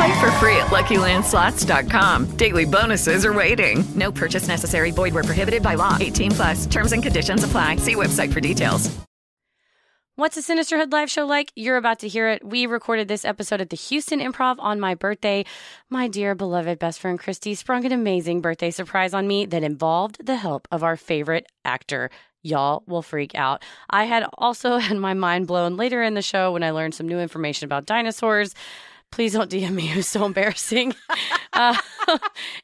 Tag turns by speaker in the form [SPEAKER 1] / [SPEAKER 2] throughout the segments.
[SPEAKER 1] Play for free at LuckyLandSlots.com. Daily bonuses are waiting.
[SPEAKER 2] No purchase necessary. Void where prohibited by law. 18 plus. Terms and conditions apply. See website for details.
[SPEAKER 3] What's a Sinisterhood live show like? You're about to hear it. We recorded this episode at the Houston Improv on my birthday. My dear beloved best friend Christy sprung an amazing birthday surprise on me that involved the help of our favorite actor. Y'all will freak out. I had also had my mind blown later in the show when I learned some new information about dinosaurs. Please don't DM me. It was so embarrassing. Uh,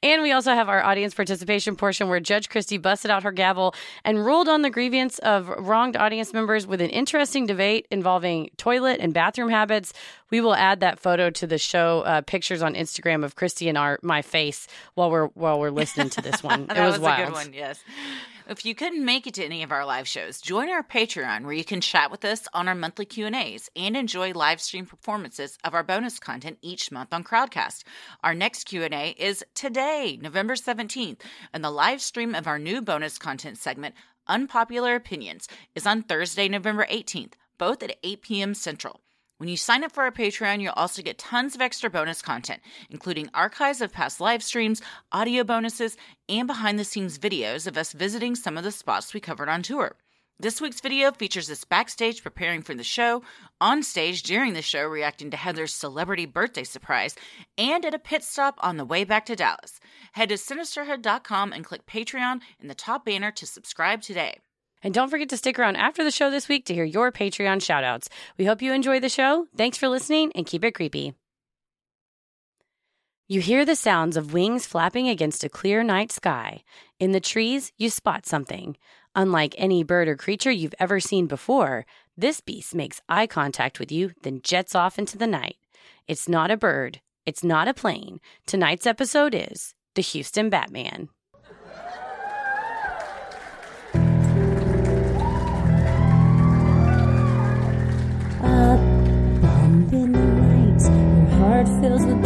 [SPEAKER 3] and we also have our audience participation portion where Judge Christie busted out her gavel and ruled on the grievance of wronged audience members with an interesting debate involving toilet and bathroom habits. We will add that photo to the show uh, pictures on Instagram of Christie and our my face while we're while we're listening to this one.
[SPEAKER 4] that
[SPEAKER 3] it was,
[SPEAKER 4] was
[SPEAKER 3] wild.
[SPEAKER 4] a good one, yes. If you couldn't make it to any of our live shows, join our Patreon where you can chat with us on our monthly Q&As and enjoy live stream performances of our bonus content each month on Crowdcast. Our next Q&A is today, November 17th, and the live stream of our new bonus content segment, Unpopular Opinions, is on Thursday, November 18th, both at 8 p.m. Central. When you sign up for our Patreon, you'll also get tons of extra bonus content, including archives of past live streams, audio bonuses, and behind the scenes videos of us visiting some of the spots we covered on tour. This week's video features us backstage preparing for the show, on stage during the show reacting to Heather's celebrity birthday surprise, and at a pit stop on the way back to Dallas. Head to sinisterhood.com and click Patreon in the top banner to subscribe today.
[SPEAKER 3] And don't forget to stick around after the show this week to hear your Patreon shout outs. We hope you enjoy the show. Thanks for listening and keep it creepy. You hear the sounds of wings flapping against a clear night sky. In the trees, you spot something. Unlike any bird or creature you've ever seen before, this beast makes eye contact with you, then jets off into the night. It's not a bird. It's not a plane. Tonight's episode is The Houston Batman.
[SPEAKER 5] A bump in the night, your heart fills with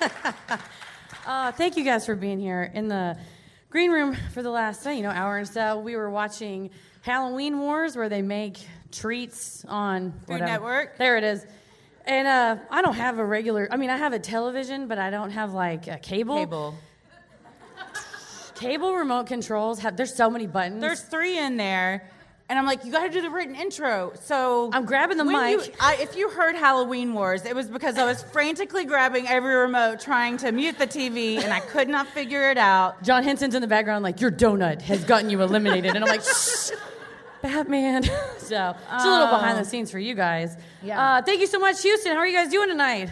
[SPEAKER 3] Uh, thank you guys for being here in the green room for the last, uh, you know, hour and so. We were watching Halloween Wars, where they make treats on Food
[SPEAKER 6] Network.
[SPEAKER 3] There it is. And uh, I don't have a regular. I mean, I have a television, but I don't have like a cable.
[SPEAKER 4] Cable.
[SPEAKER 3] Cable remote controls have. There's so many buttons.
[SPEAKER 4] There's three in there. And I'm like, you got to do the written intro. So
[SPEAKER 3] I'm grabbing the
[SPEAKER 4] when you-
[SPEAKER 3] mic.
[SPEAKER 4] I, if you heard Halloween Wars, it was because I was frantically grabbing every remote, trying to mute the TV, and I could not figure it out.
[SPEAKER 3] John Henson's in the background, like your donut has gotten you eliminated, and I'm like, shh, Batman. so it's a little
[SPEAKER 4] Uh,
[SPEAKER 3] behind the scenes for you guys.
[SPEAKER 4] Yeah.
[SPEAKER 3] Uh, thank you so much, Houston. How are you guys doing tonight?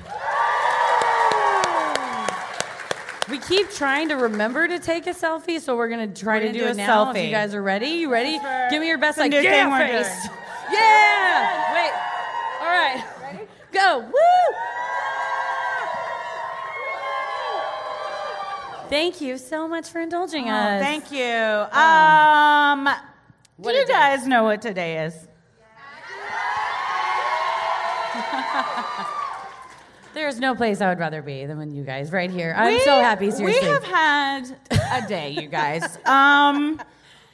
[SPEAKER 3] We keep trying to remember to take a selfie, so we're gonna try
[SPEAKER 4] We're
[SPEAKER 3] to
[SPEAKER 4] gonna
[SPEAKER 3] do,
[SPEAKER 4] do
[SPEAKER 3] it
[SPEAKER 4] a
[SPEAKER 3] now. If
[SPEAKER 4] selfie.
[SPEAKER 3] you guys are ready, you ready?
[SPEAKER 4] for-
[SPEAKER 3] Give me your best,
[SPEAKER 4] Some
[SPEAKER 3] like
[SPEAKER 4] new thing
[SPEAKER 3] yeah
[SPEAKER 4] we're
[SPEAKER 3] face.
[SPEAKER 4] doing.
[SPEAKER 3] Yeah. Wait. All right. Ready? Go. Woo. Thank you so much for indulging
[SPEAKER 4] Oh,
[SPEAKER 3] us.
[SPEAKER 4] thank you. Um, do
[SPEAKER 3] a
[SPEAKER 4] you
[SPEAKER 3] day.
[SPEAKER 4] guys know what today is?
[SPEAKER 3] There's no place I would rather be than with you guys right here. I'm so happy, seriously.
[SPEAKER 4] We have had a day, you guys. um,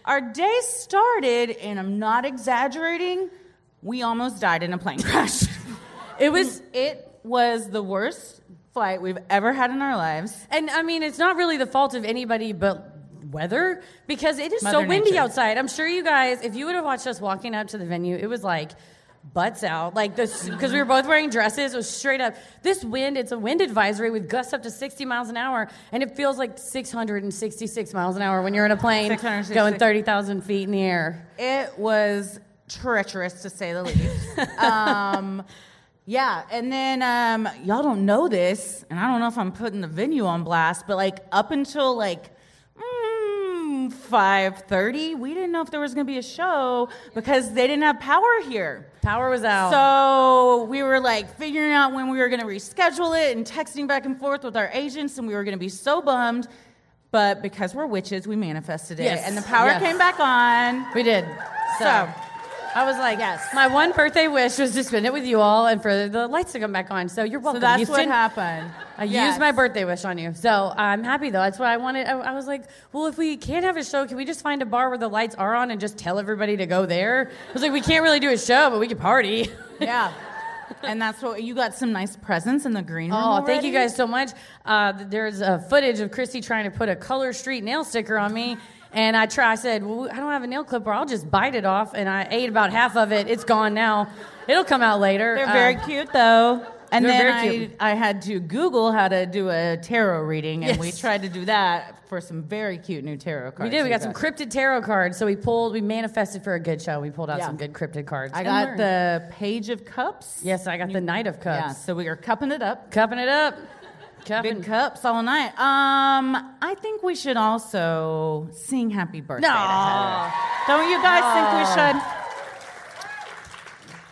[SPEAKER 4] our day started, and I'm not exaggerating, we almost died in a plane crash.
[SPEAKER 3] it was,
[SPEAKER 4] it was the worst flight we've ever had in our lives.
[SPEAKER 3] and I mean, it's not really the fault of anybody but weather because it is so
[SPEAKER 4] Mother
[SPEAKER 3] windy
[SPEAKER 4] nature.
[SPEAKER 3] outside. I'm sure you guys, if you would have watched us walking up to the venue, it was like butts out, like this, because we were both wearing dresses. It was straight up. This wind, it's a wind advisory with gusts up to 60 miles an hour, and it feels like 666 miles an hour when you're in a plane
[SPEAKER 4] 666.
[SPEAKER 3] going 30,000 feet in the air.
[SPEAKER 4] It was treacherous to say the least. um, yeah, and then um, y'all don't know this, and I don't know if I'm putting the venue on blast, but like up until like mm, 5:30, we didn't know if there was gonna be a show because they didn't have power here.
[SPEAKER 3] Power was out.
[SPEAKER 4] So we were like figuring out when we were going to reschedule it and texting back and forth with our agents, and we were going to be so bummed. But because we're witches, we manifested it,
[SPEAKER 3] Yes,
[SPEAKER 4] and the power
[SPEAKER 3] yes.
[SPEAKER 4] came back on.
[SPEAKER 3] We did. So,
[SPEAKER 4] So.
[SPEAKER 3] I was like,
[SPEAKER 4] Yes.
[SPEAKER 3] My one birthday wish was to spend it with you all and for the lights to come back on. So you're
[SPEAKER 4] So
[SPEAKER 3] welcome.
[SPEAKER 4] that's what
[SPEAKER 3] Houston.
[SPEAKER 4] happened.
[SPEAKER 3] I
[SPEAKER 4] Yes.
[SPEAKER 3] used my birthday wish on you. So I'm happy though. That's what I wanted. I, I was like, well, if we can't have a show, can we just find a bar where the lights are on and just tell everybody to go there? I was like, we can't really do a show, but we can party.
[SPEAKER 4] Yeah. and that's what you got some nice presents in the green room.
[SPEAKER 3] Oh, thank you
[SPEAKER 4] already?
[SPEAKER 3] guys so much. Uh, th- there's uh, footage of Christy trying to put a Color Street nail sticker on me. And I try. I said, well, I don't have a nail clipper. I'll just bite it off. And I ate about half of it. It's gone now. It'll come out later.
[SPEAKER 4] They're
[SPEAKER 3] Uh,
[SPEAKER 4] very cute though. And
[SPEAKER 3] they're
[SPEAKER 4] then
[SPEAKER 3] very
[SPEAKER 4] I,
[SPEAKER 3] cute.
[SPEAKER 4] I had to Google how to do a tarot reading, and we
[SPEAKER 3] Yes.
[SPEAKER 4] tried to do that for some very cute new tarot cards.
[SPEAKER 3] We did. We got some
[SPEAKER 4] cryptic.
[SPEAKER 3] cryptid tarot cards. So we pulled, we manifested for a good show. We pulled out
[SPEAKER 4] Yeah.
[SPEAKER 3] some good cryptid cards.
[SPEAKER 4] I
[SPEAKER 3] And
[SPEAKER 4] got
[SPEAKER 3] learned.
[SPEAKER 4] the Page of Cups.
[SPEAKER 3] Yes, I got the Knight of Cups.
[SPEAKER 4] Yeah, so we are cupping it up.
[SPEAKER 3] Cupping it up. Cupping.
[SPEAKER 4] Big cups all night. Um, I think we should also sing happy birthday. to
[SPEAKER 3] No.
[SPEAKER 4] Heather. Don't you guys think we should?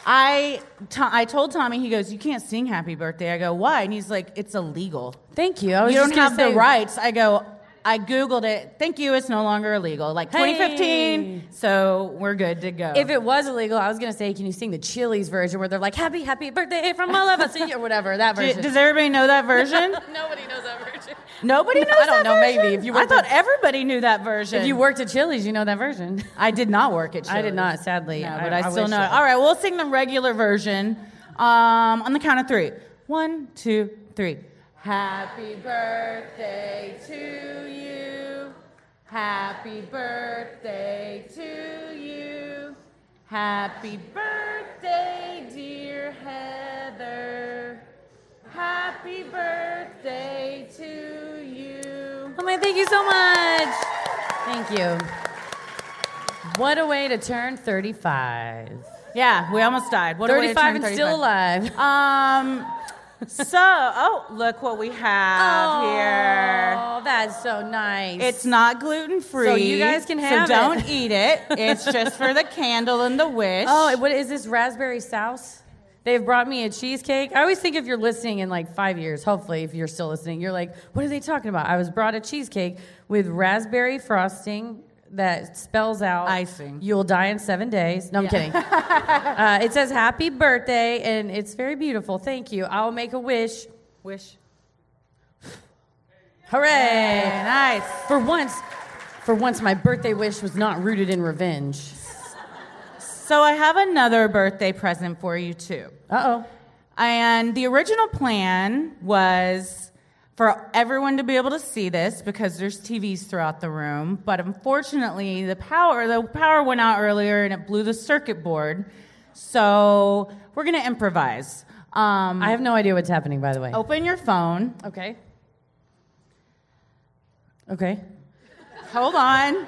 [SPEAKER 4] I, to- I told Tommy, he goes, You can't sing happy birthday. I go, Why? And he's like, It's illegal.
[SPEAKER 3] Thank you. I was
[SPEAKER 4] You don't
[SPEAKER 3] just gonna
[SPEAKER 4] have
[SPEAKER 3] say-
[SPEAKER 4] the rights. I go, I Googled it. Thank you. It's no longer illegal. Like 2015. So we're good to go.
[SPEAKER 3] If it was illegal, I was gonna say, can you sing the Chili's version where they're like, "Happy, happy birthday from all of us," to you," or whatever that
[SPEAKER 4] Do-
[SPEAKER 3] version.
[SPEAKER 4] does everybody know that version?
[SPEAKER 3] Nobody knows that version.
[SPEAKER 4] Nobody
[SPEAKER 3] No,
[SPEAKER 4] knows.
[SPEAKER 3] I don't
[SPEAKER 4] that
[SPEAKER 3] know, maybe,
[SPEAKER 4] version?
[SPEAKER 3] if you
[SPEAKER 4] I
[SPEAKER 3] worked
[SPEAKER 4] thought
[SPEAKER 3] at-
[SPEAKER 4] everybody knew that version.
[SPEAKER 3] If you worked at Chili's, you know that version.
[SPEAKER 4] I did not work at. Chili's.
[SPEAKER 3] I did not, sadly.
[SPEAKER 4] No,
[SPEAKER 3] I-
[SPEAKER 4] but I,
[SPEAKER 3] I
[SPEAKER 4] still
[SPEAKER 3] wish
[SPEAKER 4] know.
[SPEAKER 3] so.
[SPEAKER 4] All right, we'll sing the regular version. Um, on the count of three. One, two, three. Happy birthday to you. Happy birthday to you. Happy birthday, dear Heather. Happy birthday to you.
[SPEAKER 3] Oh my, thank you so much. Thank you. What a way to turn 35.
[SPEAKER 4] Yeah, we almost died. What a way to
[SPEAKER 3] 35
[SPEAKER 4] turn
[SPEAKER 3] and still
[SPEAKER 4] 35.
[SPEAKER 3] alive.
[SPEAKER 4] Um. so, oh, look what we have here.
[SPEAKER 3] Oh, that's so nice.
[SPEAKER 4] It's not gluten free.
[SPEAKER 3] So you guys can have
[SPEAKER 4] So
[SPEAKER 3] it.
[SPEAKER 4] don't eat it. It's just for the candle and the wish.
[SPEAKER 3] Oh, and what is this raspberry sauce? They've brought me a cheesecake. I always think if you're listening in like five years, hopefully, if you're still listening, you're like, what are they talking about? I was brought a cheesecake with raspberry frosting that spells out
[SPEAKER 4] Icing.
[SPEAKER 3] You'll die in seven days. No, I'm kidding. uh, it says happy birthday, and it's very beautiful. Thank you. I'll make a wish.
[SPEAKER 4] wish. Hooray! Nice.
[SPEAKER 3] For once, for once, my birthday wish was not rooted in revenge.
[SPEAKER 4] So I have another birthday present for you too.
[SPEAKER 3] Uh oh.
[SPEAKER 4] And the original plan was for everyone to be able to see this because there's TVs throughout the room, but unfortunately the power the power went out earlier and it blew the circuit board. So we're gonna improvise. Um,
[SPEAKER 3] I have no idea what's happening, by the way.
[SPEAKER 4] Open your phone.
[SPEAKER 3] Okay. Okay.
[SPEAKER 4] Hold on.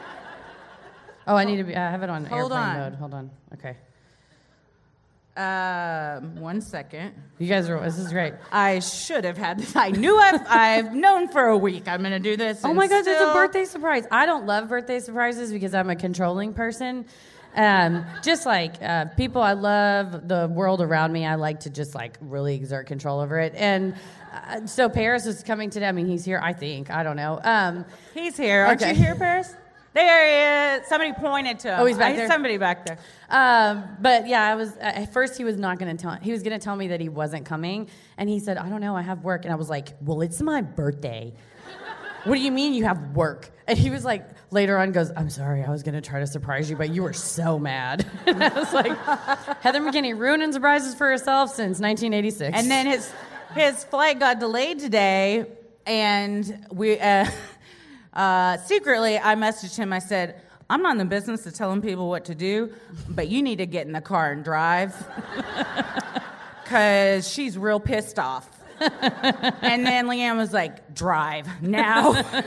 [SPEAKER 3] Oh, I need to be. I have it on
[SPEAKER 4] Hold
[SPEAKER 3] airplane
[SPEAKER 4] on.
[SPEAKER 3] mode. Hold on. Okay.
[SPEAKER 4] Um, one second.
[SPEAKER 3] You guys are. This is great.
[SPEAKER 4] I should have had this. I knew I've, I've known for a week I'm going to do this.
[SPEAKER 3] Oh
[SPEAKER 4] and
[SPEAKER 3] my God, that's a
[SPEAKER 4] still-
[SPEAKER 3] birthday surprise. I don't love birthday surprises because I'm a controlling person. Um, just like uh, people I love, the world around me, I like to just like really exert control over it. And uh, so Paris is coming today. I mean, he's here, I think. I don't know. Um,
[SPEAKER 4] He's here. Aren't
[SPEAKER 3] Okay.
[SPEAKER 4] you here, Paris? There he is. Somebody pointed to him.
[SPEAKER 3] Oh, he's back
[SPEAKER 4] I-
[SPEAKER 3] there.
[SPEAKER 4] Somebody back there.
[SPEAKER 3] Um, but yeah, I was at first he was not gonna tell he was gonna tell me that he wasn't coming, and he said, "I don't know, I have work," and I was like, "Well, it's my birthday. what do you mean you have work?" And he was like, later on goes, "I'm sorry, I was gonna try to surprise you, but you were so mad." and I was like, Heather McKinney ruining surprises for herself since 1986.
[SPEAKER 4] And then his his flight got delayed today, and we uh, uh, secretly I messaged him. I said, "I'm not in the business of telling people what to do, but you need to get in the car and drive, because she's real pissed off." and then Leanne was like, "Drive now."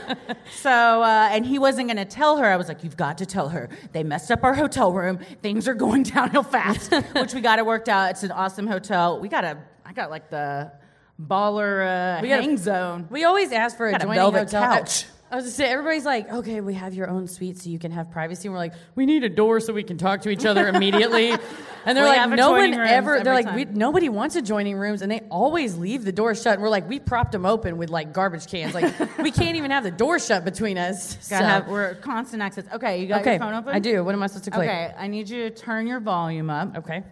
[SPEAKER 4] so, uh, and he wasn't going to tell her. I was like, "You've got to tell her. They messed up our hotel room. Things are going downhill fast." Which we got it worked out. It's an awesome hotel. We got a. I got like the baller uh,
[SPEAKER 3] We got a-
[SPEAKER 4] hang zone.
[SPEAKER 3] we always ask for a
[SPEAKER 4] Got a
[SPEAKER 3] joining
[SPEAKER 4] velvet
[SPEAKER 3] hotel.
[SPEAKER 4] couch.
[SPEAKER 3] I was just saying, everybody's like, okay, we have your own suite so you can have privacy. And we're like, we need a door so we can talk to each other immediately. And they're
[SPEAKER 4] We
[SPEAKER 3] like,
[SPEAKER 4] have
[SPEAKER 3] no one
[SPEAKER 4] adjoining rooms
[SPEAKER 3] ever, they're
[SPEAKER 4] every
[SPEAKER 3] like, we,
[SPEAKER 4] time.
[SPEAKER 3] nobody wants adjoining rooms. And they always leave the door shut. And we're like, we propped them open with like garbage cans. Like, we can't even have the door shut between us.
[SPEAKER 4] Gotta
[SPEAKER 3] So-
[SPEAKER 4] have, we're constant access. Okay, you got
[SPEAKER 3] okay,
[SPEAKER 4] your phone open.
[SPEAKER 3] I do. What am I supposed to click?
[SPEAKER 4] Okay, I need you to turn your volume up.
[SPEAKER 3] Okay.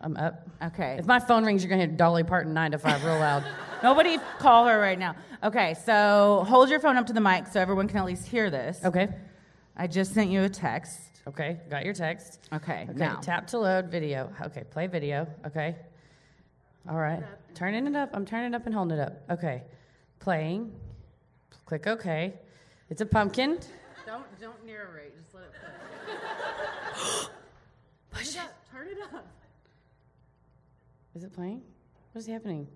[SPEAKER 3] I'm up.
[SPEAKER 4] Okay.
[SPEAKER 3] If my phone rings, you're going to hear Dolly Parton 9 to 5 real loud.
[SPEAKER 4] Nobody call her right now. Okay, so hold your phone up to the mic so everyone can at least hear this.
[SPEAKER 3] Okay.
[SPEAKER 4] I just sent you a text.
[SPEAKER 3] Okay. Got your text.
[SPEAKER 4] Okay,
[SPEAKER 3] Okay,
[SPEAKER 4] now.
[SPEAKER 3] tap to load video. Okay, play video. Okay. All right. Turning it up. I'm turning it up and holding it up. Okay. Playing. Click OK. It's a pumpkin.
[SPEAKER 4] Don't don't narrate. Just let it play.
[SPEAKER 3] Push it.
[SPEAKER 4] Turn it up.
[SPEAKER 3] Is it playing? What is happening?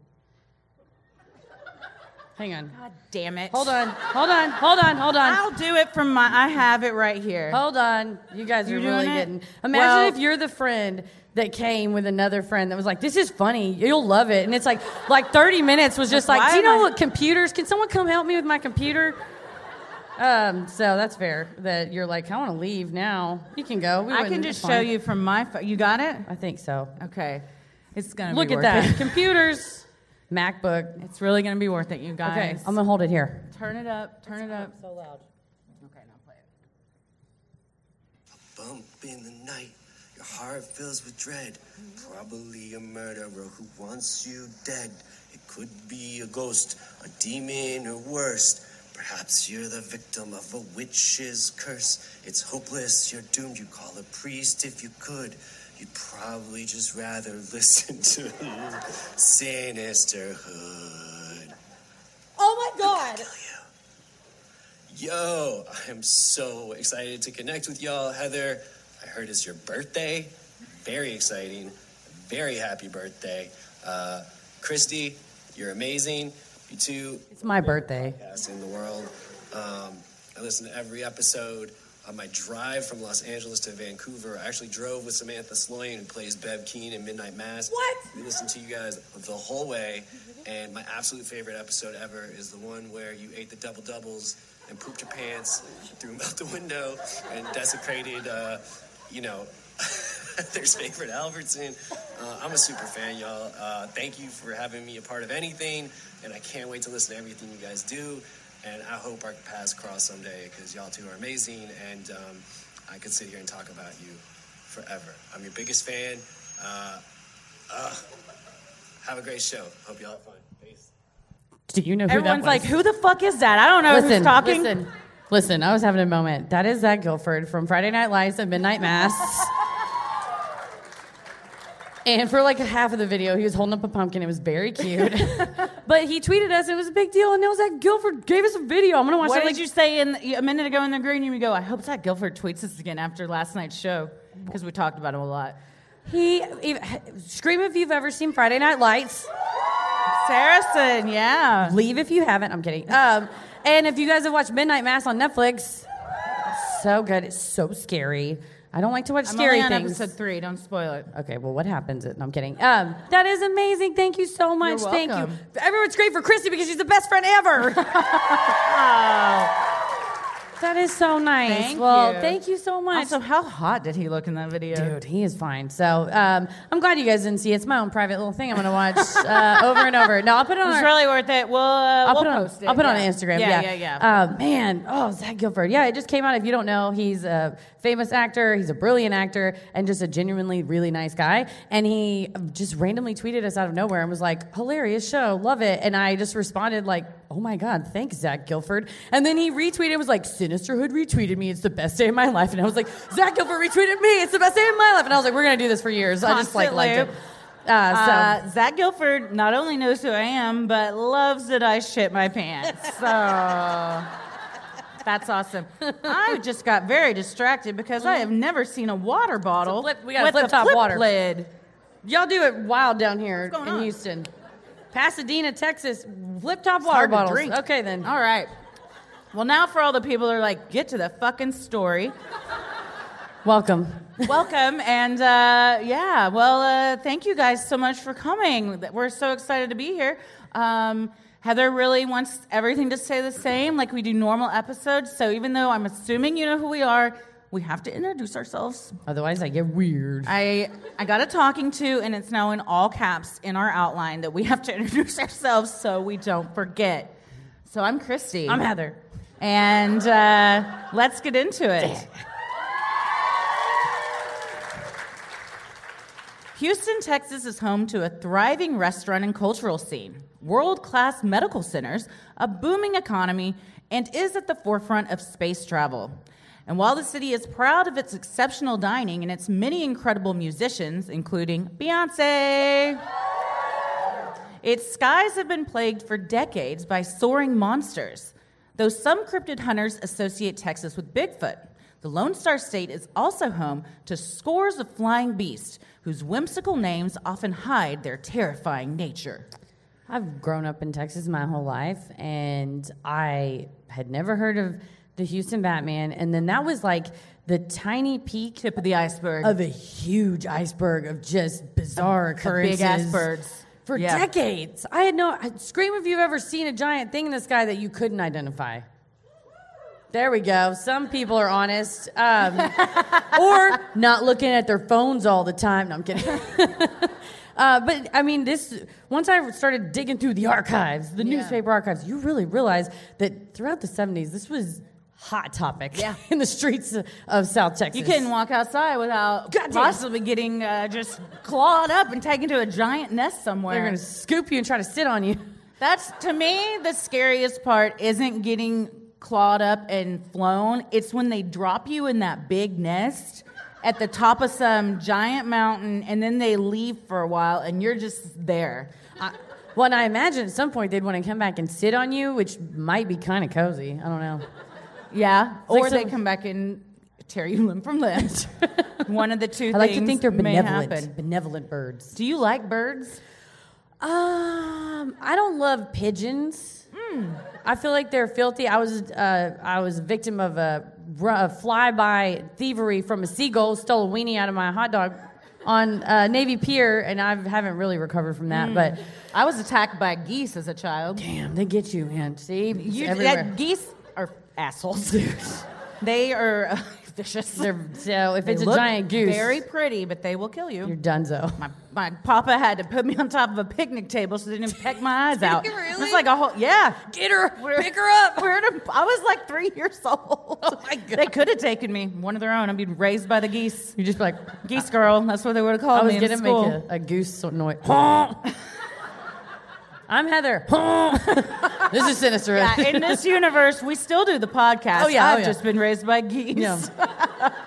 [SPEAKER 3] Hang on.
[SPEAKER 4] God damn it.
[SPEAKER 3] Hold on. Hold on. Hold on. Hold on.
[SPEAKER 4] I'll do it from my. I have it right here.
[SPEAKER 3] Hold on. You guys
[SPEAKER 4] You're
[SPEAKER 3] are really
[SPEAKER 4] doing it?
[SPEAKER 3] getting. Imagine
[SPEAKER 4] Well-
[SPEAKER 3] if you're the friend that came with another friend that was like, "This is funny. You'll love it." And it's like, like 30 minutes was just like,
[SPEAKER 4] Why
[SPEAKER 3] "Do you
[SPEAKER 4] am
[SPEAKER 3] know
[SPEAKER 4] I-
[SPEAKER 3] what computers? Can someone come help me with my computer?" Um, so that's fair that you're like, "I want to leave now. You can go. We
[SPEAKER 4] I can
[SPEAKER 3] wouldn't-
[SPEAKER 4] just
[SPEAKER 3] it's
[SPEAKER 4] show
[SPEAKER 3] fine."
[SPEAKER 4] you from my phone. You got it?
[SPEAKER 3] I think so.
[SPEAKER 4] Okay. It's gonna
[SPEAKER 3] Look
[SPEAKER 4] be
[SPEAKER 3] at
[SPEAKER 4] worth
[SPEAKER 3] that.
[SPEAKER 4] it.
[SPEAKER 3] computers, MacBook.
[SPEAKER 4] It's really gonna be worth it, you
[SPEAKER 3] Okay,
[SPEAKER 4] guys.
[SPEAKER 3] I'm gonna hold it here.
[SPEAKER 4] turn it up. Turn it up.
[SPEAKER 3] So loud.
[SPEAKER 4] Okay, now play it.
[SPEAKER 7] Bump in the night, your heart fills with dread. Probably a murderer who wants you dead. It could be a ghost, a demon, or worse. Perhaps you're the victim of a witch's curse. It's hopeless, you're doomed. You'd call a priest if you could. You'd probably just rather listen to Sinisterhood.
[SPEAKER 8] Oh my god.
[SPEAKER 7] Yo, I'm so excited to connect with y'all, Heather. I heard it's your birthday. Very exciting. Very happy birthday. Uh, Christy, you're amazing. You two,
[SPEAKER 3] It's my birthday.
[SPEAKER 7] best in the world. Um, I listen to every episode. On my drive from Los Angeles to Vancouver, I actually drove with Samantha Sloan, who plays Bev Keen in Midnight Mass. What? We listened to you guys the whole way, and my absolute favorite episode ever is the one where you ate the double doubles and pooped your pants, threw them out the window, and desecrated, uh, you know, there's favorite Albertson. Uh, I'm a super fan, y'all. Uh, thank you for having me a part of anything, and I can't wait to listen to everything you guys do. And I hope our paths cross someday because y'all two are amazing, and um, I could sit here and talk about you forever. I'm your biggest fan. Uh, uh, have a great show. Hope y'all have fun. Peace.
[SPEAKER 3] Do you know who
[SPEAKER 4] Everyone's
[SPEAKER 3] that was?
[SPEAKER 4] like, who the fuck is that? I don't know who's talking.
[SPEAKER 3] Listen, listen, I was having a moment. That is that Guilford from Friday Night Lights and Midnight Mass. and for like half of the video, he was holding up a pumpkin. It was very cute. but he tweeted us, it was a big deal, and it was that Guilford gave us a video. I'm gonna watch
[SPEAKER 4] What
[SPEAKER 3] that
[SPEAKER 4] did
[SPEAKER 3] like
[SPEAKER 4] you say in the, a minute ago in the green room? You go, I hope that Guilford tweets us again after last night's show because we talked about him a lot.
[SPEAKER 3] He scream if you've ever seen Friday Night Lights.
[SPEAKER 4] Saracen, yeah.
[SPEAKER 3] Leave if you haven't. I'm kidding. Um, and if you guys have watched Midnight Mass on Netflix, it's so good. It's so scary. I don't like to watch
[SPEAKER 4] I'm
[SPEAKER 3] scary
[SPEAKER 4] only on
[SPEAKER 3] things.
[SPEAKER 4] episode three. Don't spoil it.
[SPEAKER 3] Okay, well, what happens? It. No, I'm kidding. Um, that is amazing. Thank you so much. Thank you.
[SPEAKER 4] welcome.
[SPEAKER 3] Everyone's great for Christy because she's the best friend ever. That is so nice.
[SPEAKER 4] Thank
[SPEAKER 3] well,
[SPEAKER 4] you.
[SPEAKER 3] thank you so much.
[SPEAKER 4] Also, how hot did he look in that video?
[SPEAKER 3] Dude, he is fine. So um, I'm glad you guys didn't see it. It's my own private little thing I'm going to watch uh, over and over. No, I'll put it
[SPEAKER 4] It
[SPEAKER 3] on
[SPEAKER 4] was
[SPEAKER 3] our-
[SPEAKER 4] really worth it. We'll, uh,
[SPEAKER 3] I'll
[SPEAKER 4] we'll
[SPEAKER 3] put it on,
[SPEAKER 4] post it.
[SPEAKER 3] I'll put it
[SPEAKER 4] yeah.
[SPEAKER 3] on Instagram.
[SPEAKER 4] Yeah,
[SPEAKER 3] Yeah,
[SPEAKER 4] yeah, yeah.
[SPEAKER 3] Uh, man, oh Zach Guilford. Yeah, it just came out. If you don't know, he's a famous actor. He's a brilliant actor and just a genuinely really nice guy. And he just randomly tweeted us out of nowhere and was like, "Hilarious show, love it." And I just responded like, "Oh my god, thanks Zach Guilford." And then he retweeted was like, "Sinisterhood retweeted me. It's the best day of my life." And I was like, "Zach Guilford retweeted me. It's the best day of my life." And I was like, "We're gonna do this for years." I just like
[SPEAKER 4] Constant
[SPEAKER 3] liked it.
[SPEAKER 4] loop.
[SPEAKER 3] Uh, so.
[SPEAKER 4] Uh, Zach Guilford not only knows who I am, but loves that I shit my pants. So that's awesome. I just got very distracted because I have never seen a water bottle
[SPEAKER 3] flip- we got a
[SPEAKER 4] with
[SPEAKER 3] flip-top
[SPEAKER 4] flip
[SPEAKER 3] water.
[SPEAKER 4] lid.
[SPEAKER 3] Y'all do it wild down here
[SPEAKER 4] going
[SPEAKER 3] in
[SPEAKER 4] on?
[SPEAKER 3] Houston. Pasadena, Texas, flip top water
[SPEAKER 4] hard to
[SPEAKER 3] bottles.
[SPEAKER 4] drink.
[SPEAKER 3] Okay, then.
[SPEAKER 4] All right. Well, now for all the people who are like, get to the fucking story.
[SPEAKER 3] Welcome.
[SPEAKER 4] Welcome, and uh, yeah, well, uh, thank you guys so much for coming. We're so excited to be here. Um, Heather really wants everything to stay the same, like we do normal episodes. So even though I'm assuming you know who we are, we have to introduce ourselves.
[SPEAKER 3] Otherwise, I get weird.
[SPEAKER 4] I I got a talking to, and it's now in all caps in our outline that we have to introduce ourselves so we don't forget. So I'm Christy.
[SPEAKER 3] I'm Heather.
[SPEAKER 4] and uh, let's get into it. Houston, Texas is home to a thriving restaurant and cultural scene, world class medical centers, a booming economy, and is at the forefront of space travel. And while the city is proud of its exceptional dining and its many incredible musicians, including Beyonce, its skies have been plagued for decades by soaring monsters. Though some cryptid hunters associate Texas with Bigfoot, the Lone Star State is also home to scores of flying beasts whose whimsical names often hide their terrifying nature.
[SPEAKER 3] I've grown up in Texas my whole life, and I had never heard of the Houston Batman. And then that was like the tiny peak
[SPEAKER 4] Tip of the iceberg.
[SPEAKER 3] of a huge iceberg of just bizarre occurrences.
[SPEAKER 4] big-ass birds.
[SPEAKER 3] For
[SPEAKER 4] Yeah.
[SPEAKER 3] decades. I had no. I- Scream if you've ever seen a giant thing in the sky that you couldn't identify. There we go. Some people are honest. Um, or not looking at their phones all the time. No, I'm kidding. Uh, but I mean, this once I started digging through the archives, the newspaper archives, you really realize that throughout the 70s, this was hot topic in the streets of South Texas.
[SPEAKER 4] you couldn't walk outside without
[SPEAKER 3] Goddamn.
[SPEAKER 4] possibly getting uh, just clawed up and taken to a giant nest somewhere.
[SPEAKER 3] They're gonna scoop you and try to sit on you.
[SPEAKER 4] That's to me the scariest part isn't getting clawed up and flown. It's when they drop you in that big nest at the top of some giant mountain and then they leave for a while and you're just there.
[SPEAKER 3] I, well, and I imagine at some point they'd want to come back and sit on you, which might be kind of cozy. I don't know.
[SPEAKER 4] Yeah.
[SPEAKER 3] like
[SPEAKER 4] or they
[SPEAKER 3] some-
[SPEAKER 4] come back and tear you limb from limb. One of the two
[SPEAKER 3] I like to
[SPEAKER 4] things
[SPEAKER 3] think they're
[SPEAKER 4] may
[SPEAKER 3] benevolent,
[SPEAKER 4] happen.
[SPEAKER 3] benevolent birds.
[SPEAKER 4] Do you like birds?
[SPEAKER 3] Um, I don't love pigeons. I feel like they're filthy. I was uh, I was a victim of a, ru- a flyby thievery from a seagull. Stole a weenie out of my hot dog on uh, Navy Pier, and I haven't really recovered from that. But
[SPEAKER 4] I was attacked by geese as a child.
[SPEAKER 3] Hmm. damn, they get you, man. See, It's
[SPEAKER 4] You,
[SPEAKER 3] everywhere.
[SPEAKER 4] that geese are assholes. they are uh, vicious.
[SPEAKER 3] They're- so if
[SPEAKER 4] They
[SPEAKER 3] it's a
[SPEAKER 4] look
[SPEAKER 3] giant goose,
[SPEAKER 4] Very pretty, but they will kill you.
[SPEAKER 3] you're donezo.
[SPEAKER 4] My, my papa had to put me on top of a picnic table so they didn't peck my eyes out.
[SPEAKER 3] Really?
[SPEAKER 4] It's like a whole yeah.
[SPEAKER 3] Get her,
[SPEAKER 4] We're-
[SPEAKER 3] pick her up.
[SPEAKER 4] We're in a, I was like three years old. Oh
[SPEAKER 3] my God.
[SPEAKER 4] They could have taken me, one of their own. I'd be raised by the geese.
[SPEAKER 3] You just be like,
[SPEAKER 4] Geese girl. That's what they would have called
[SPEAKER 3] I was
[SPEAKER 4] me in
[SPEAKER 3] gonna
[SPEAKER 4] school.
[SPEAKER 3] make a, a goose so- noise. I I'm Heather. this is sinister.
[SPEAKER 4] Yeah, in this universe, we still do the podcast.
[SPEAKER 3] Oh, yeah, oh,
[SPEAKER 4] I've
[SPEAKER 3] yeah.
[SPEAKER 4] just been raised by geese.
[SPEAKER 3] Yeah.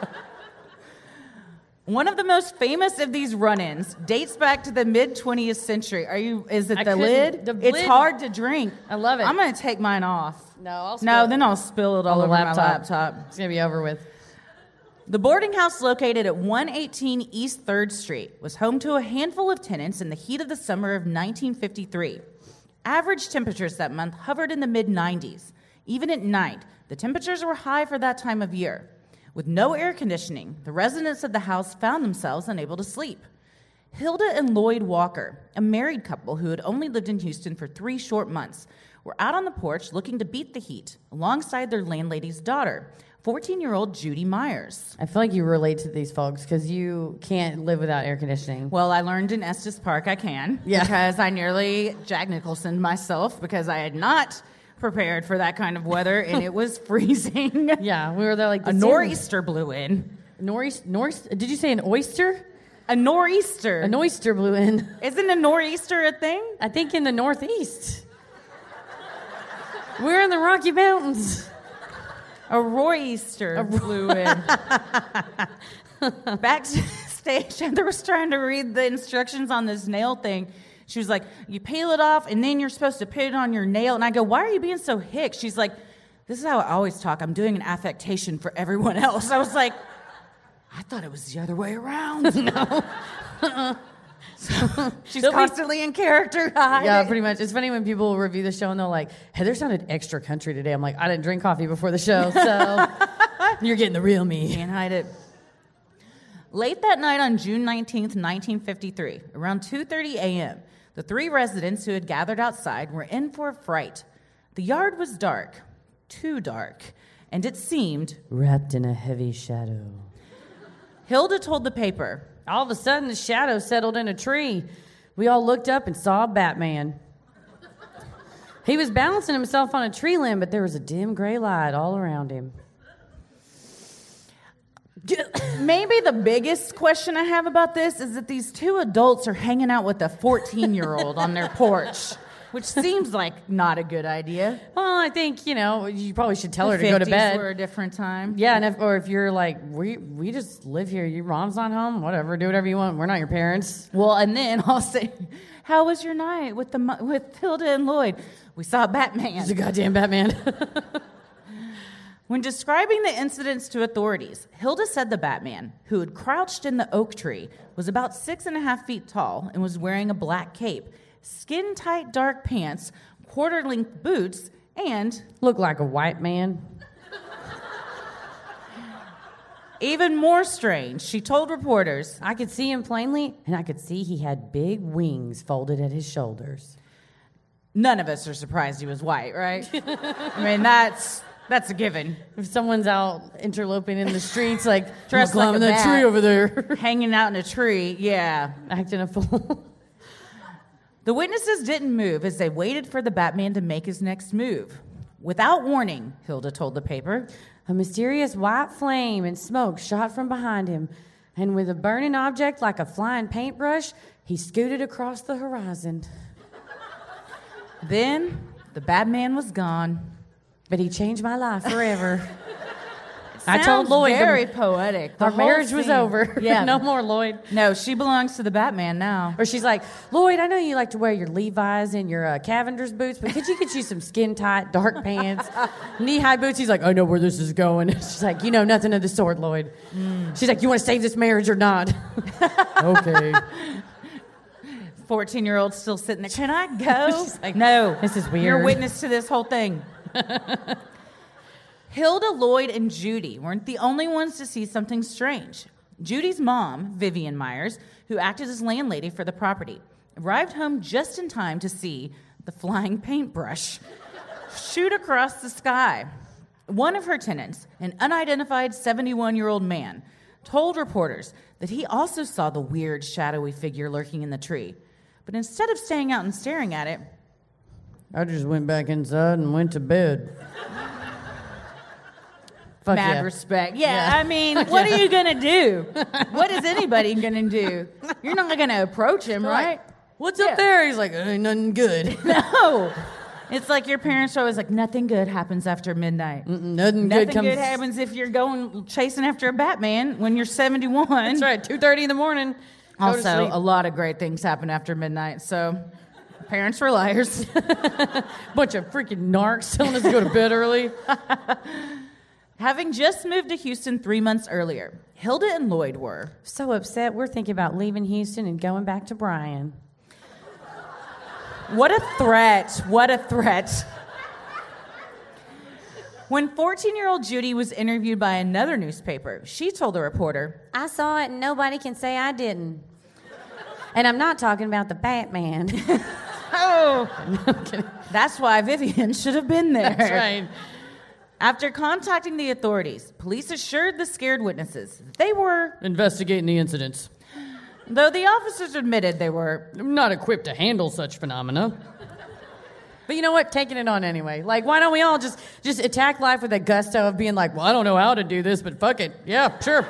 [SPEAKER 4] One of the most famous of these run-ins dates back to the mid 20th century. Are you? Is it
[SPEAKER 3] I
[SPEAKER 4] the lid?
[SPEAKER 3] couldn't- the
[SPEAKER 4] it's
[SPEAKER 3] lid-
[SPEAKER 4] hard to drink.
[SPEAKER 3] I love it.
[SPEAKER 4] I'm gonna take mine off.
[SPEAKER 3] No, I'll
[SPEAKER 4] no,
[SPEAKER 3] spill
[SPEAKER 4] then
[SPEAKER 3] it.
[SPEAKER 4] I'll spill it all
[SPEAKER 3] the
[SPEAKER 4] over my
[SPEAKER 3] laptop.
[SPEAKER 4] laptop.
[SPEAKER 3] It's gonna be over with.
[SPEAKER 4] The boarding house located at 118 East 3rd Street was home to a handful of tenants in the heat of the summer of 1953. Average temperatures that month hovered in the mid 90s. Even at night, the temperatures were high for that time of year. With no air conditioning, the residents of the house found themselves unable to sleep. Hilda and Lloyd Walker, a married couple who had only lived in Houston for three short months, were out on the porch looking to beat the heat alongside their landlady's daughter, 14 year old Judy Myers.
[SPEAKER 3] I feel like you relate to these folks because you can't live without air conditioning.
[SPEAKER 4] Well, I learned in Estes Park I can
[SPEAKER 3] Yeah.
[SPEAKER 4] because I nearly Jack Nicholson myself because I had not prepared for that kind of weather and it was freezing.
[SPEAKER 3] yeah, we were there like
[SPEAKER 4] a
[SPEAKER 3] the
[SPEAKER 4] nor'easter blew in.
[SPEAKER 3] Nor'easter. Nor'easter. Did you say an oyster?
[SPEAKER 4] A nor'easter.
[SPEAKER 3] An oyster blew in.
[SPEAKER 4] Isn't a nor'easter a thing?
[SPEAKER 3] I think in the Northeast. We're in the Rocky Mountains.
[SPEAKER 4] A royster blew in. Backstage, Heather was trying to read the instructions on this nail thing. She was like, "You peel it off, and then you're supposed to put it on your nail." And I go, "Why are you being so hick?" She's like, "This is how I always talk. I'm doing an affectation for everyone else." I was like, "I thought it was the other way around." no. She's
[SPEAKER 3] They'll be-
[SPEAKER 4] constantly in character.
[SPEAKER 3] Yeah, pretty much. It's funny when people review the show and they're like, Heather sounded extra country today. I'm like, I didn't drink coffee before the show, so you're getting the real me.
[SPEAKER 4] Can't hide it. Late that night on June 19th, 1953, around 2:30 a.m., the three residents who had gathered outside were in for a fright. The yard was dark, too dark, and it seemed
[SPEAKER 3] Wrapped in a heavy shadow.
[SPEAKER 4] Hilda told the paper,
[SPEAKER 3] All of a sudden, the shadow settled in a tree. We all looked up and saw Batman. He was balancing himself on a tree limb, but there was a dim gray light all around him.
[SPEAKER 4] Maybe the biggest question I have about this is that these two adults are hanging out with a 14 year old on their porch, which seems like not a good idea.
[SPEAKER 3] Well, I think, you know, you probably should tell her
[SPEAKER 4] The
[SPEAKER 3] to go to
[SPEAKER 4] 50s
[SPEAKER 3] bed.
[SPEAKER 4] were a different time.
[SPEAKER 3] Yeah, and if, or if you're like, we we just live here. Your mom's not home. Whatever, do whatever you want. We're not your parents.
[SPEAKER 4] Well, and then I'll say, "How was your night with the mo- with Hilda and Lloyd? We saw Batman."
[SPEAKER 3] It's a goddamn Batman.
[SPEAKER 4] When describing the incidents to authorities, Hilda said the Batman, who had crouched in the oak tree, was about six and a half feet tall and was wearing a black cape, skin tight dark pants, quarter length boots, and
[SPEAKER 3] Look like a white man.
[SPEAKER 4] even more strange, she told reporters,
[SPEAKER 3] I could see him plainly, and I could see he had big wings folded at his shoulders.
[SPEAKER 4] "None of us are surprised he was white, right? I mean, that's that's a given."
[SPEAKER 3] If someone's out interloping in the streets, like
[SPEAKER 4] Dressed
[SPEAKER 3] "I'm climbing
[SPEAKER 4] like a
[SPEAKER 3] that
[SPEAKER 4] bat."
[SPEAKER 3] tree over there,
[SPEAKER 4] Hanging out in a tree, yeah.
[SPEAKER 3] acting a fool.
[SPEAKER 4] The witnesses didn't move as they waited for the Batman to make his next move. Without warning, Hilda told the paper.
[SPEAKER 3] A mysterious white flame and smoke shot from behind him, and with a burning object like a flying paintbrush, he scooted across the horizon.
[SPEAKER 4] Then the Batman was gone.
[SPEAKER 3] But he changed my life forever. I told
[SPEAKER 4] Sounds
[SPEAKER 3] Lloyd the-
[SPEAKER 4] Very poetic. The
[SPEAKER 3] Our
[SPEAKER 4] whole
[SPEAKER 3] marriage was
[SPEAKER 4] scene.
[SPEAKER 3] over.
[SPEAKER 4] Yeah.
[SPEAKER 3] no more Lloyd.
[SPEAKER 4] No, she belongs to the Batman now.
[SPEAKER 3] Or she's like, Lloyd, I know you like to wear your Levi's and your uh, Cavender's boots, but could you get you some skin tight, dark pants, knee high boots? He's like, I know where this is going. She's like, You know nothing of the sort, Lloyd. She's like, You want to save this marriage or not? okay.
[SPEAKER 4] 14 year old still sitting there. Can I go?
[SPEAKER 3] She's like,
[SPEAKER 4] no.
[SPEAKER 3] "This is
[SPEAKER 4] You're
[SPEAKER 3] weird."
[SPEAKER 4] witness to this whole thing. Hilda, Lloyd, and Judy weren't the only ones to see something strange. Judy's mom, Vivian Myers, who acted as landlady for the property, arrived home just in time to see the flying paintbrush shoot across the sky. One of her tenants, an unidentified 71 year old man, told reporters that he also saw the weird, shadowy figure lurking in the tree. But instead of staying out and staring at it,
[SPEAKER 3] I just went back inside and went to bed. Fuck
[SPEAKER 4] mad
[SPEAKER 3] yeah.
[SPEAKER 4] respect. Yeah, I mean, what are you gonna do? what is anybody gonna do? You're not gonna approach him, right?
[SPEAKER 3] Right. What's up there? He's like, ain't nothing good.
[SPEAKER 4] no. It's like your parents are always like, nothing good happens after midnight.
[SPEAKER 3] nothing good comes-
[SPEAKER 4] happens if you're going chasing after a Batman when you're 71. That's
[SPEAKER 3] right, 2.30 in the morning. Go to
[SPEAKER 4] Also,
[SPEAKER 3] sleep.
[SPEAKER 4] a lot of great things happen after midnight, so parents were liars.
[SPEAKER 3] Bunch of freaking narcs telling us to go to bed early.
[SPEAKER 4] Having just moved to Houston three months earlier, Hilda and Lloyd were.
[SPEAKER 3] So upset. We're thinking about leaving Houston and going back to Brian.
[SPEAKER 4] What a threat. What a threat. When 14 year old Judy was interviewed by another newspaper, she told the reporter,
[SPEAKER 3] I saw it and nobody can say I didn't. And I'm not talking about the Batman.
[SPEAKER 4] Oh, That's why Vivian should have been there.
[SPEAKER 3] That's right.
[SPEAKER 4] After contacting the authorities, police assured the scared witnesses that they were,
[SPEAKER 3] Investigating the incidents.
[SPEAKER 4] though the officers admitted they were,
[SPEAKER 3] not equipped to handle such phenomena. But you know what? Taking it on anyway. Like, why don't we all just just attack life with a gusto of being like, well, I don't know how to do this, but fuck it. Yeah, sure.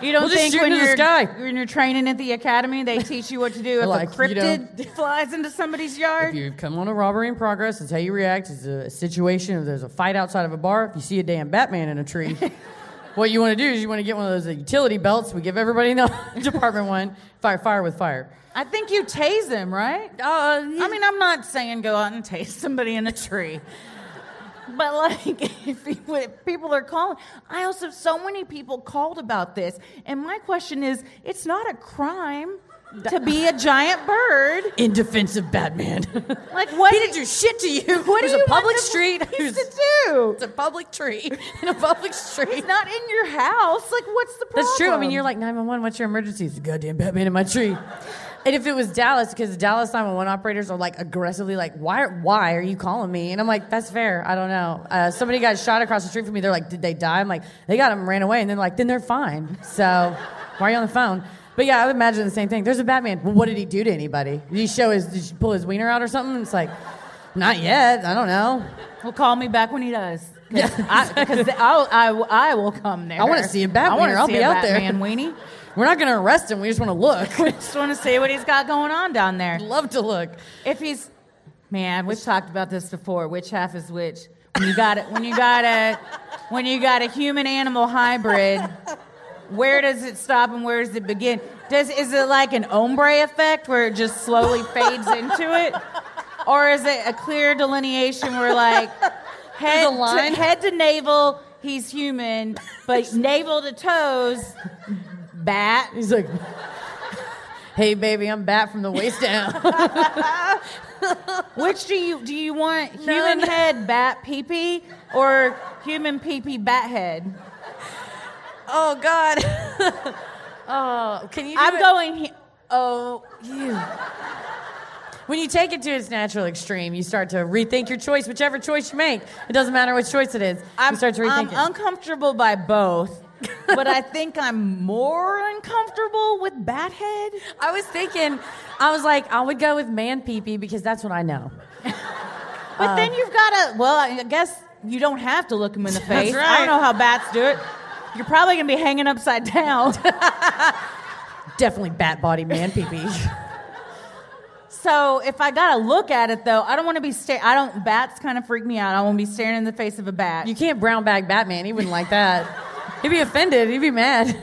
[SPEAKER 4] You don't
[SPEAKER 3] we'll just
[SPEAKER 4] think
[SPEAKER 3] shoot
[SPEAKER 4] when
[SPEAKER 3] into
[SPEAKER 4] you're,
[SPEAKER 3] the sky.
[SPEAKER 4] when you're training at the academy, they teach you what to do if
[SPEAKER 3] Like,
[SPEAKER 4] a
[SPEAKER 3] you
[SPEAKER 4] cryptid flies into somebody's yard?
[SPEAKER 3] If you've come on a robbery in progress, it's how you react. It's a situation. If there's a fight outside of a bar, if you see a damn Batman in a tree, what you want to do is you want to get one of those uh, utility belts. We give everybody in the department one. Fire, fire with fire.
[SPEAKER 4] I think you tase them, right?
[SPEAKER 3] Uh,
[SPEAKER 4] I mean, I'm not saying go out and tase somebody in a tree. But like, if, you- if people are calling, I also so many people called about this, and my question is, it's not a crime to be a giant bird.
[SPEAKER 3] In defense of Batman.
[SPEAKER 4] Like, what
[SPEAKER 3] he did do shit to you?
[SPEAKER 4] What
[SPEAKER 3] There's
[SPEAKER 4] do you
[SPEAKER 3] a public
[SPEAKER 4] want the
[SPEAKER 3] street.
[SPEAKER 4] police
[SPEAKER 3] There's-
[SPEAKER 4] to do?
[SPEAKER 3] It's a public tree in a public street.
[SPEAKER 4] He's not in your house. Like, what's the problem?
[SPEAKER 3] That's true. I mean, you're like 911. What's your emergency? It's a goddamn Batman in my tree. And if it was Dallas, because the Dallas 911 operators are like aggressively like, why, why are you calling me? And I'm like, that's fair. I don't know. Uh, somebody got shot across the street from me. They're like, did they die? I'm like, they got him, ran away, and then like, then they're fine. So why are you on the phone? But yeah, I would imagine the same thing. There's a Batman. Well, what did he do to anybody? Did he show his? Did he pull his wiener out or something? It's like, not yet. I don't know.
[SPEAKER 4] Well, call me back when he does. Because I, I, I will come there.
[SPEAKER 3] I want to see a
[SPEAKER 4] I wanna
[SPEAKER 3] Batman. I'll
[SPEAKER 4] see
[SPEAKER 3] be
[SPEAKER 4] a
[SPEAKER 3] out
[SPEAKER 4] Batman
[SPEAKER 3] there.
[SPEAKER 4] weenie.
[SPEAKER 3] We're not going to arrest him. We just want to look.
[SPEAKER 4] We just want to see what he's got going on down there.
[SPEAKER 3] Love to look.
[SPEAKER 4] If he's, man, we've talked about this before. Which half is which? When you got it, when you got a, when you got a human animal hybrid, where does it stop and where does it begin? Does is it like an ombre effect where it just slowly fades into it, or is it a clear delineation where like head
[SPEAKER 3] There's a line?
[SPEAKER 4] to head to navel he's human, but navel to toes bat?
[SPEAKER 3] He's like, hey baby, I'm bat from the waist down.
[SPEAKER 4] Which do you do you want? Human head bat pee pee or human pee pee bat head?
[SPEAKER 3] oh God. oh, can you? do
[SPEAKER 4] I'm
[SPEAKER 3] it?
[SPEAKER 4] going. He- oh,
[SPEAKER 3] You. When you take it to its natural extreme, you start to rethink your choice, whichever choice you make. It doesn't matter which choice it is.
[SPEAKER 4] I'm,
[SPEAKER 3] you start to
[SPEAKER 4] I'm
[SPEAKER 3] rethink it.
[SPEAKER 4] uncomfortable by both, but I think I'm more uncomfortable with bat head.
[SPEAKER 3] I was thinking, I was like, I would go with man peepee because that's what I know. Uh,
[SPEAKER 4] But then you've got to. Well, I guess you don't have to look him in the face. I
[SPEAKER 3] right.
[SPEAKER 4] don't know how bats do it. You're probably gonna be hanging upside down.
[SPEAKER 3] Definitely bat body man peepee.
[SPEAKER 4] So if I gotta look at it though, I don't want to be staring. I don't. Bats kind of freak me out. I don't want to be staring in the face of a bat.
[SPEAKER 3] You can't brown bag Batman. He wouldn't like that. He'd be offended. He'd be mad.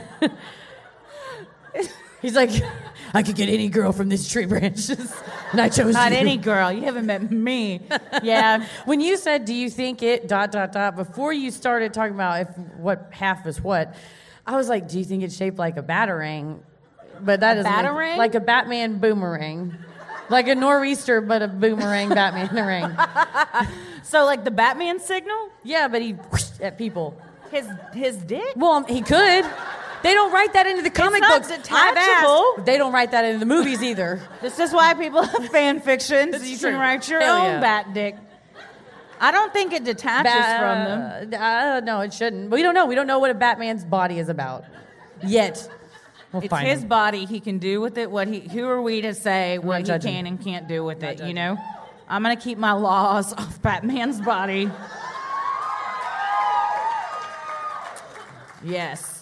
[SPEAKER 3] He's like, I could get any girl from these tree branches, and I chose
[SPEAKER 4] Not
[SPEAKER 3] you."
[SPEAKER 4] any girl. You haven't met me. Yeah.
[SPEAKER 3] When you said, "Do you think it?" dot dot dot. Before you started talking about if what half is what, I was like, "Do you think it's shaped like a batarang?" But that
[SPEAKER 4] A
[SPEAKER 3] is like-
[SPEAKER 4] batarang?
[SPEAKER 3] like a Batman boomerang, like a nor'easter, but a boomerang Batman ring.
[SPEAKER 4] So like the Batman signal,
[SPEAKER 3] Yeah, but he whoosh at people.
[SPEAKER 4] his his dick.
[SPEAKER 3] Well, um, he could. They don't write that into the comic
[SPEAKER 4] not
[SPEAKER 3] books.
[SPEAKER 4] detachable.
[SPEAKER 3] I've asked. They don't write that into the movies either.
[SPEAKER 4] This is why people have fan fiction. So
[SPEAKER 3] It's
[SPEAKER 4] you
[SPEAKER 3] true.
[SPEAKER 4] can write your
[SPEAKER 3] Hell
[SPEAKER 4] own
[SPEAKER 3] yeah.
[SPEAKER 4] bat dick. I don't think it detaches from them.
[SPEAKER 3] Ba- uh, no, it shouldn't. We don't know. We don't know what a Batman's body is about yet. We'll
[SPEAKER 4] It's
[SPEAKER 3] find
[SPEAKER 4] his
[SPEAKER 3] him.
[SPEAKER 4] body. He can do with it what he. Who are we to say what he
[SPEAKER 3] judging.
[SPEAKER 4] can and can't do with it? You know. I'm gonna keep my laws off Batman's body. Yes.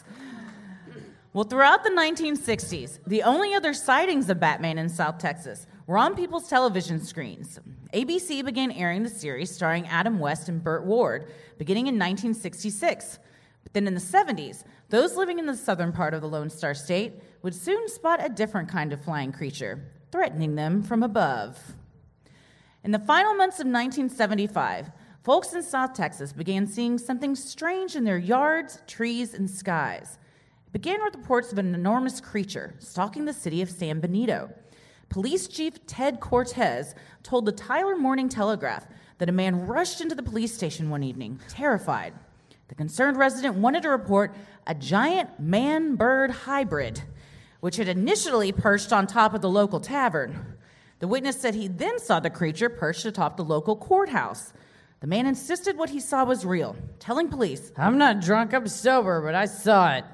[SPEAKER 4] Well, throughout the 1960s, the only other sightings of Batman in South Texas were on people's television screens. ABC began airing the series starring Adam West and Burt Ward beginning in 1966. But then in the 70s, those living in the southern part of the Lone Star State would soon spot a different kind of flying creature, threatening them from above. In the final months of 1975, folks in South Texas began seeing something strange in their yards, trees, and skies. It began with reports of an enormous creature stalking the city of San Benito. Police Chief Ted Cortez told the Tyler Morning Telegraph that a man rushed into the police station one evening, terrified. The concerned resident wanted to report a giant man bird hybrid, which had initially perched on top of the local tavern. The witness said he then saw the creature perched atop the local courthouse. The man insisted what he saw was real, telling police,
[SPEAKER 3] I'm not drunk, I'm sober, but I saw it.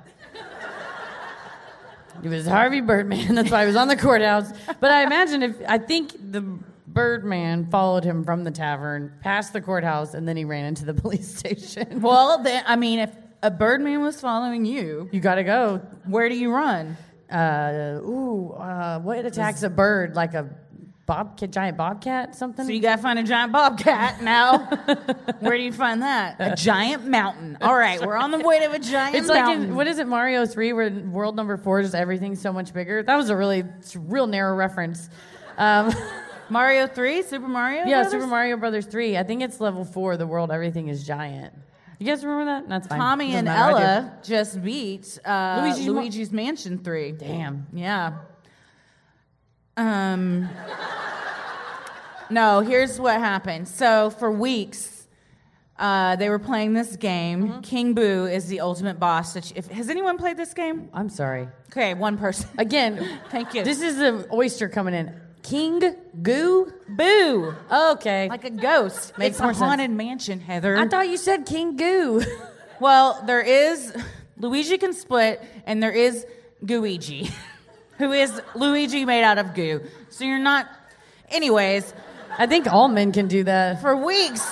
[SPEAKER 3] It was Harvey Birdman. That's why I was on the courthouse. But I imagine if I think the Birdman followed him from the tavern past the courthouse and then he ran into the police station.
[SPEAKER 4] Well, then I mean, if a Birdman was following you,
[SPEAKER 3] you gotta go.
[SPEAKER 4] Where do you run?
[SPEAKER 3] Uh, ooh, uh, what attacks a bird? Like a bobcat, giant bobcat, something?
[SPEAKER 4] So you gotta find a giant bobcat now. Where do you find that? A giant mountain. All right, we're on the way to a giant
[SPEAKER 3] it's
[SPEAKER 4] mountain.
[SPEAKER 3] like in, what is it, Mario 3, where in world number four is everything's so much bigger? That was a really, it's a real narrow reference. Um,
[SPEAKER 4] Mario 3, Super Mario?
[SPEAKER 3] yeah,
[SPEAKER 4] Brothers?
[SPEAKER 3] Super Mario Brothers 3. I think it's level four, the world everything is giant. You guys remember that? That's fine.
[SPEAKER 4] Tommy
[SPEAKER 3] Doesn't
[SPEAKER 4] and
[SPEAKER 3] matter, I do.
[SPEAKER 4] Ella just beat uh, Luigi's,
[SPEAKER 3] Luigi's Ma-
[SPEAKER 4] Mansion 3.
[SPEAKER 3] Damn.
[SPEAKER 4] Yeah. Um, no, here's what happened. So, for weeks, uh, they were playing this game.
[SPEAKER 3] Mm-hmm.
[SPEAKER 4] King Boo is the ultimate boss. That you, if, has anyone played this game?
[SPEAKER 3] I'm sorry.
[SPEAKER 4] Okay, one person.
[SPEAKER 3] Again,
[SPEAKER 4] Thank you.
[SPEAKER 3] this is the oyster coming in. King Goo?
[SPEAKER 4] Boo,
[SPEAKER 3] Okay.
[SPEAKER 4] like a ghost.
[SPEAKER 3] Makes
[SPEAKER 4] it's
[SPEAKER 3] more
[SPEAKER 4] a
[SPEAKER 3] sense.
[SPEAKER 4] haunted mansion, Heather.
[SPEAKER 3] I thought you said King Goo.
[SPEAKER 4] Well, there is Luigi can split, and there is Gooigi, who is Luigi made out of goo. So you're not. Anyways,
[SPEAKER 3] I think all men can do that.
[SPEAKER 4] for weeks.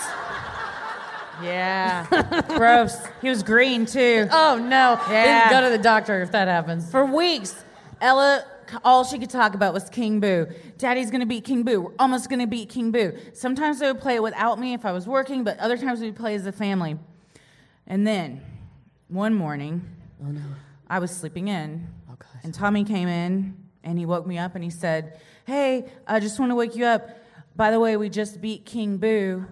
[SPEAKER 4] Yeah, gross. He was green too.
[SPEAKER 3] Oh no.
[SPEAKER 4] Yeah.
[SPEAKER 3] Go to the doctor if that happens.
[SPEAKER 4] For weeks, Ella, all she could talk about was King Boo. Daddy's gonna beat King Boo. We're almost gonna beat King Boo. Sometimes they would play it without me if I was working, but other times we'd play as a family. And then, one morning, oh no, I was sleeping in,
[SPEAKER 3] Oh,
[SPEAKER 4] and Tommy came in and he woke me up and he said, "Hey, I just want to wake you up. By the way, we just beat King Boo."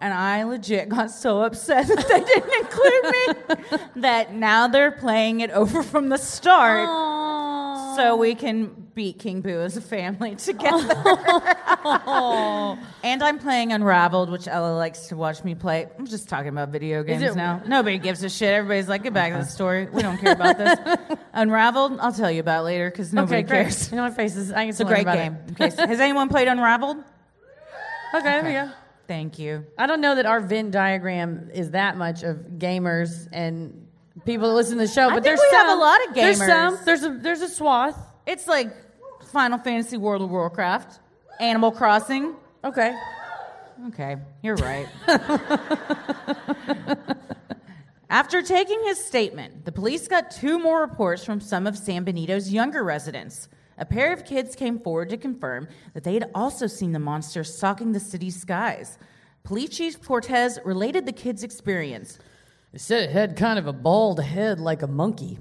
[SPEAKER 4] And I legit got so upset that they didn't include me that now they're playing it over from the start so we can beat King Boo as a family together. and I'm playing Unraveled, which Ella likes to watch me play. I'm just talking about video games
[SPEAKER 3] it-
[SPEAKER 4] now. Nobody gives a shit. Everybody's like, get back to the story. We don't care about this. Unraveled, I'll tell you about later because nobody
[SPEAKER 3] Okay, great.
[SPEAKER 4] cares.
[SPEAKER 3] You know what faces? I can
[SPEAKER 4] It's a great game. Okay, so has anyone played Unraveled?
[SPEAKER 3] Okay, there we go.
[SPEAKER 4] Thank you.
[SPEAKER 3] I don't know that our Venn diagram is that much of gamers and people that listen to the show, but
[SPEAKER 4] think
[SPEAKER 3] there's
[SPEAKER 4] we
[SPEAKER 3] some.
[SPEAKER 4] have a lot of
[SPEAKER 3] There's
[SPEAKER 4] gamers.
[SPEAKER 3] some. There's a there's a swath.
[SPEAKER 4] It's like Final Fantasy, World of Warcraft, Animal Crossing.
[SPEAKER 3] Okay.
[SPEAKER 4] Okay, you're right. After taking his statement, the police got two more reports from some of San Benito's younger residents. A pair of kids came forward to confirm that they had also seen the monster stalking the city's skies. Police Chief Cortez related the kids' experience.
[SPEAKER 3] It said it had kind of a bald head like a monkey.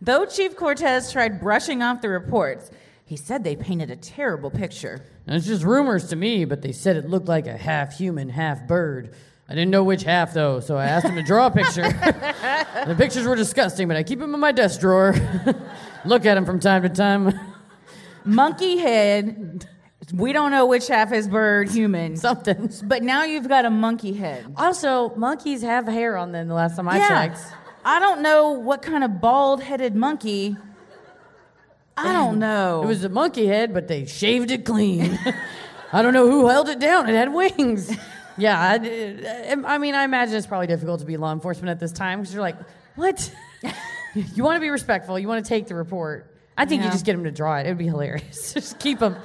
[SPEAKER 4] Though Chief Cortez tried brushing off the reports, he said they painted a terrible picture.
[SPEAKER 3] And it's just rumors to me, but they said it looked like a half human, half bird. I didn't know which half though, so I asked them to draw a picture. the pictures were disgusting, but I keep them in my desk drawer. Look at them from time to time.
[SPEAKER 4] Monkey head. We don't know which half is bird, human.
[SPEAKER 3] Something.
[SPEAKER 4] But now you've got a monkey head.
[SPEAKER 3] Also, monkeys have hair on them. The last time I checked.
[SPEAKER 4] I don't know what kind of bald headed monkey. I don't know.
[SPEAKER 3] It was a monkey head, but they shaved it clean. I don't know who held it down. It had wings. Yeah, I, uh, I- I mean, I imagine it's probably difficult to be law enforcement at this time because you're like, what? you want to be respectful. You want to take the report. I think
[SPEAKER 4] Yeah.
[SPEAKER 3] you just get them to draw it. It would be hilarious. just keep them.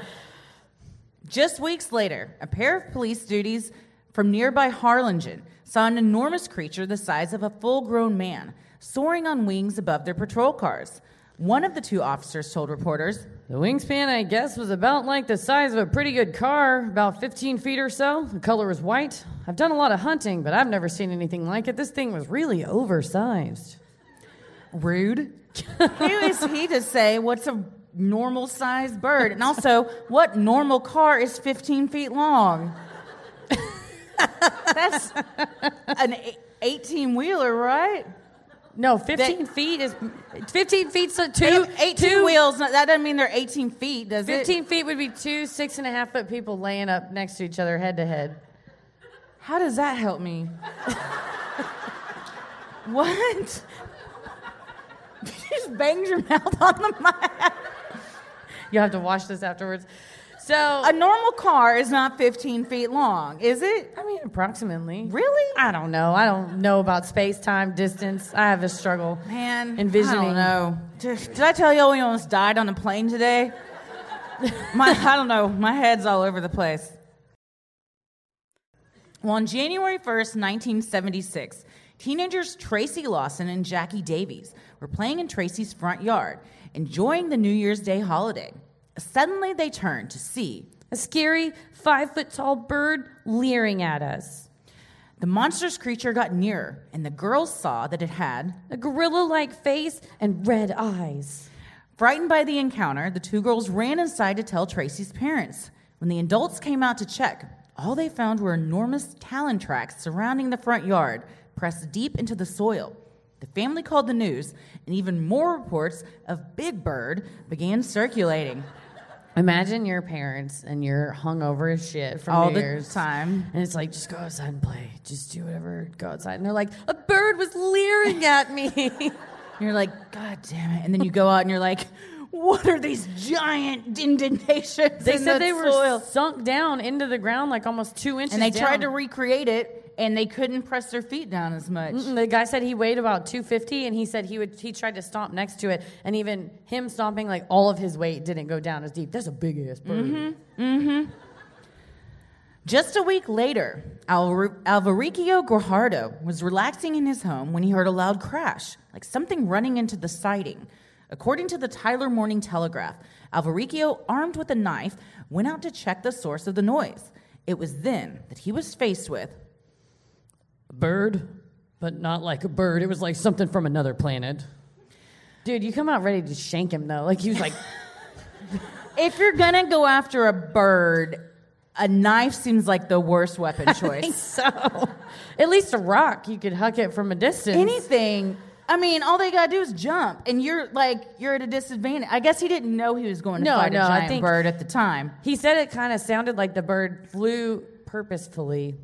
[SPEAKER 4] Just weeks later, a pair of police duties from nearby Harlingen saw an enormous creature the size of a full grown man soaring on wings above their patrol cars. One of the two officers told reporters,
[SPEAKER 3] The wingspan, I guess, was about like the size of a pretty good car, about 15 feet or so. The color was white. I've done a lot of hunting, but I've never seen anything like it. This thing was really oversized. Rude.
[SPEAKER 4] Who is he to say what's a normal sized bird? And also, what normal car is 15 feet long? That's an 18 wheeler, right?
[SPEAKER 3] No, 15 feet is 15 feet. So
[SPEAKER 4] two,
[SPEAKER 3] two-
[SPEAKER 4] 18
[SPEAKER 3] two-
[SPEAKER 4] wheels. no, That doesn't mean they're 18 feet, does it?
[SPEAKER 3] 15 feet would be two six and a half foot people laying up next to each other head to head.
[SPEAKER 4] How does that help me? what? you just banged your mouth on the mic.
[SPEAKER 3] You'll have to wash this afterwards. So
[SPEAKER 4] a normal car is not 15 feet long, is it?
[SPEAKER 3] I mean, approximately.
[SPEAKER 4] Really?
[SPEAKER 3] I don't know. I don't know about space, time, distance. I have a struggle.
[SPEAKER 4] Man,
[SPEAKER 3] envisioning.
[SPEAKER 4] I don't know. Did, did I tell y'all we almost died on a plane today? my, I don't know. My head's all over the place. Well, on January 1st, 1976, teenagers Tracy Lawson and Jackie Davies were playing in Tracy's front yard, enjoying the New Year's Day holiday. Suddenly, they turned to see
[SPEAKER 3] A scary five foot tall bird leering at us.
[SPEAKER 4] the monstrous creature got nearer, and the girls saw that it had
[SPEAKER 3] A gorilla like face and red eyes.
[SPEAKER 4] Frightened by the encounter, the two girls ran inside to tell Tracy's parents. When the adults came out to check, all they found were enormous talon tracks surrounding the front yard, pressed deep into the soil. The family called the news, and even more reports of Big Bird began circulating.
[SPEAKER 3] Imagine your parents and you're hungover as shit from
[SPEAKER 4] All
[SPEAKER 3] New
[SPEAKER 4] the
[SPEAKER 3] Year's.
[SPEAKER 4] time.
[SPEAKER 3] And it's like, just go outside and play. Just do whatever. Go outside. And they're like, a bird was leering at me.
[SPEAKER 4] You're like, God damn it. And then you go out and you're like, what are these giant indentations?
[SPEAKER 3] They
[SPEAKER 4] in
[SPEAKER 3] said
[SPEAKER 4] the
[SPEAKER 3] they were
[SPEAKER 4] soil?
[SPEAKER 3] sunk down into the ground like almost two inches.
[SPEAKER 4] And they
[SPEAKER 3] down.
[SPEAKER 4] tried to recreate it, and they couldn't press their feet down as much.
[SPEAKER 3] Mm-mm, the guy said he weighed about 250, and he said he would. He tried to stomp next to it, and even him stomping, like all of his weight didn't go down as deep. That's a big ass bird.
[SPEAKER 4] Mm-hmm. Just a week later, Alvar- Alvaricio Guajardo was relaxing in his home when he heard a loud crash, like something running into the siding. According to the Tyler Morning Telegraph, Alvaricio, armed with a knife, went out to check the source of the noise. It was then that he was faced with
[SPEAKER 3] Bird, but not like a bird. It was like something from another planet. Dude, you come out ready to shank him though. Like he was like,
[SPEAKER 4] if you're gonna go after a bird, a knife seems like the worst weapon choice.
[SPEAKER 3] so. At least a rock, you could huck it from a distance.
[SPEAKER 4] Anything. I mean, all they gotta do is jump, and you're like you're at a disadvantage. I guess he didn't know he was going to
[SPEAKER 3] No,
[SPEAKER 4] fight
[SPEAKER 3] no,
[SPEAKER 4] a
[SPEAKER 3] I
[SPEAKER 4] giant
[SPEAKER 3] think-
[SPEAKER 4] bird at the time.
[SPEAKER 3] He said it kind of sounded like the bird flew purposefully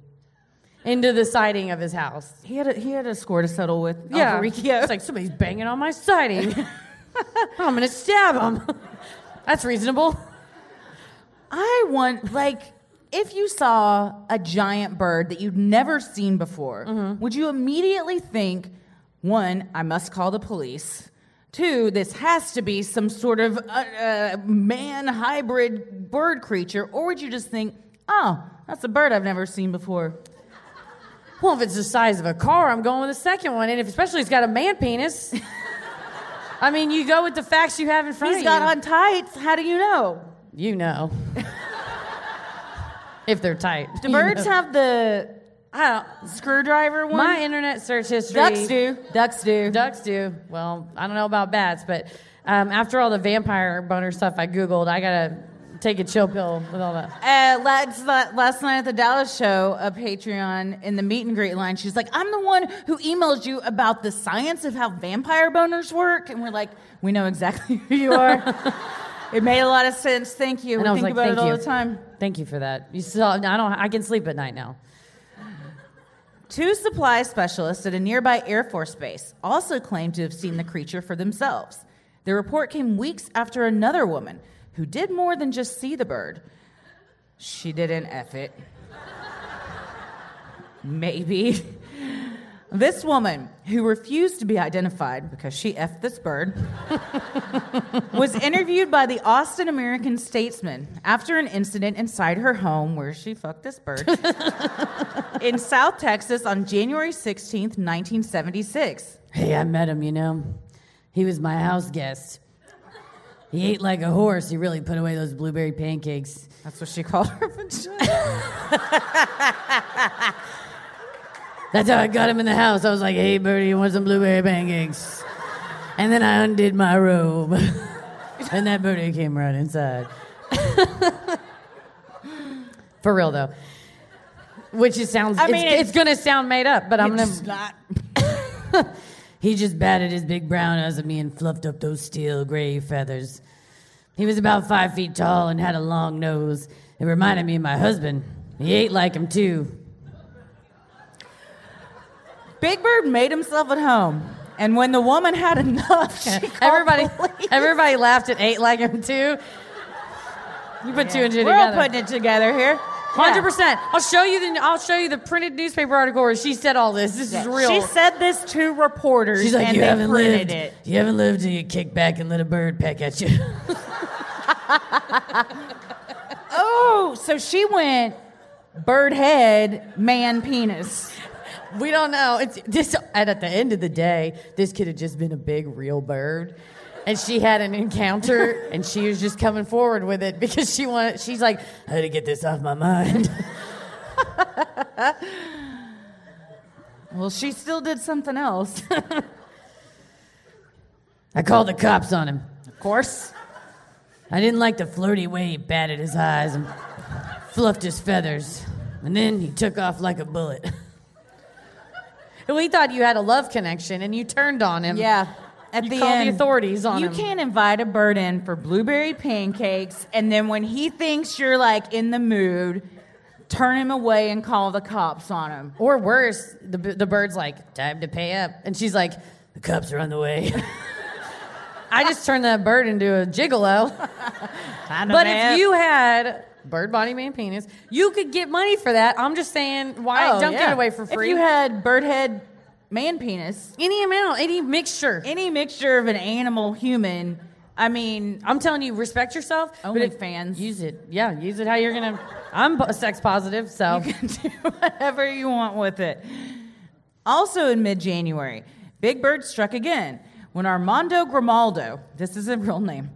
[SPEAKER 3] into the siding of his house.
[SPEAKER 4] He had a, he had a score to settle with.
[SPEAKER 3] Yeah.
[SPEAKER 4] Alvaricchio.
[SPEAKER 3] It's like somebody's banging on my siding. I'm going to stab him. That's reasonable.
[SPEAKER 4] I want like if you saw a giant bird that you'd never seen before,
[SPEAKER 3] Mm-hmm.
[SPEAKER 4] would you immediately think, one, I must call the police. Two, this has to be some sort of uh, uh, man hybrid bird creature, or would you just think, oh, that's a bird I've never seen before?
[SPEAKER 3] Well, if it's the size of a car, I'm going with the second one. And if especially it's got a man penis, I mean, you go with the facts you have in front
[SPEAKER 4] He's
[SPEAKER 3] of you.
[SPEAKER 4] got on tights. How do you know?
[SPEAKER 3] you know. if they're tight.
[SPEAKER 4] Do birds have the uh,
[SPEAKER 3] I
[SPEAKER 4] screwdriver
[SPEAKER 3] don't,
[SPEAKER 4] one?
[SPEAKER 3] my internet search history.
[SPEAKER 4] ducks do. Ducks do.
[SPEAKER 3] Ducks do. Well, I don't know about bats, but um, after all the vampire boner stuff I Googled, I got to take a chill pill with all that.
[SPEAKER 4] Uh, last, last night at the Dallas show, a Patreon in the meet and greet line, she's like, I'm the one who emailed you about the science of how vampire boners work. And we're like, we know exactly who you are. it made a lot of sense. Thank you. we
[SPEAKER 3] I was
[SPEAKER 4] think about
[SPEAKER 3] like,
[SPEAKER 4] it
[SPEAKER 3] "Thank
[SPEAKER 4] all
[SPEAKER 3] you."
[SPEAKER 4] the time.
[SPEAKER 3] Thank you for that. You saw. I don't. I can sleep at night now.
[SPEAKER 4] Two supply specialists at a nearby Air Force base also claimed to have seen the creature for themselves. The report came weeks after another woman who did more than just see the bird. She didn't F it. Maybe. This woman, who refused to be identified because she effed this bird, was interviewed by the Austin American Statesman after an incident inside her home where she fucked this bird in South Texas on January 16th, 1976.
[SPEAKER 3] Hey, I met him. You know, he was my house guest. He ate like a horse. He really put away those blueberry pancakes.
[SPEAKER 4] That's what she called her vagina.
[SPEAKER 3] That's how I got him in the house. I was like, hey, Bertie, you want some blueberry pancakes? And then I undid my robe. and that Bertie came right inside. For real, though. Which it sounds,
[SPEAKER 4] I
[SPEAKER 3] it's,
[SPEAKER 4] mean,
[SPEAKER 3] it's,
[SPEAKER 4] it's-
[SPEAKER 3] gonna sound made up, but I'm gonna.
[SPEAKER 4] It's not.
[SPEAKER 3] He just batted his big brown eyes at me and fluffed up those steel gray feathers. He was about five feet tall and had a long nose. It reminded me of my husband. He ate like him, too.
[SPEAKER 4] Big Bird made himself at home. And when the woman had enough, she called
[SPEAKER 3] Everybody,
[SPEAKER 4] the police.
[SPEAKER 3] everybody laughed and ate like him, too. You put two and 2
[SPEAKER 4] We're all
[SPEAKER 3] together.
[SPEAKER 4] putting it together here.
[SPEAKER 3] Hundred percent. I'll show you the I'll show you the printed newspaper article where she said all this. This is real.
[SPEAKER 4] She said this to reporters,
[SPEAKER 3] She's like,
[SPEAKER 4] and
[SPEAKER 3] you
[SPEAKER 4] they
[SPEAKER 3] haven't
[SPEAKER 4] printed
[SPEAKER 3] lived.
[SPEAKER 4] it.
[SPEAKER 3] You haven't lived till you kick back and let a bird peck at you.
[SPEAKER 4] Oh, so she went bird head, man penis.
[SPEAKER 3] We don't know. It's this, and at the end of the day, this could have just been a big real bird, and she had an encounter, and she was just coming forward with it because she wanted. She's like, I had to get this off my mind.
[SPEAKER 4] Well, she still did something else.
[SPEAKER 3] I called the cops on him.
[SPEAKER 4] Of course.
[SPEAKER 3] I didn't like the flirty way he batted his eyes and fluffed his feathers, and then he took off like a bullet. We thought you had a love connection, and you turned on him.
[SPEAKER 4] Yeah. At
[SPEAKER 3] You
[SPEAKER 4] the
[SPEAKER 3] called the
[SPEAKER 4] end,
[SPEAKER 3] authorities on
[SPEAKER 4] you
[SPEAKER 3] him.
[SPEAKER 4] can't invite a bird in for blueberry pancakes, and then when he thinks you're like in the mood, turn him away and call the cops on him.
[SPEAKER 3] Or worse, the, b- the bird's like, time to pay up. And she's like, the cops are on the way. I just turned that bird into a gigolo. but if you had bird body, man penis, you could get money for that. I'm just saying, why
[SPEAKER 4] Oh,
[SPEAKER 3] don't give
[SPEAKER 4] yeah.
[SPEAKER 3] it away for free?
[SPEAKER 4] If you had bird head, man penis,
[SPEAKER 3] any amount, any mixture,
[SPEAKER 4] any mixture of an animal human, I mean,
[SPEAKER 3] I'm telling you, respect yourself. but
[SPEAKER 4] Only
[SPEAKER 3] if- Use it. Yeah, use it how you're going to. I'm po- sex positive, so.
[SPEAKER 4] whatever you want with it. Also in mid January, Big Bird struck again when Armando Grimaldo, this is a real name,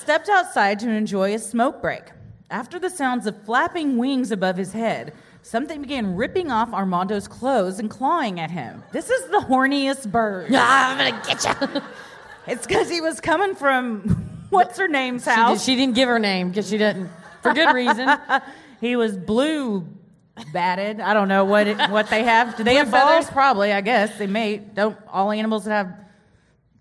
[SPEAKER 4] stepped outside to enjoy a smoke break. After the sounds of flapping wings above his head, something began ripping off Armando's clothes and clawing at him. This is the horniest bird.
[SPEAKER 3] Ah, I'm going to get you.
[SPEAKER 4] It's because he was coming from what's her name's house.
[SPEAKER 3] She didn't give her name because she didn't, for good reason.
[SPEAKER 4] He was blue batted. I don't know what it, what they have. Do they have
[SPEAKER 3] feathers?
[SPEAKER 4] balls? Probably. I guess they mate. Don't all animals that have?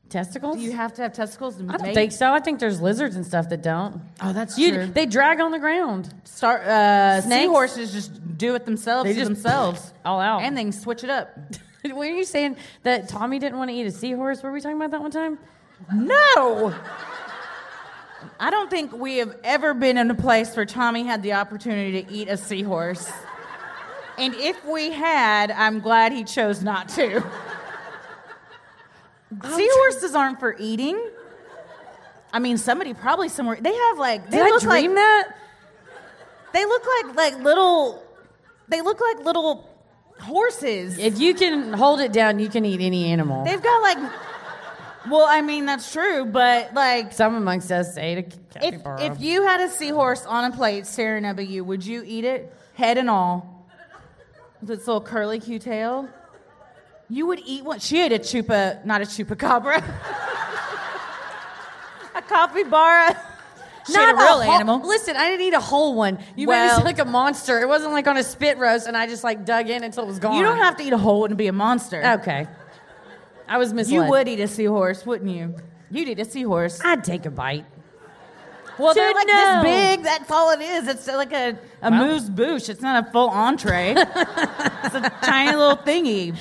[SPEAKER 3] Testicles?
[SPEAKER 4] Do you have to have testicles? To
[SPEAKER 3] I don't
[SPEAKER 4] mate?
[SPEAKER 3] think so. I think there's lizards and stuff that don't.
[SPEAKER 4] Oh, that's
[SPEAKER 3] You-
[SPEAKER 4] true.
[SPEAKER 3] They drag on the ground.
[SPEAKER 4] Start uh,
[SPEAKER 3] Snakes?
[SPEAKER 4] seahorses just do it themselves
[SPEAKER 3] They
[SPEAKER 4] to
[SPEAKER 3] just
[SPEAKER 4] themselves,
[SPEAKER 3] all out.
[SPEAKER 4] and they can switch it up.
[SPEAKER 3] Were you saying that Tommy didn't want to eat a seahorse? Were we talking about that one time?
[SPEAKER 4] No. I don't think we have ever been in a place where Tommy had the opportunity to eat a seahorse. And if we had, I'm glad he chose not to. Seahorses aren't for eating. I mean, somebody probably somewhere they have like they
[SPEAKER 3] Did I
[SPEAKER 4] look
[SPEAKER 3] dream
[SPEAKER 4] like
[SPEAKER 3] that?
[SPEAKER 4] they look like like little they look like little horses.
[SPEAKER 3] If you can hold it down, you can eat any animal.
[SPEAKER 4] They've got like well, I mean that's true, but like
[SPEAKER 3] Some amongst us ate a c-
[SPEAKER 4] If,
[SPEAKER 3] capybara.
[SPEAKER 4] if you had a seahorse on a plate staring up at you, would you eat it, head and all, with its little curly Q tail? You would eat one. She ate a chupa, not a chupacabra, a capybara. She ate a real
[SPEAKER 3] whole-
[SPEAKER 4] animal.
[SPEAKER 3] Listen, I didn't eat a whole one. You made me
[SPEAKER 4] Well-
[SPEAKER 3] sound like a monster. It wasn't like on a spit roast, and I just like dug in until it was gone.
[SPEAKER 4] You don't have to eat a whole one to be a monster.
[SPEAKER 3] Okay. I was misled.
[SPEAKER 4] You would eat a seahorse, wouldn't you? You'd eat a seahorse.
[SPEAKER 3] I'd take a bite.
[SPEAKER 4] Well, they're
[SPEAKER 3] Dude,
[SPEAKER 4] like
[SPEAKER 3] no.
[SPEAKER 4] this big. That's all it is. It's
[SPEAKER 3] uh,
[SPEAKER 4] like a, a moose bouche. It's not a full entree. it's a tiny little thingy.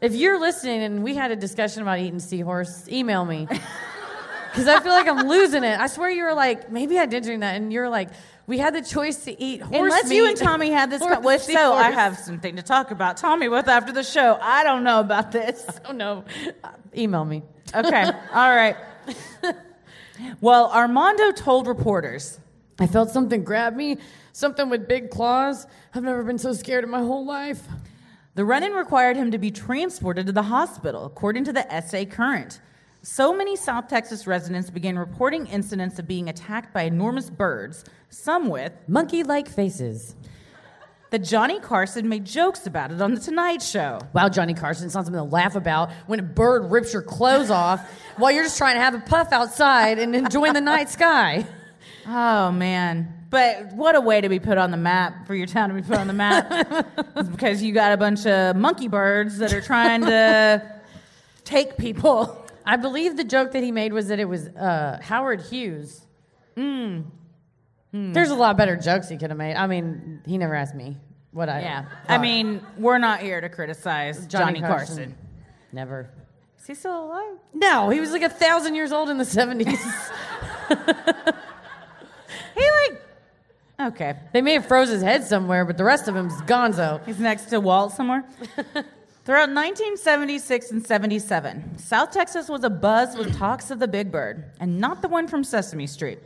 [SPEAKER 3] If you're listening and we had a discussion about eating seahorse, email me. Because I feel like I'm losing it. I swear you were like, maybe I did dream that. And you were like, we had the choice to eat horse
[SPEAKER 4] Unless you and
[SPEAKER 3] meat
[SPEAKER 4] Tommy had this,
[SPEAKER 3] or
[SPEAKER 4] co- which so I
[SPEAKER 3] seahorse.
[SPEAKER 4] have something to talk about Tommy with after the show. I don't know about this.
[SPEAKER 3] Oh, no. Uh, Email me.
[SPEAKER 4] Okay, all right. Well, Armando told reporters,
[SPEAKER 3] I felt something grab me, something with big claws. I've never been so scared in my whole life.
[SPEAKER 4] The run in required him to be transported to the hospital, according to the SA Current. So many South Texas residents began reporting incidents of being attacked by enormous birds, some with
[SPEAKER 3] monkey like faces.
[SPEAKER 4] That Johnny Carson made jokes about it on The Tonight Show.
[SPEAKER 3] Wow, Johnny Carson, it's not something to laugh about when a bird rips your clothes off while you're just trying to have a puff outside and enjoying the night sky.
[SPEAKER 4] Oh, man. But what a way to be put on the map for your town to be put on the map. It's because you got a bunch of monkey birds that are trying to take people.
[SPEAKER 3] I believe the joke that he made was that it was uh, Howard Hughes.
[SPEAKER 4] Mm.
[SPEAKER 3] Mm. There's a lot better jokes he could have made. I mean, he never asked me what I.
[SPEAKER 4] Yeah. I mean, we're not here to criticize Johnny, Carson.
[SPEAKER 3] Never.
[SPEAKER 4] Is he still alive?
[SPEAKER 3] No, he was like a thousand years old in the 70s.
[SPEAKER 4] he like. Okay.
[SPEAKER 3] They may have froze his head somewhere, but the rest of him's gonzo.
[SPEAKER 4] He's next to Walt somewhere. Throughout 1976 and 77, South Texas was abuzz with talks of the Big Bird, and not the one from Sesame Street.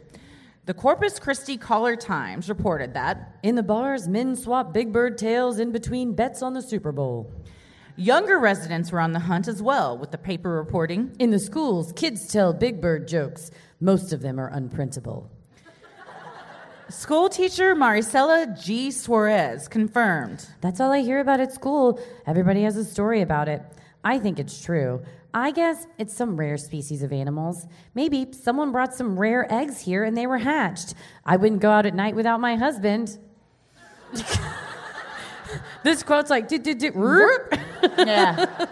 [SPEAKER 4] The Corpus Christi Caller Times reported that
[SPEAKER 3] in the bars, men swap Big Bird tails in between bets on the Super Bowl.
[SPEAKER 4] Younger residents were on the hunt as well, with the paper reporting
[SPEAKER 3] in the schools, kids tell Big Bird jokes. Most of them are unprintable.
[SPEAKER 4] School teacher Maricela G. Suarez confirmed.
[SPEAKER 3] That's all I hear about at school. Everybody has a story about it. I think it's true. I guess it's some rare species of animals. Maybe someone brought some rare eggs here and they were hatched. I wouldn't go out at night without my husband. this quote's like, "Did did did."
[SPEAKER 4] Yeah.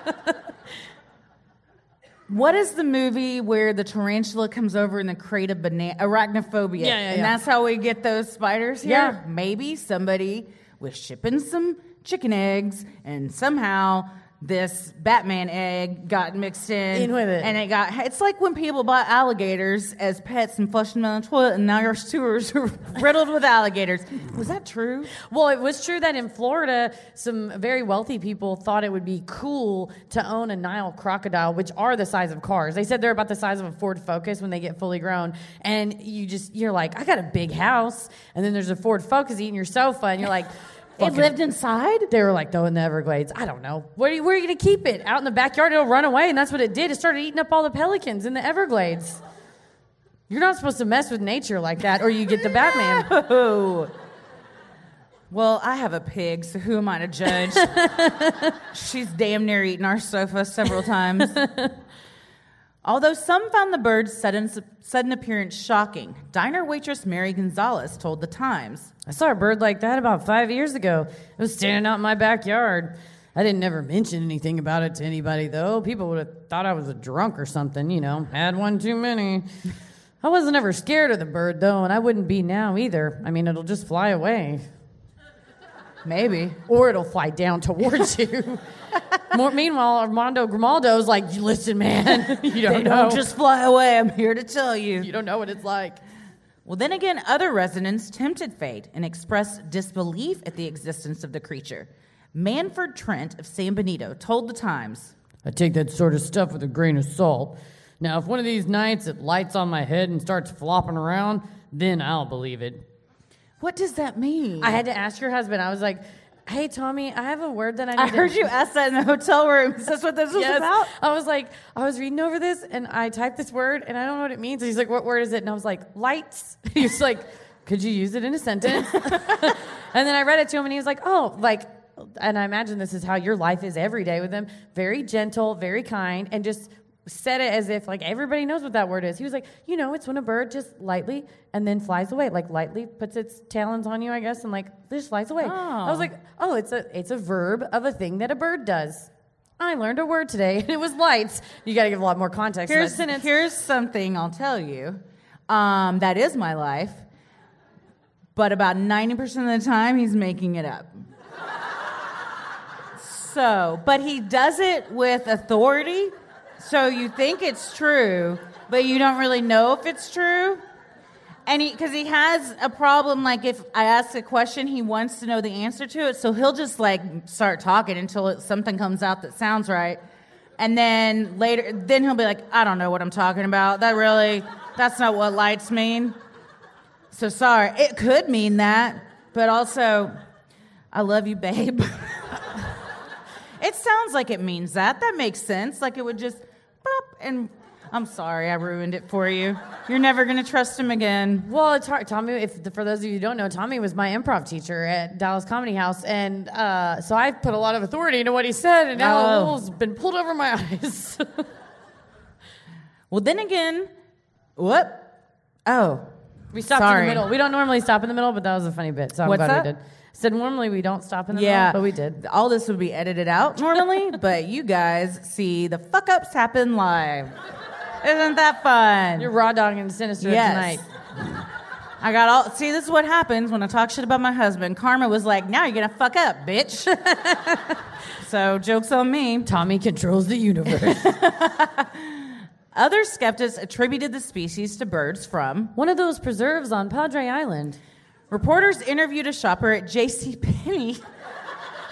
[SPEAKER 4] What is the movie where the tarantula comes over in the crate of banana arachnophobia?
[SPEAKER 3] Yeah, yeah,
[SPEAKER 4] and
[SPEAKER 3] yeah.
[SPEAKER 4] that's how we get those spiders here.
[SPEAKER 3] Yeah.
[SPEAKER 4] Maybe somebody was shipping some chicken eggs and somehow this Batman egg got mixed in,
[SPEAKER 3] In with it.
[SPEAKER 4] and it got. It's like when people bought alligators as pets and flushed them down the toilet, and now your sewers are riddled with alligators. Was that true?
[SPEAKER 3] Well, it was true that in Florida, some very wealthy people thought it would be cool to own a Nile crocodile, which are the size of cars. They said they're about the size of a Ford Focus when they get fully grown. And you just, you're like, I got a big house. And then there's a Ford Focus eating your sofa, and you're like,
[SPEAKER 4] It lived inside?
[SPEAKER 3] They were like, though, in the Everglades. I don't know. Where are you, where are you going to keep it? Out in the backyard, it'll run away. And that's what it did. It started eating up all the pelicans in the Everglades. You're not supposed to mess with nature like that, or you get the Batman.
[SPEAKER 4] Oh. Well, I have a pig, so who am I to judge? She's damn near eaten our sofa several times. Although some found the bird's sudden, sudden appearance shocking, diner waitress Mary Gonzalez told The Times.
[SPEAKER 3] I saw a bird like that about five years ago. It was standing out in my backyard. I didn't ever mention anything about it to anybody, though. People would have thought I was a drunk or something, you know, had one too many. I wasn't ever scared of the bird, though, and I wouldn't be now either. I mean, it'll just fly away.
[SPEAKER 4] Maybe.
[SPEAKER 3] Or it'll fly down towards you. More, meanwhile, Armando Grimaldo's like, listen, man, you don't
[SPEAKER 4] they
[SPEAKER 3] know.
[SPEAKER 4] don't just fly away. I'm here to tell you.
[SPEAKER 3] You don't know what it's like.
[SPEAKER 4] Well, then again, other residents tempted fate and expressed disbelief at the existence of the creature. Manford Trent of San Benito told The Times.
[SPEAKER 3] I take that sort of stuff with a grain of salt. Now, if one of these nights it lights on my head and starts flopping around, then I'll believe it.
[SPEAKER 4] What does that mean?
[SPEAKER 3] I had to ask your husband. I was like, "Hey, Tommy, I have a word that I need."
[SPEAKER 4] I heard
[SPEAKER 3] to-
[SPEAKER 4] you ask that in the hotel room. Is this what this was
[SPEAKER 3] Yes.
[SPEAKER 4] about?
[SPEAKER 3] I was like, I was reading over this and I typed this word and I don't know what it means. And he's like, "What word is it?" And I was like, "Lights." He's like, "Could you use it in a sentence?" and then I read it to him and he was like, "Oh, like." And I imagine this is how your life is every day with them. Very gentle, very kind, and just said it as if like everybody knows what that word is. He was like, you know, it's when a bird just lightly and then flies away, like lightly puts its talons on you, I guess, and like just flies away. I was like, oh, it's a it's a verb of a thing that a bird does. I learned a word today, and it was lights. You got to give a lot more context. to
[SPEAKER 4] Here's,
[SPEAKER 3] that sentence.
[SPEAKER 4] here's something I'll tell you. Um, that is my life. But about 90% of the time, he's making it up. so, but he does it with authority. So you think it's true, but you don't really know if it's true. And he, because he has a problem, like if I ask a question, he wants to know the answer to it. So he'll just like start talking until it, something comes out that sounds right. And then later, then he'll be like, I don't know what I'm talking about. That really, that's not what lights mean. So sorry. It could mean that, but also, I love you, babe. It sounds like it means that. That makes sense. Like it would just plop and I'm sorry I ruined it for you. You're never gonna trust him again.
[SPEAKER 3] Well, it's hard. Tommy, if for those of you who don't know, Tommy was my improv teacher at Dallas Comedy House, and uh, so I put a lot of authority into what he said, and now the
[SPEAKER 4] Oh.
[SPEAKER 3] wool's been pulled over my eyes.
[SPEAKER 4] Well, then again, what? Oh,
[SPEAKER 3] we stopped
[SPEAKER 4] Sorry.
[SPEAKER 3] in the middle. We don't normally stop in the middle, but that was a funny bit, so I'm
[SPEAKER 4] What's
[SPEAKER 3] glad we
[SPEAKER 4] that?
[SPEAKER 3] did. Said normally we don't stop in the
[SPEAKER 4] yeah,
[SPEAKER 3] middle, but we did.
[SPEAKER 4] All this would be edited out normally, but you guys see the fuck ups happen live. Isn't that fun?
[SPEAKER 3] You're raw dogging sinister
[SPEAKER 4] Yes.
[SPEAKER 3] tonight.
[SPEAKER 4] I got all. See, this is what happens when I talk shit about my husband. Karma was like, "Now you're gonna fuck up, bitch." so jokes on me.
[SPEAKER 3] Tommy controls the universe.
[SPEAKER 4] Other skeptics attributed the species to birds from
[SPEAKER 3] One of those preserves on Padre Island.
[SPEAKER 4] Reporters interviewed a shopper at J.C. Penney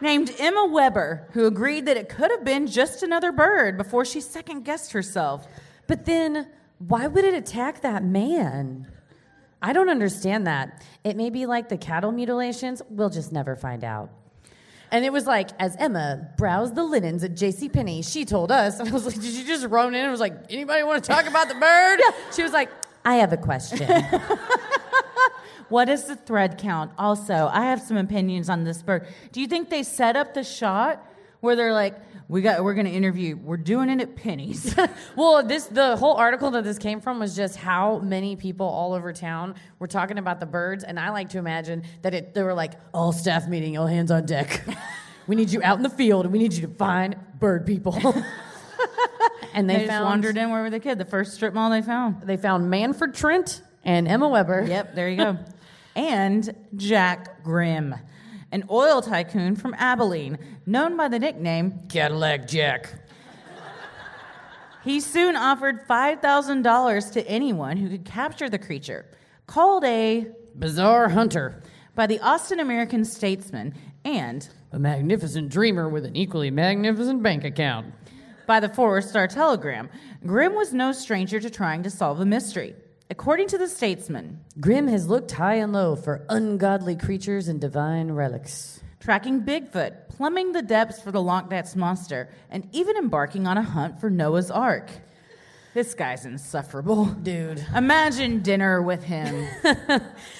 [SPEAKER 4] named Emma Weber, who agreed that it could have been just another bird before she second guessed herself.
[SPEAKER 3] But then, why would it attack that man? I don't understand that. It may be like the cattle mutilations. We'll just never find out. And it was like, as Emma browsed the linens at JCPenney, she told us, and I was like, did you just roam in? And was like, anybody want to talk about the bird? She was like, I have a question.
[SPEAKER 4] What is the thread count? Also, I have some opinions on this bird. Do you think they set up the shot where they're like, "We got, we're going to interview. We're doing it at Penny's."
[SPEAKER 3] well, this the whole article that this came from was just how many people all over town were talking about the birds, and I like to imagine that it they were like all staff meeting, all hands on deck. we need you out in the field. We need you to find bird people. and they,
[SPEAKER 4] they just
[SPEAKER 3] found
[SPEAKER 4] wandered in wherever they could. The first strip mall they found.
[SPEAKER 3] they found Manfred Trent and Emma Weber.
[SPEAKER 4] Yep, there you go. and Jack Grimm, an oil tycoon from Abilene, known by the nickname
[SPEAKER 3] Cadillac Jack.
[SPEAKER 4] He soon offered $5,000 to anyone who could capture the creature, called a
[SPEAKER 3] Bizarre hunter.
[SPEAKER 4] by the Austin American Statesman and
[SPEAKER 3] A magnificent dreamer with an equally magnificent bank account.
[SPEAKER 4] by the Forward Star Telegram. Grimm was no stranger to trying to solve a mystery. According to the Statesman,
[SPEAKER 3] Grimm has looked high and low for ungodly creatures and divine relics.
[SPEAKER 4] tracking Bigfoot, plumbing the depths for the Loch Ness monster, and even embarking on a hunt for Noah's Ark. This guy's insufferable.
[SPEAKER 3] Dude.
[SPEAKER 4] Imagine dinner with him.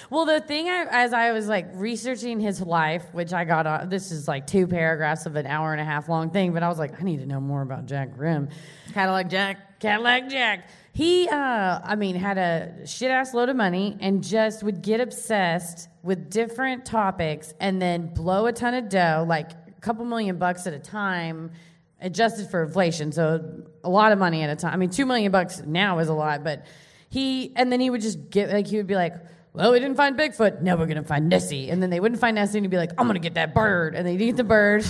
[SPEAKER 3] Well, the thing I, as I was like researching his life, which I got on, this is like two paragraphs of an hour and a half long thing, but I was like, I need to know more about Jack Grimm.
[SPEAKER 4] kind of like Jack.
[SPEAKER 3] Cadillac Jack. He, uh, I mean, had a shit ass load of money and just would get obsessed with different topics and then blow a ton of dough, like a couple million bucks at a time, adjusted for inflation. So a lot of money at a time. I mean, two million bucks now is a lot, but he, and then he would just get, like, he would be like, well, we didn't find Bigfoot. Now we're going to find Nessie. And then they wouldn't find Nessie and he'd be like, I'm going to get that bird. And they'd eat the bird.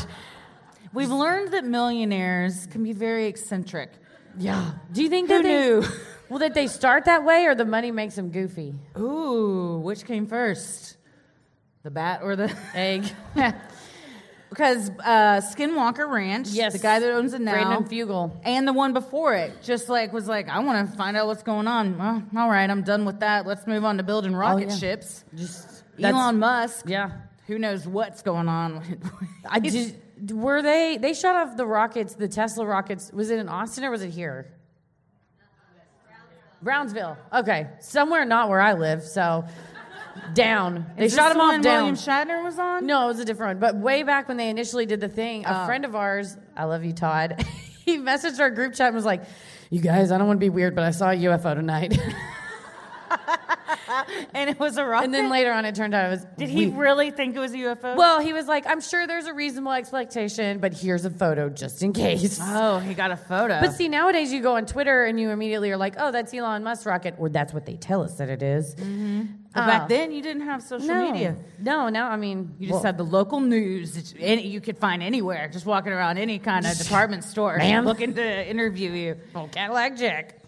[SPEAKER 4] We've learned that millionaires can be very eccentric.
[SPEAKER 3] Yeah. Do you think
[SPEAKER 4] Who
[SPEAKER 3] that they,
[SPEAKER 4] knew?
[SPEAKER 3] Well, that they start that way or the money makes them goofy?
[SPEAKER 4] Ooh, which came first? The bat or the
[SPEAKER 3] egg.
[SPEAKER 4] Because uh, Skinwalker Ranch,
[SPEAKER 3] Yes.
[SPEAKER 4] the guy that owns it now,
[SPEAKER 3] Brandon Fugel.
[SPEAKER 4] and the one before it, just like was like, I want to find out what's going on. Well, all right, I'm done with that. Let's move on to building rocket
[SPEAKER 3] Oh, yeah.
[SPEAKER 4] ships.
[SPEAKER 3] Just
[SPEAKER 4] Elon Musk,
[SPEAKER 3] Yeah.
[SPEAKER 4] who knows what's going on?
[SPEAKER 3] I just, were they they shot off the rockets, the Tesla rockets. Was it in Austin or was it here? Brownsville. Okay, somewhere not where I live. So down. They
[SPEAKER 4] Is
[SPEAKER 3] shot
[SPEAKER 4] this
[SPEAKER 3] him
[SPEAKER 4] the
[SPEAKER 3] off
[SPEAKER 4] one
[SPEAKER 3] down.
[SPEAKER 4] William Shatner was on. Oh.
[SPEAKER 3] No, it was a different one. But way back when they initially did the thing, a friend of ours, I love you, Todd, he messaged our group chat and was like, You guys, I don't want to be weird, but I saw a UFO tonight.
[SPEAKER 4] and it was a rocket.
[SPEAKER 3] and then later on, it turned out it was.
[SPEAKER 4] did he
[SPEAKER 3] we-
[SPEAKER 4] really think it was a UFO?
[SPEAKER 3] Well, he was like, I'm sure there's a reasonable expectation, but here's a photo just in case.
[SPEAKER 4] oh, he got a photo.
[SPEAKER 3] But see, nowadays you go on Twitter and you immediately are like, oh, that's Elon Musk rocket, or that's what they tell us that it is.
[SPEAKER 4] Mm-hmm.
[SPEAKER 3] Ah.
[SPEAKER 4] But back then, you didn't have social
[SPEAKER 3] No.
[SPEAKER 4] media.
[SPEAKER 3] No, no, I mean,
[SPEAKER 4] You just had the local news that you, any, you could find anywhere, just walking around any kind of department store,
[SPEAKER 3] Ma'am?
[SPEAKER 4] looking to interview you.
[SPEAKER 3] well, Cadillac Jack.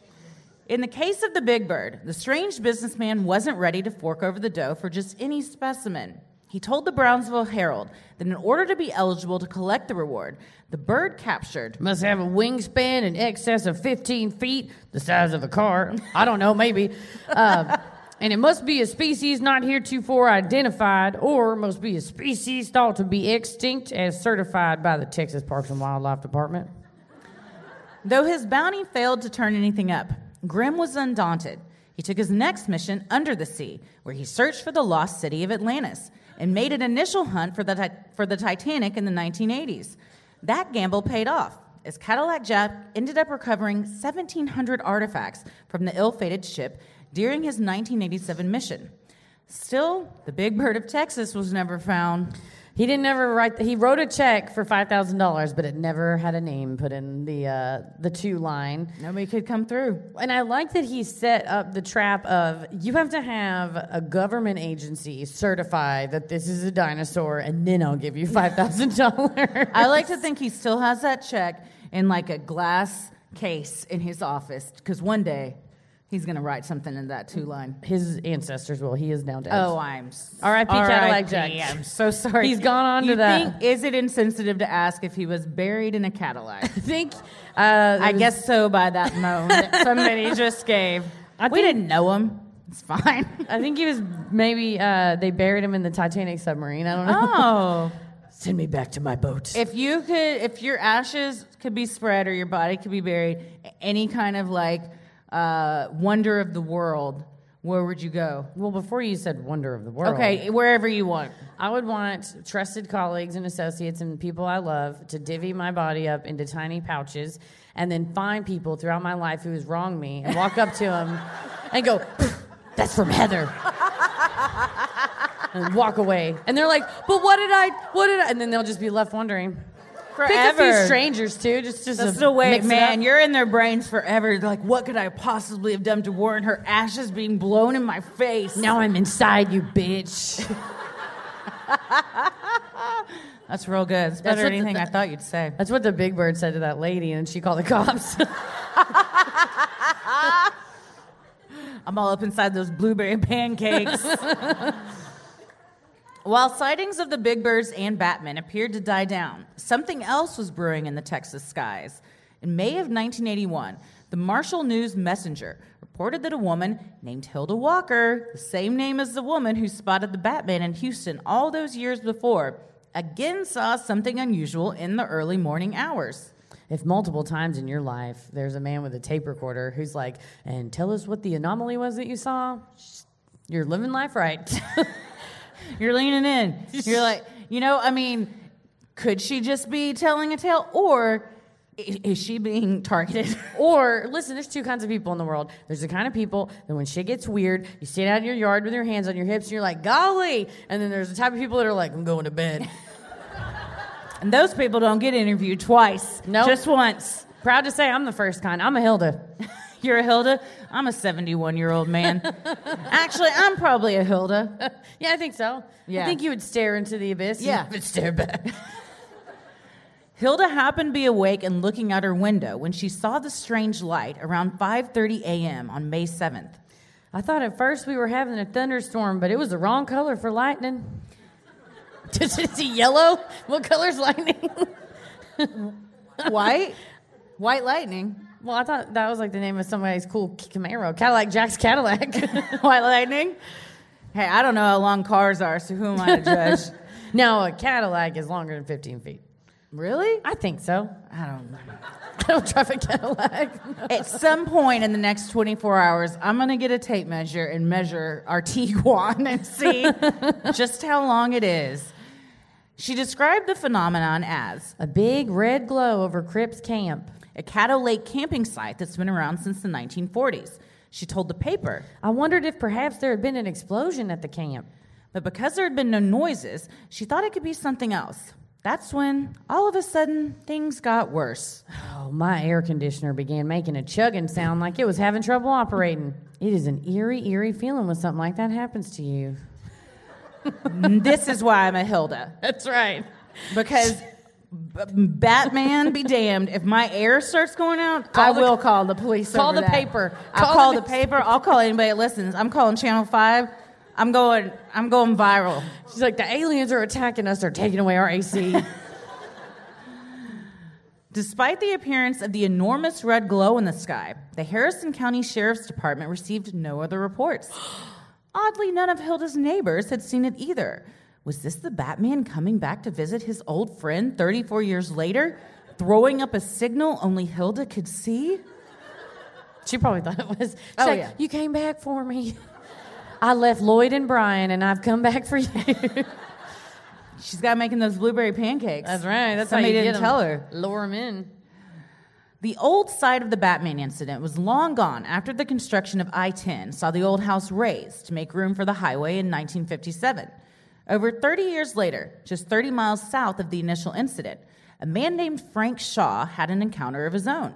[SPEAKER 4] In the case of the Big Bird, the strange businessman wasn't ready to fork over the dough for just any specimen. He told the Brownsville Herald that in order to be eligible to collect the reward, the bird captured
[SPEAKER 3] Must have a wingspan in excess of 15 feet, the size of a car. I don't know, maybe. Uh, And it must be a species not heretofore identified, or must be a species thought to be extinct as certified by the Texas Parks and Wildlife Department.
[SPEAKER 4] Though his bounty failed to turn anything up, Grimm was undaunted. He took his next mission under the sea, where he searched for the lost city of Atlantis and made an initial hunt for the, Ti- for the Titanic in the 1980s. That gamble paid off, as Cadillac Jack ended up recovering 1,700 artifacts from the ill fated ship during his 1987 mission. Still, the big bird of Texas was never found.
[SPEAKER 3] He didn't ever write. he wrote a check for five thousand dollars, but it never had a name put in the uh, the two line.
[SPEAKER 4] Nobody could come through.
[SPEAKER 3] And I like that he set up the trap of you have to have a government agency certify that this is a dinosaur, and then I'll give you five thousand dollars.
[SPEAKER 4] I like to think he still has that check in like a glass case in his office because one day he's going to write something in that two line.
[SPEAKER 3] His ancestors will. He is now dead.
[SPEAKER 4] Oh, I'm s-
[SPEAKER 3] R.I.P. Cadillac
[SPEAKER 4] RIP,
[SPEAKER 3] Jack.
[SPEAKER 4] I'm so sorry.
[SPEAKER 3] He's gone on to
[SPEAKER 4] You
[SPEAKER 3] that.
[SPEAKER 4] think- is it insensitive to ask if he was buried in a Cadillac?
[SPEAKER 3] I think. Uh,
[SPEAKER 4] I guess so. By that moan that somebody just gave, we didn't know him. It's fine.
[SPEAKER 3] I think he was maybe uh, they buried him in the Titanic submarine. I don't know.
[SPEAKER 4] Oh.
[SPEAKER 3] Send me back to my boat.
[SPEAKER 4] If you could, if your ashes could be spread or your body could be buried, any kind of like uh, wonder of the world, where would you go?
[SPEAKER 3] well, before you said wonder of the world.
[SPEAKER 4] Okay, wherever you want.
[SPEAKER 3] I would want trusted colleagues and associates and people I love to divvy my body up into tiny pouches and then find people throughout my life who has wronged me and walk up to them and go, that's from Heather. and walk away. And they're like, but what did I, what did I, and then they'll just be left wondering. Pick a few
[SPEAKER 4] Forever.
[SPEAKER 3] strangers too, just, just
[SPEAKER 4] That's
[SPEAKER 3] to
[SPEAKER 4] the way,
[SPEAKER 3] mix it
[SPEAKER 4] man.
[SPEAKER 3] up.
[SPEAKER 4] You're in their brains forever. They're like, what could I possibly have done to warrant her ashes being blown in my face?
[SPEAKER 3] Now I'm inside you, bitch.
[SPEAKER 4] That's real good. It's better
[SPEAKER 3] what
[SPEAKER 4] than
[SPEAKER 3] the-
[SPEAKER 4] anything I thought you'd say.
[SPEAKER 3] That's what the big bird said to that lady, and she called the cops.
[SPEAKER 4] I'm all up inside those blueberry pancakes. While sightings of the big birds and Batman appeared to die down, something else was brewing in the Texas skies. In May of 1981, the Marshall News Messenger reported that a woman named Hilda Walker, the same name as the woman who spotted the Batman in Houston all those years before, again saw something unusual in the early morning hours.
[SPEAKER 3] if multiple times in your life there's a man with a tape recorder who's like, and tell us what the anomaly was that you saw, you're living life right.
[SPEAKER 4] You're leaning in. You're like, you know, I mean, could she just be telling a tale or i- is she being targeted?
[SPEAKER 3] or listen, there's two kinds of people in the world. There's the kind of people that when shit gets weird, you stand out in your yard with your hands on your hips and you're like, golly. And then there's the type of people that are like, I'm going to bed.
[SPEAKER 4] and those people don't get interviewed twice.
[SPEAKER 3] Nope.
[SPEAKER 4] Just once.
[SPEAKER 3] Proud to say I'm the first kind. I'm a Hilda.
[SPEAKER 4] You're a Hilda. I'm a 71 year old man. Actually, I'm probably a Hilda.
[SPEAKER 3] yeah, I think so. I
[SPEAKER 4] Yeah.
[SPEAKER 3] think you would stare into the abyss. and
[SPEAKER 4] Yeah.
[SPEAKER 3] I would stare back.
[SPEAKER 4] Hilda happened to be awake and looking out her window when she saw the strange light around 5:30 a.m. on May 7th.
[SPEAKER 3] I thought at first we were having a thunderstorm, but it was the wrong color for lightning. Is it yellow? What color's lightning?
[SPEAKER 4] White? White lightning.
[SPEAKER 3] well, I thought that was like the name of somebody's cool Camaro, Cadillac, Jack's Cadillac.
[SPEAKER 4] White lightning? Hey, I don't know how long cars are, so who am I to judge?
[SPEAKER 3] now, a Cadillac is longer than 15 feet.
[SPEAKER 4] really?
[SPEAKER 3] I think so.
[SPEAKER 4] I don't know.
[SPEAKER 3] I don't drive a Cadillac.
[SPEAKER 4] At some point in the next 24 hours, I'm going to get a tape measure and measure our Tiguan and see just how long it is. She described the phenomenon as
[SPEAKER 3] a big red glow over Cripps Camp.
[SPEAKER 4] a Caddo Lake camping site that's been around since the 1940s. She told the paper
[SPEAKER 3] I wondered if perhaps there had been an explosion at the camp.
[SPEAKER 4] But because there had been no noises, she thought it could be something else. That's when, all of a sudden, things got worse.
[SPEAKER 3] Oh, my air conditioner began making a chugging sound like it was having trouble operating. It is an eerie, eerie feeling when something like that happens to you.
[SPEAKER 4] this is why I'm a Hilda.
[SPEAKER 3] That's right.
[SPEAKER 4] Because b- Batman be damned, if my air starts going out, I
[SPEAKER 3] the-
[SPEAKER 4] will call the police.
[SPEAKER 3] call
[SPEAKER 4] over
[SPEAKER 3] the
[SPEAKER 4] that.
[SPEAKER 3] paper.
[SPEAKER 4] I'll
[SPEAKER 3] Call
[SPEAKER 4] call
[SPEAKER 3] the
[SPEAKER 4] the paper. I'll call anybody that listens. I'm calling Channel Five. I'm going. I'm going viral.
[SPEAKER 3] She's like, the aliens are attacking us. They're taking away our AC.
[SPEAKER 4] Despite the appearance of the enormous red glow in the sky, the Harrison County Sheriff's Department received no other reports. Oddly, none of Hilda's neighbors had seen it either. Was this the Batman coming back to visit his old friend 34 years later, throwing up a signal only Hilda could see?
[SPEAKER 3] She probably thought it was. She's
[SPEAKER 4] oh,
[SPEAKER 3] like,
[SPEAKER 4] yeah.
[SPEAKER 3] You came back for me. I left Lloyd and Brian, and I've come back for you.
[SPEAKER 4] She's got making those blueberry pancakes.
[SPEAKER 3] That's right. That's
[SPEAKER 4] Somebody
[SPEAKER 3] how you
[SPEAKER 4] didn't
[SPEAKER 3] get 'em.
[SPEAKER 4] tell her.
[SPEAKER 3] Lure them in.
[SPEAKER 4] The old side of the Batman incident was long gone after the construction of I 10 saw the old house razed to make room for the highway in 1957. Over 30 years later, just 30 miles south of the initial incident, a man named Frank Shaw had an encounter of his own.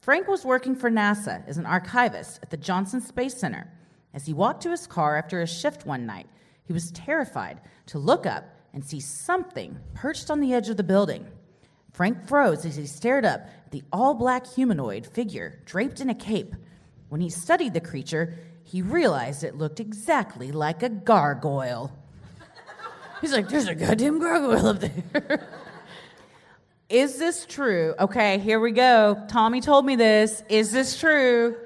[SPEAKER 4] Frank was working for NASA as an archivist at the Johnson Space Center. As he walked to his car after his shift one night, he was terrified to look up and see something perched on the edge of the building. Frank froze as he stared up at the all black humanoid figure draped in a cape. When he studied the creature, he realized it looked exactly like a gargoyle.
[SPEAKER 3] He's like, There's a goddamn gargoyle up there.
[SPEAKER 4] Is this true? Okay, here we go. Tommy told me this. Is this true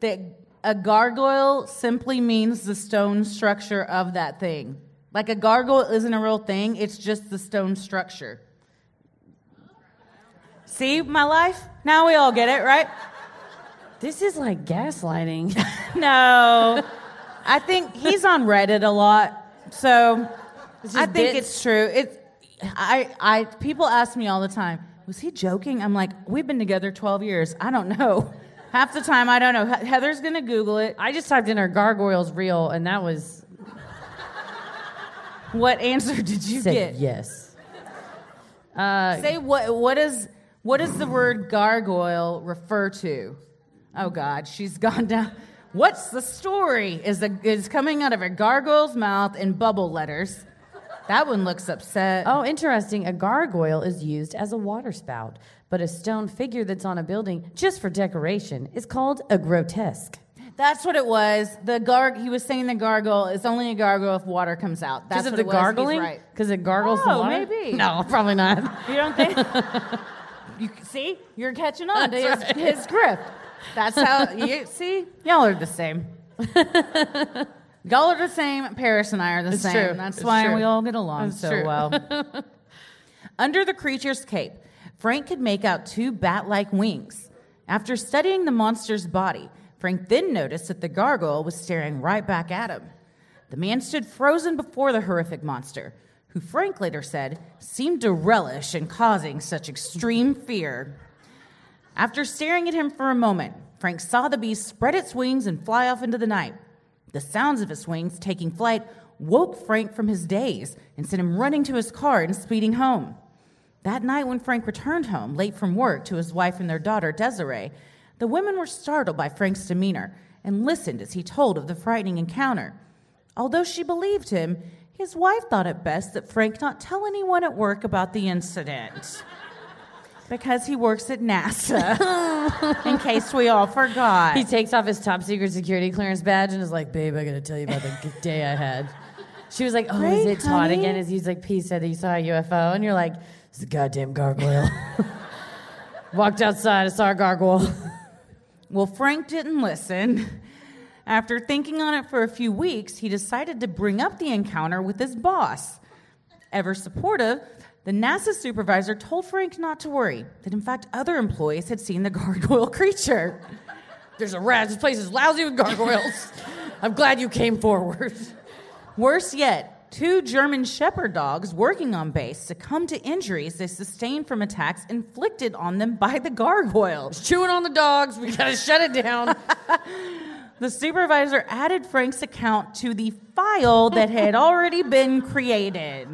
[SPEAKER 4] that a gargoyle simply means the stone structure of that thing? Like a gargoyle isn't a real thing, it's just the stone structure. See my life? Now we all get it, right?
[SPEAKER 3] This is like gaslighting.
[SPEAKER 4] no. I think he's on Reddit a lot. So
[SPEAKER 3] It's just
[SPEAKER 4] I think
[SPEAKER 3] bits.
[SPEAKER 4] it's true. It's I I people ask me all the time, was he joking? I'm like, we've been together 12 years. I don't know. Half the time I don't know. He- Heather's going to Google it.
[SPEAKER 3] I just typed in our gargoyles real, and that was
[SPEAKER 4] What answer did you
[SPEAKER 3] said
[SPEAKER 4] get?
[SPEAKER 3] yes. Uh,
[SPEAKER 4] Say what what is what does the word gargoyle refer to? Oh God, she's gone down. What's the story? Is the is coming out of a gargoyle's mouth in bubble letters? That one looks upset.
[SPEAKER 3] Oh, interesting. A gargoyle is used as a waterspout, but a stone figure that's on a building just for decoration is called a grotesque.
[SPEAKER 4] That's what it was. The gar he was saying the gargoyle is only a gargoyle if water comes out. That's
[SPEAKER 3] Because of
[SPEAKER 4] what
[SPEAKER 3] the
[SPEAKER 4] it was. He's
[SPEAKER 3] gargling?
[SPEAKER 4] right.
[SPEAKER 3] Because it gargles the
[SPEAKER 4] Oh,
[SPEAKER 3] water?
[SPEAKER 4] maybe.
[SPEAKER 3] No, probably not.
[SPEAKER 4] You don't think? you see, you're catching on to his,
[SPEAKER 3] That's right.
[SPEAKER 4] his grift. That's how you see. Y'all are the same. Y'all are the same. Paris and I are the
[SPEAKER 3] It's
[SPEAKER 4] same.
[SPEAKER 3] true.
[SPEAKER 4] That's
[SPEAKER 3] It's
[SPEAKER 4] why
[SPEAKER 3] true.
[SPEAKER 4] we all get along
[SPEAKER 3] It's
[SPEAKER 4] so
[SPEAKER 3] true.
[SPEAKER 4] well. Under the creature's cape, Frank could make out two bat like wings. After studying the monster's body, Frank then noticed that the gargoyle was staring right back at him. The man stood frozen before the horrific monster, who Frank later said seemed to relish in causing such extreme fear. After staring at him for a moment, Frank saw the beast spread its wings and fly off into the night. The sounds of its wings taking flight woke Frank from his daze and sent him running to his car and speeding home. That night, when Frank returned home late from work to his wife and their daughter, Desiree, the women were startled by Frank's demeanor and listened as he told of the frightening encounter. Although she believed him, his wife thought it best that Frank not tell anyone at work about the incident because he works at NASA, in case we all forgot.
[SPEAKER 3] He takes off his top secret security clearance badge and is like, babe, I gotta tell you about the g- day I had. She was like, oh, is
[SPEAKER 4] Right,
[SPEAKER 3] it Todd
[SPEAKER 4] honey?
[SPEAKER 3] again? Is he's like, P said that you saw a UFO? And you're like, it's a goddamn gargoyle. Walked outside, I saw a gargoyle.
[SPEAKER 4] Well, Frank didn't listen. After thinking on it for a few weeks, he decided to bring up the encounter with his boss. Ever supportive, the NASA supervisor told Frank not to worry, that in fact other employees had seen the gargoyle creature.
[SPEAKER 3] There's a rat. This place is lousy with gargoyles. I'm glad you came forward.
[SPEAKER 4] Worse yet, two German Shepherd dogs working on base succumbed to injuries they sustained from attacks inflicted on them by the gargoyle.
[SPEAKER 3] Chewing on the dogs. We gotta shut it down.
[SPEAKER 4] The supervisor added Frank's account to the file that had already been created.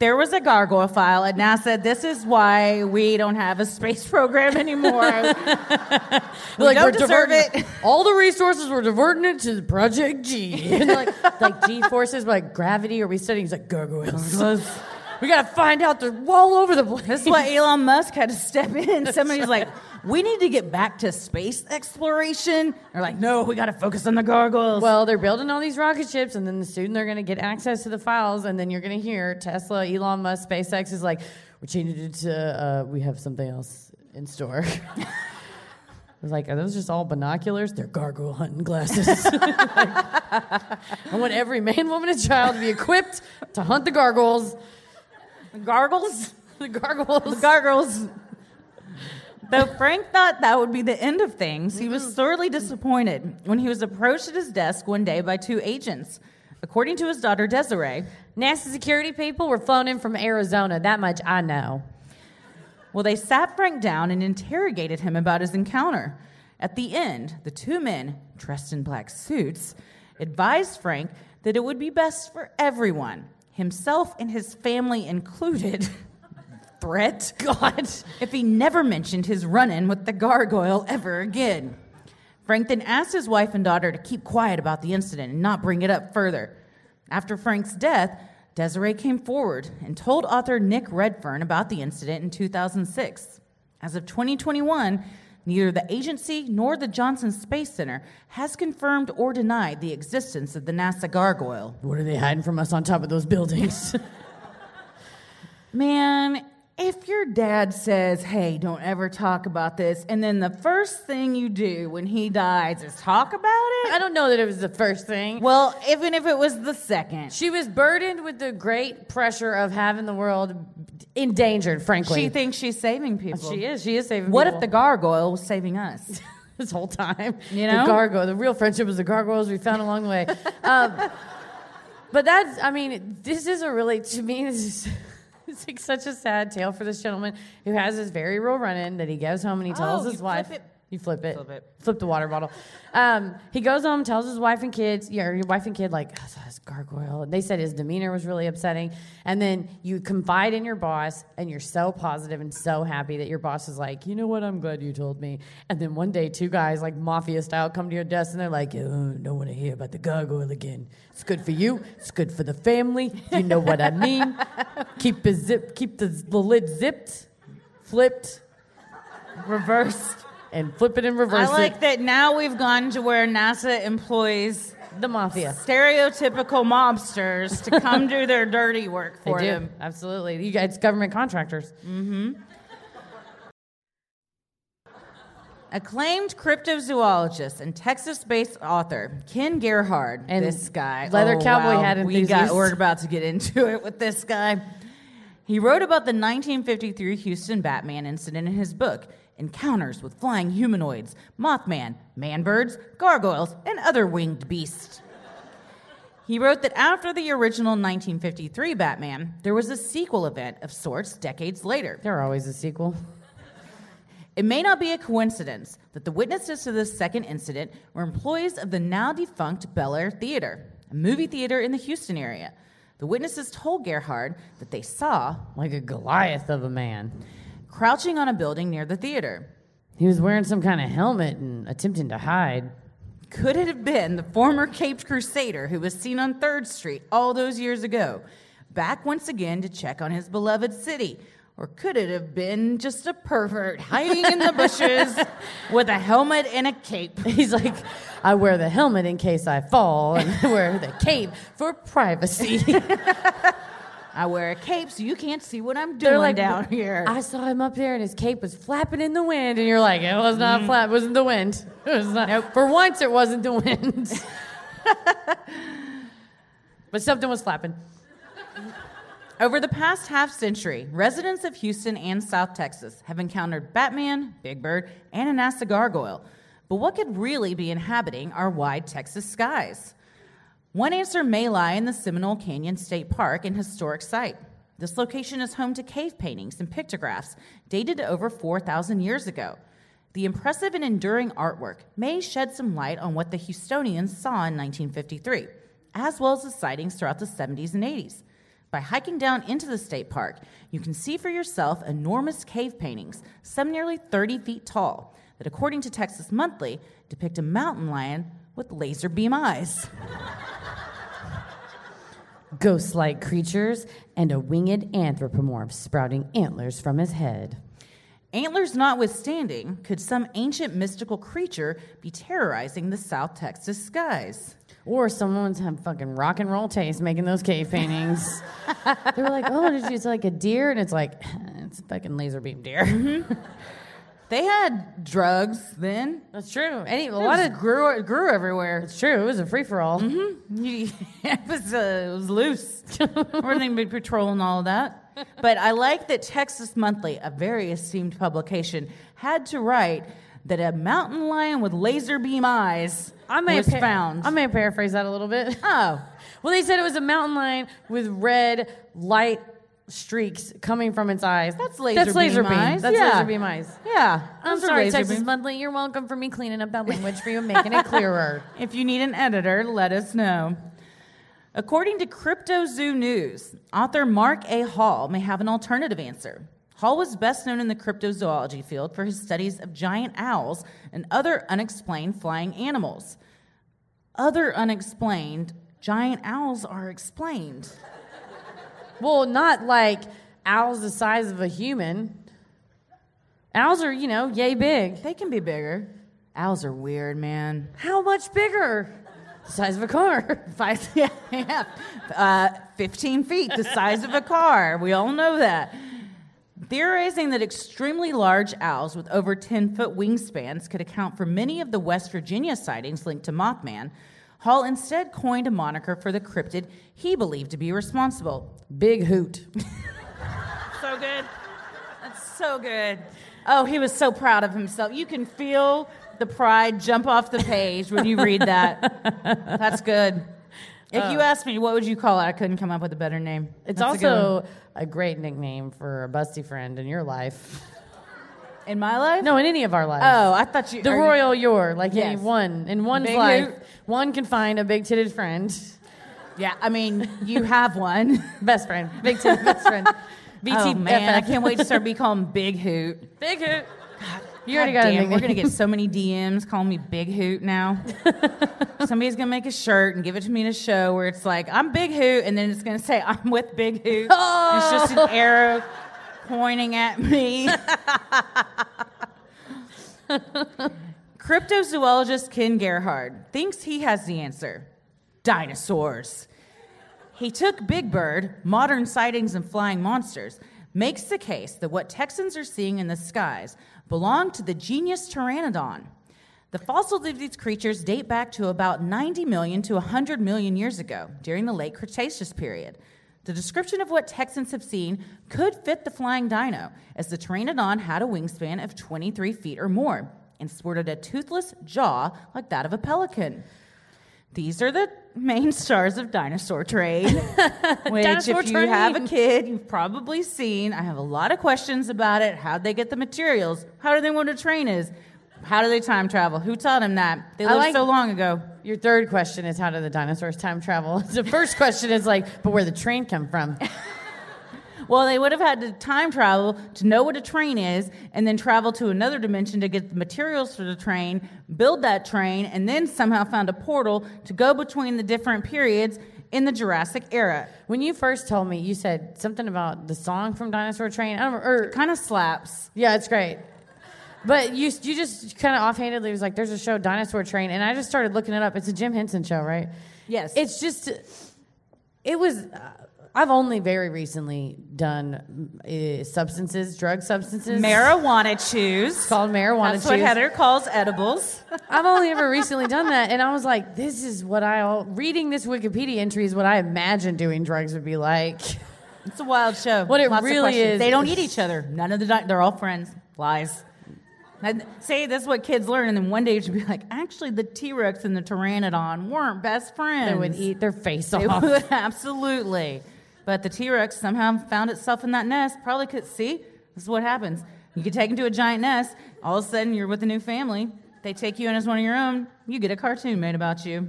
[SPEAKER 4] There was a gargoyle file, and NASA, this is why we don't have a space program anymore. we
[SPEAKER 3] like
[SPEAKER 4] don't
[SPEAKER 3] we're
[SPEAKER 4] deserve
[SPEAKER 3] diverting
[SPEAKER 4] it.
[SPEAKER 3] all the resources. We're diverting it to Project G. And they're like like G forces, but like gravity. Are we studying? He's like gargoyles. we gotta find out. They're all over the place.
[SPEAKER 4] That's why Elon Musk had to step in. Somebody's like, we need to get back to space exploration. They're like, no, we got to focus on the gargoyles.
[SPEAKER 3] Well, they're building all these rocket ships, and then soon they're going to get access to the files, and then you're going to hear Tesla, Elon Musk, SpaceX is like, we changed it to, uh, we have something else in store. was like, are those just all binoculars? They're gargoyle hunting glasses. Like, I want every man, woman, and child to be equipped to hunt the gargoyles.
[SPEAKER 4] The gargles?
[SPEAKER 3] The gargles.
[SPEAKER 4] The gargles. Though Frank thought that would be the end of things, he
[SPEAKER 3] Mm-hmm.
[SPEAKER 4] was sorely disappointed when he was approached at his desk one day by two agents. According to his daughter Desiree,
[SPEAKER 3] NASA security people were flown in from Arizona. That much I know.
[SPEAKER 4] Well, they sat Frank down and interrogated him about his encounter. At the end, the two men, dressed in black suits, advised Frank that it would be best for everyone, himself and his family included, threat,
[SPEAKER 3] God,
[SPEAKER 4] if he never mentioned his run in with the gargoyle ever again. Frank then asked his wife and daughter to keep quiet about the incident and not bring it up further. After Frank's death, Desiree came forward and told author Nick Redfern about the incident in 2006. As of 2021, neither the agency nor the Johnson Space Center has confirmed or denied the existence of the NASA gargoyle.
[SPEAKER 3] What are they hiding from us on top of those buildings?
[SPEAKER 4] Man, if your dad says, hey, don't ever talk about this, and then the first thing you do when he dies is talk about it?
[SPEAKER 3] I don't know that it was the first thing.
[SPEAKER 4] Well, even if it was the second.
[SPEAKER 3] She was burdened with the great pressure of having the world endangered, frankly.
[SPEAKER 4] She thinks she's saving people.
[SPEAKER 3] She is. She is saving
[SPEAKER 4] what
[SPEAKER 3] people.
[SPEAKER 4] if the gargoyle was saving us?
[SPEAKER 3] this whole time,
[SPEAKER 4] you know,
[SPEAKER 3] the gargoyle. The real friendship was the gargoyles we found along the way. um, but that's, I mean, this is a really to me this is it's like such a sad tale for this gentleman who has this very real run-in that he goes home and he tells
[SPEAKER 4] Oh,
[SPEAKER 3] his
[SPEAKER 4] you
[SPEAKER 3] wife.
[SPEAKER 4] flip it.
[SPEAKER 3] You flip it.
[SPEAKER 4] Flip it.
[SPEAKER 3] Flip the water bottle. Um, he goes home, tells his wife and kids, yeah, or your wife and kid, like, "I saw this gargoyle. And they said his demeanor was really upsetting. And then you confide in your boss, and you're so positive and so happy that your boss is like, you know what? I'm glad you told me. And then one day, two guys, like mafia style, come to your desk and they're like, oh, don't want to hear about the gargoyle again. It's good for you. It's good for the family. You know what I mean? keep the zip, keep the, the lid zipped, flipped,
[SPEAKER 4] Reversed.
[SPEAKER 3] and flip it and reverse
[SPEAKER 4] I like
[SPEAKER 3] it.
[SPEAKER 4] that now we've gone to where NASA employs
[SPEAKER 3] The mafia.
[SPEAKER 4] stereotypical mobsters to come do their dirty work
[SPEAKER 3] They
[SPEAKER 4] for
[SPEAKER 3] do.
[SPEAKER 4] them.
[SPEAKER 3] Absolutely. You guys, government contractors. Mm-hmm.
[SPEAKER 4] Acclaimed cryptozoologist and Texas based author Ken Gerhard.
[SPEAKER 3] And
[SPEAKER 4] this guy. Oh,
[SPEAKER 3] leather cowboy hat
[SPEAKER 4] We got,
[SPEAKER 3] enthusiast.
[SPEAKER 4] we're about to get into it with this guy. He wrote about the 1953 Houston Batman incident in his book, Encounters with Flying Humanoids, Mothman, Manbirds, Gargoyles, and Other Winged Beasts. He wrote that after the original 1953 Batman, there was a sequel event of sorts decades later.
[SPEAKER 3] There are always a sequel.
[SPEAKER 4] It may not be a coincidence that the witnesses to this second incident were employees of the now defunct Bel Air Theater, a movie theater in the Houston area. The witnesses told Gerhard that they saw,
[SPEAKER 3] Like a Goliath of a man.
[SPEAKER 4] crouching on a building near the theater.
[SPEAKER 3] He was wearing some kind of helmet and attempting to hide.
[SPEAKER 4] Could it have been the former Caped Crusader who was seen on 3rd Street all those years ago, back once again to check on his beloved city? Or could it have been just a pervert hiding in the bushes with a helmet and a cape?
[SPEAKER 3] He's like, I wear the helmet in case I fall, and I wear the cape for privacy.
[SPEAKER 4] I wear a cape so you can't see what I'm
[SPEAKER 3] They're
[SPEAKER 4] doing down here.
[SPEAKER 3] I saw him up there, and his cape was flapping in the wind, and you're like, it was not
[SPEAKER 4] Mm-hmm.
[SPEAKER 3] flap, it wasn't the wind. It was not. For once, it wasn't the wind. but something was flapping.
[SPEAKER 4] Over the past half century, residents of Houston and South Texas have encountered Batman, Big Bird, and an NASA gargoyle. But what could really be inhabiting our wide Texas skies? One answer may lie in the Seminole Canyon State Park and historic site. This location is home to cave paintings and pictographs dated to over 4,000 years ago. The impressive and enduring artwork may shed some light on what the Houstonians saw in 1953, as well as the sightings throughout the 70s and 80s. By hiking down into the state park, you can see for yourself enormous cave paintings, some nearly 30 feet tall, that, according to Texas Monthly, depict a mountain lion with laser beam eyes.
[SPEAKER 3] Ghost like creatures and a winged anthropomorph sprouting antlers from his head.
[SPEAKER 4] Antlers notwithstanding, could some ancient mystical creature be terrorizing the South Texas skies?
[SPEAKER 3] Or someone's had fucking rock and roll taste making those cave paintings.
[SPEAKER 4] Mm-hmm.
[SPEAKER 3] they were like, oh, did you see like a deer? And it's like, it's a fucking laser beam deer.
[SPEAKER 4] They had drugs then.
[SPEAKER 3] That's true. Any, a lot of
[SPEAKER 4] grew it grew everywhere.
[SPEAKER 3] It's true. It was a free for all.
[SPEAKER 4] Mm-hmm. it was uh, it was loose. Everything be patrolling all that. But I like that Texas Monthly, a very esteemed publication, had to write that a mountain lion with laser beam eyes
[SPEAKER 3] I may
[SPEAKER 4] was
[SPEAKER 3] pa-
[SPEAKER 4] found.
[SPEAKER 3] I may paraphrase that a little bit.
[SPEAKER 4] Oh,
[SPEAKER 3] well, they said it was a mountain lion with red light streaks coming from its eyes.
[SPEAKER 4] That's laser
[SPEAKER 3] That's
[SPEAKER 4] beam
[SPEAKER 3] laser beam.
[SPEAKER 4] eyes.
[SPEAKER 3] That's
[SPEAKER 4] Yeah.
[SPEAKER 3] laser beam eyes.
[SPEAKER 4] Yeah,
[SPEAKER 3] I'm
[SPEAKER 4] those are
[SPEAKER 3] sorry,
[SPEAKER 4] laser
[SPEAKER 3] Texas
[SPEAKER 4] beam.
[SPEAKER 3] Monthly. You're welcome for me cleaning up that language for you and making it clearer.
[SPEAKER 4] If you need an editor, let us know. According to CryptoZoo News, author Mark A. Hall may have an alternative answer. Hall was best known in the cryptozoology field for his studies of giant owls and other unexplained flying animals. Other unexplained, giant owls are explained.
[SPEAKER 3] Well, not like owls the size of a human. Owls are, you know, yay big.
[SPEAKER 4] They can be bigger. Owls are weird, man.
[SPEAKER 3] How much bigger? The size of a car.
[SPEAKER 4] Five, yeah, yeah. Uh, 15 feet, the size of a car. We all know that. Theorizing that extremely large owls with over 10 foot wingspans could account for many of the West Virginia sightings linked to Mothman, Hall instead coined a moniker for the cryptid he believed to be responsible
[SPEAKER 3] Big hoot.
[SPEAKER 4] so good. That's so good. Oh, he was so proud of himself. You can feel the pride jump off the page when you read that. That's good. If you
[SPEAKER 3] Oh.
[SPEAKER 4] asked me what would you call it, I couldn't come up with a better name.
[SPEAKER 3] It's
[SPEAKER 4] That's a good
[SPEAKER 3] also
[SPEAKER 4] one.
[SPEAKER 3] a, great nickname for a busty friend in your life.
[SPEAKER 4] in my life.
[SPEAKER 3] No, in any of our lives.
[SPEAKER 4] Oh, I thought you
[SPEAKER 3] the
[SPEAKER 4] are you-
[SPEAKER 3] royal your like any
[SPEAKER 4] Yes.
[SPEAKER 3] one in one's
[SPEAKER 4] Big
[SPEAKER 3] life,
[SPEAKER 4] hoot.
[SPEAKER 3] one can find a big titted friend,
[SPEAKER 4] Yeah, I mean you have one.
[SPEAKER 3] best friend, big titted best friend.
[SPEAKER 4] oh
[SPEAKER 3] BTFF.
[SPEAKER 4] man, I can't wait to start be called Big Hoot.
[SPEAKER 3] big hoot. You already
[SPEAKER 4] God
[SPEAKER 3] got a
[SPEAKER 4] damn,
[SPEAKER 3] nickname.
[SPEAKER 4] We're gonna get so many DMs calling me Big Hoot now. Somebody's gonna make a shirt and give it to me in a show where it's like I'm Big Hoot, and then it's gonna say I'm with Big Hoot. And It's just an arrow pointing at me. Cryptozoologist Ken Gerhard thinks he has the answer: dinosaurs. He took Big Bird, modern sightings and flying monsters, makes the case that what Texans are seeing in the skies belong to the genius Pteranodon. The fossils of these creatures date back to about 90 million to 100 million years ago, during the late Cretaceous period. The description of what Texans have seen could fit the flying dino, as the Pteranodon had a wingspan of 23 feet or more and sported a toothless jaw like that of a pelican. These are the main stars of Dinosaur Trade, which
[SPEAKER 3] Dinosaur
[SPEAKER 4] if you have a
[SPEAKER 3] Train.
[SPEAKER 4] kid, you've probably seen. I have a lot of questions about it. How'd they get the materials? How do they know what a train is? How do they time travel? Who taught them that? They
[SPEAKER 3] I
[SPEAKER 4] lived
[SPEAKER 3] like-
[SPEAKER 4] so long ago.
[SPEAKER 3] Your third question is how do the dinosaurs time travel? The first question is like, but where the train come from?
[SPEAKER 4] Well, they would have had to time travel to know what a train is and then travel to another dimension to get the materials for the train, build that train, and then somehow found a portal to go between the different periods in the Jurassic era.
[SPEAKER 3] When you first told me, you said something about the song from Dinosaur Train. I don't or
[SPEAKER 4] Kind of slaps.
[SPEAKER 3] yeah, it's great. But you you just kind of offhandedly was like, "There's a show, Dinosaur Train," and I just started looking it up. It's a Jim Henson show, right?
[SPEAKER 4] Yes.
[SPEAKER 3] It's just, it was. Uh, I've only very recently done uh, substances, drug substances,
[SPEAKER 4] marijuana chews.
[SPEAKER 3] called marijuana.
[SPEAKER 4] That's what
[SPEAKER 3] juice.
[SPEAKER 4] Heather calls edibles.
[SPEAKER 3] I've only ever recently done that, and I was like, "This is what I al- reading this Wikipedia entry is what I imagine doing drugs would be like."
[SPEAKER 4] It's a wild show.
[SPEAKER 3] What it
[SPEAKER 4] Lots of
[SPEAKER 3] really
[SPEAKER 4] questions.
[SPEAKER 3] is-
[SPEAKER 4] They don't eat each other. None of the di- they're all friends. Lies. And say this is what kids learn, and then one day you should be like, actually, the T Rex and the Pteranodon weren't best friends.
[SPEAKER 3] They would eat their face
[SPEAKER 4] They
[SPEAKER 3] off.
[SPEAKER 4] would absolutely. But the T Rex somehow found itself in that nest. Probably could see. This is what happens. You get taken to a giant nest. All of a sudden, you're with a new family. They take you in as one of your own. You get a cartoon made about you.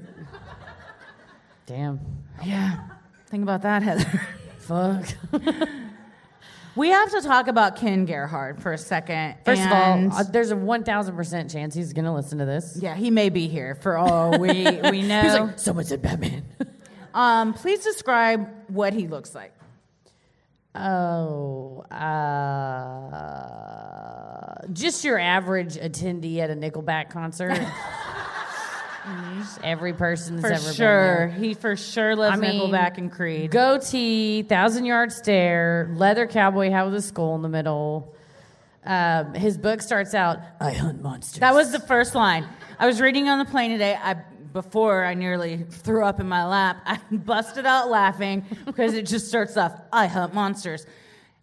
[SPEAKER 3] Damn.
[SPEAKER 4] Yeah. Think about that, Heather.
[SPEAKER 3] Fuck.
[SPEAKER 4] We have to talk about Ken Gerhard for a second.
[SPEAKER 3] First
[SPEAKER 4] And-
[SPEAKER 3] of all, uh, there's a 1,000% chance he's going to listen to this.
[SPEAKER 4] yeah, he may be here for all we we know.
[SPEAKER 3] He's like, someone said Batman.
[SPEAKER 4] um, please describe what he looks like.
[SPEAKER 3] Oh, uh, just your average attendee at a Nickelback concert. Just Every person that's
[SPEAKER 4] For
[SPEAKER 3] ever
[SPEAKER 4] sure,
[SPEAKER 3] been
[SPEAKER 4] he for sure
[SPEAKER 3] there.
[SPEAKER 4] loves Nickelback and Creed.
[SPEAKER 3] Goatee, thousand yard stare, leather cowboy hat with a skull in the middle. Um, his book starts out, I hunt monsters.
[SPEAKER 4] That was the first line. I was reading on the plane today. I before I nearly threw up in my lap. I busted out laughing because it just starts off, I hunt monsters.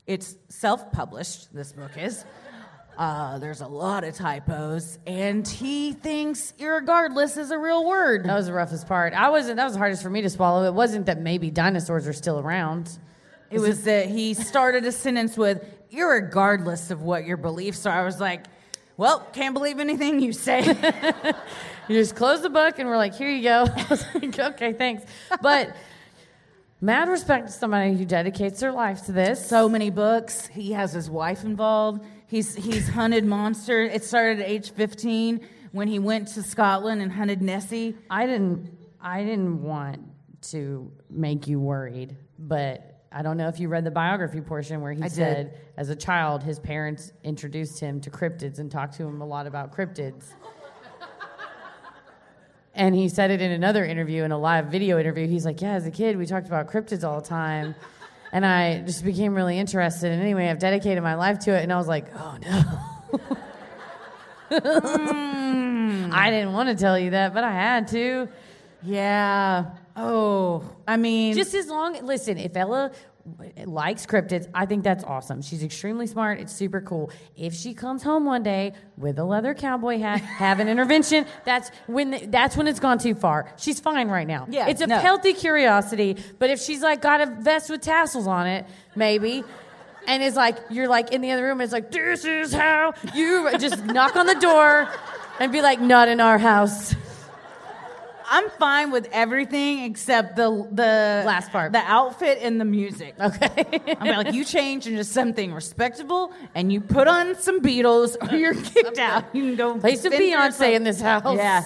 [SPEAKER 4] It's self-published. This book is. Uh, there's a lot of typos, and he thinks irregardless is a real word.
[SPEAKER 3] That was the roughest part. I wasn't. That was the hardest for me to swallow. It wasn't that maybe dinosaurs are still around.
[SPEAKER 4] It was that he started a sentence with irregardless of what your beliefs are. I was like, well, can't believe anything you say.
[SPEAKER 3] you just close the book and we're like, here you go. I was like, okay, thanks. But mad respect to somebody who dedicates their life to this.
[SPEAKER 4] So many books. He has his wife involved. He's he's hunted monsters. It started at age 15 when he went to Scotland and hunted Nessie.
[SPEAKER 3] I didn't I didn't want to make you worried, but I don't know if you read the biography portion where he
[SPEAKER 4] I
[SPEAKER 3] said,
[SPEAKER 4] did.
[SPEAKER 3] as a child, his parents introduced him to cryptids and talked to him a lot about cryptids. and he said it in another interview, in a live video interview. He's like, Yeah, as a kid, we talked about cryptids all the time. And I just became really interested. And anyway, I've dedicated my life to it. And I was like, Oh no. I didn't want to tell you that, but I had to.
[SPEAKER 4] Yeah. Oh, I mean,
[SPEAKER 3] just as long. Listen, if Ella w- likes cryptids, I think that's awesome. She's extremely smart. It's super cool. If she comes home one day with a leather cowboy hat, have an intervention, that's when the, that's when it's gone too far. She's fine right now.
[SPEAKER 4] Yeah,
[SPEAKER 3] it's a
[SPEAKER 4] no.
[SPEAKER 3] healthy curiosity. But if she's like got a vest with tassels on it, maybe. And it's like you're like in the other room. And it's like this is how you just knock on the door, and be like, "Not in our house."
[SPEAKER 4] I'm fine with everything except the the
[SPEAKER 3] last part,
[SPEAKER 4] the outfit and the music.
[SPEAKER 3] Okay,
[SPEAKER 4] I'm like you change into something respectable and you put on some Beatles or you're kicked out. You can go
[SPEAKER 3] Play some
[SPEAKER 4] fend for
[SPEAKER 3] Beyonce
[SPEAKER 4] yourself.
[SPEAKER 3] in this house.
[SPEAKER 4] Yeah.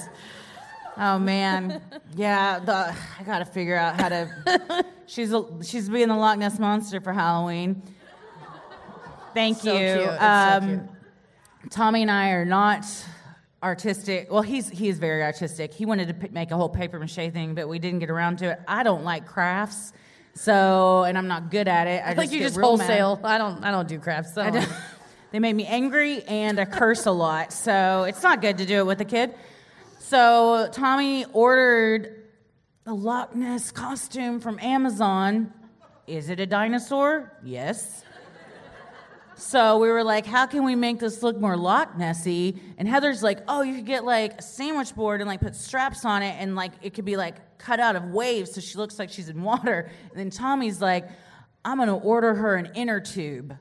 [SPEAKER 4] Oh man, yeah. The, I gotta figure out how to. She's a, she's being the Loch Ness monster for Halloween. Thank
[SPEAKER 3] So
[SPEAKER 4] you. Um,
[SPEAKER 3] cute. It's so
[SPEAKER 4] Tommy and I are not artistic. Well, he's he is very artistic. He wanted to p- make a whole paper mache thing, but we didn't get around to it. I don't like crafts, so and I'm not good at it. I,
[SPEAKER 3] I think you
[SPEAKER 4] get
[SPEAKER 3] just
[SPEAKER 4] real mad.
[SPEAKER 3] wholesale. I don't. I don't do crafts. So
[SPEAKER 4] I don't- they made me angry and I curse a lot, so it's not good to do it with a kid. So Tommy ordered a Loch Ness costume from Amazon. Is it a dinosaur? Yes. So we were like, how can we make this look more Loch Nessy? And Heather's like, oh, you could get like a sandwich board and like put straps on it and like it could be like cut out of waves so she looks like she's in water. And then Tommy's like, I'm gonna order her an inner tube.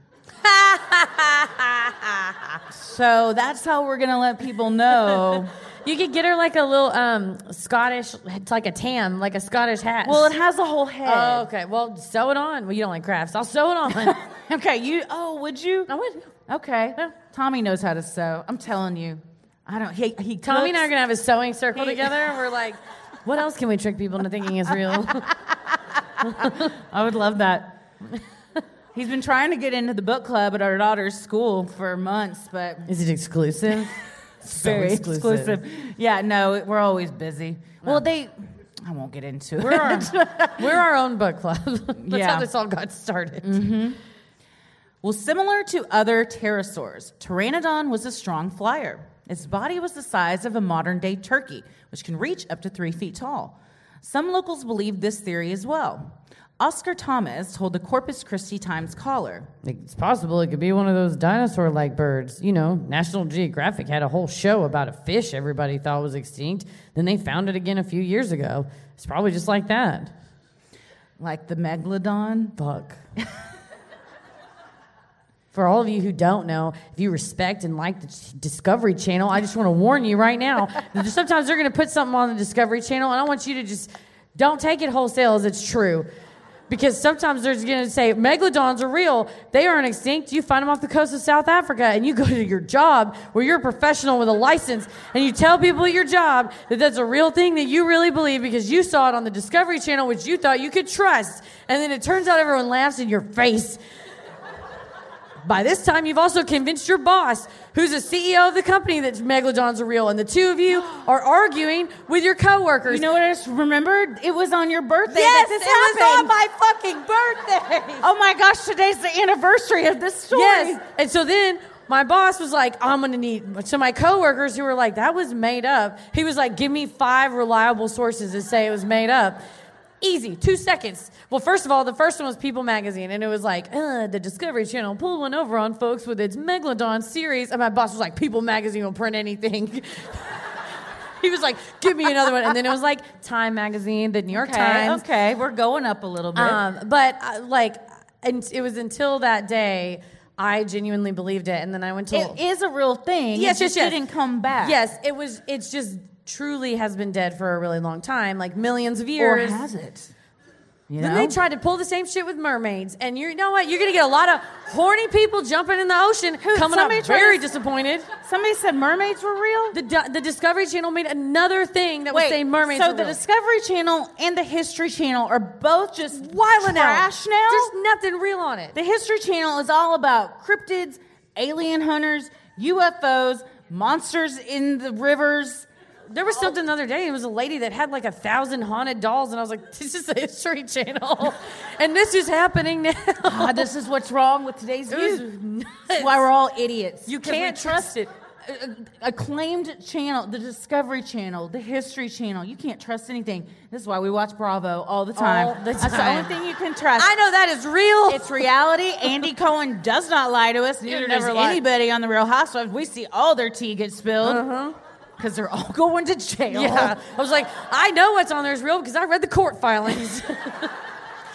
[SPEAKER 4] so Oh, that's how we're gonna let people know.
[SPEAKER 3] you could get her like a little um, Scottish. It's like a tam, like a Scottish hat.
[SPEAKER 4] Well, it has a whole head.
[SPEAKER 3] Oh, okay. Well, sew it on. Well, you don't like crafts. I'll sew it on.
[SPEAKER 4] okay. You. Oh, would you?
[SPEAKER 3] I would.
[SPEAKER 4] Okay. Tommy knows how to sew. I'm telling you. I don't. He. he
[SPEAKER 3] Tommy and I are
[SPEAKER 4] cooks.
[SPEAKER 3] gonna have a sewing circle
[SPEAKER 4] He-
[SPEAKER 3] together, and we're like, what else can we trick people into thinking is real?
[SPEAKER 4] I would love that. He's been trying to get into the book club at our daughter's school for months, but
[SPEAKER 3] is it exclusive?
[SPEAKER 4] it's very exclusive. Yeah, no, we're always busy. Well, they. I won't get into
[SPEAKER 3] We're our,
[SPEAKER 4] it.
[SPEAKER 3] we're our own book club. That's
[SPEAKER 4] Yeah. Mm-hmm.
[SPEAKER 3] how this all got started.
[SPEAKER 4] Well, similar to other pterosaurs, Pteranodon was a strong flyer. Its body was the size of a modern day turkey, which can reach up to three feet tall. Some locals believe this theory as well. Oscar Thomas told the Corpus Christi Times Caller
[SPEAKER 3] It's possible it could be one of those dinosaur like birds. You know, National Geographic had a whole show about a fish everybody thought was extinct. Then they found it again a few years ago. It's probably just like that.
[SPEAKER 4] like the megalodon.
[SPEAKER 3] Fuck. For all of you who don't know, if you respect and like the Ch- Discovery Channel, I just want to warn you right now that sometimes they're going to put something on the Discovery Channel, and I want you to just don't take it wholesale as it's true. Because sometimes they're going to say, megalodons are real. They aren't extinct. You find them off the coast of South Africa, and you go to your job where you're a professional with a license, and you tell people at your job that that's a real thing that you really believe because you saw it on the Discovery Channel, which you thought you could trust. And then it turns out everyone laughs in your face. By this time, you've also convinced your boss, who's a CEO of the company, that megalodons are real, and the two of you are arguing with your coworkers.
[SPEAKER 4] You know what I just remembered? It was on your birthday
[SPEAKER 3] Yes,
[SPEAKER 4] that this
[SPEAKER 3] it was on
[SPEAKER 4] happened.
[SPEAKER 3] my
[SPEAKER 4] fucking birthday. oh my gosh, today's the anniversary of this story.
[SPEAKER 3] Yes. And so then my boss was like, I'm gonna need to my coworkers who were like, that was made up. He was like, give me five reliable sources that say it was made up. Easy, two seconds. Well, first of all, the first one was People Magazine, and it was like, uh, the Discovery Channel pulled one over on folks with its Megalodon series. And my boss was like, People Magazine will print anything. he was like, give me another one. And then it was like Time Magazine, the New York
[SPEAKER 4] Okay,
[SPEAKER 3] Times.
[SPEAKER 4] okay, we're going up a little bit.
[SPEAKER 3] Um, but uh, like, and it was until that day I genuinely believed it. And then I went to.
[SPEAKER 4] It is a real thing.
[SPEAKER 3] Yes,
[SPEAKER 4] it just
[SPEAKER 3] yes, yes.
[SPEAKER 4] didn't come back.
[SPEAKER 3] Yes, it was. It's just truly has been dead for a really long time, like millions of years.
[SPEAKER 4] has it? You
[SPEAKER 3] then
[SPEAKER 4] know?
[SPEAKER 3] they tried to pull the same shit with mermaids, and you know what? You're gonna get a lot of horny people jumping in the ocean, coming up
[SPEAKER 4] somebody tried
[SPEAKER 3] very
[SPEAKER 4] to-
[SPEAKER 3] disappointed.
[SPEAKER 4] Somebody said mermaids were real.
[SPEAKER 3] The Di- the Discovery Channel made another thing that was saying mermaids.
[SPEAKER 4] So
[SPEAKER 3] were
[SPEAKER 4] the
[SPEAKER 3] real.
[SPEAKER 4] Discovery Channel and the History Channel are both just
[SPEAKER 3] Wildin' out.
[SPEAKER 4] trash now.
[SPEAKER 3] There's nothing real on it.
[SPEAKER 4] The History Channel is all about cryptids, alien hunters, UFOs, monsters in the rivers.
[SPEAKER 3] There was something the other day. It was a lady that had like a thousand haunted dolls, and I was like, "This is the History Channel, and this is happening now."
[SPEAKER 4] God, this is what's wrong with today's
[SPEAKER 3] It was
[SPEAKER 4] youth.
[SPEAKER 3] nuts.
[SPEAKER 4] That's why we're all idiots.
[SPEAKER 3] You
[SPEAKER 4] 'Cause we
[SPEAKER 3] can't
[SPEAKER 4] trust it. A- a- Acclaimed channel, the Discovery Channel, the History Channel. You can't trust anything. This is why we watch Bravo all the time.
[SPEAKER 3] All the
[SPEAKER 4] That's the
[SPEAKER 3] time.
[SPEAKER 4] only thing you can trust.
[SPEAKER 3] I know that is real.
[SPEAKER 4] It's reality. Andy Cohen does not lie to us. Neither does
[SPEAKER 3] never lie.
[SPEAKER 4] anybody on The Real Housewives. We see all their tea get spilled
[SPEAKER 3] Uh-huh.
[SPEAKER 4] because they're all going to jail.
[SPEAKER 3] Yeah. I was like, I know what's on there is real because I read the court filings.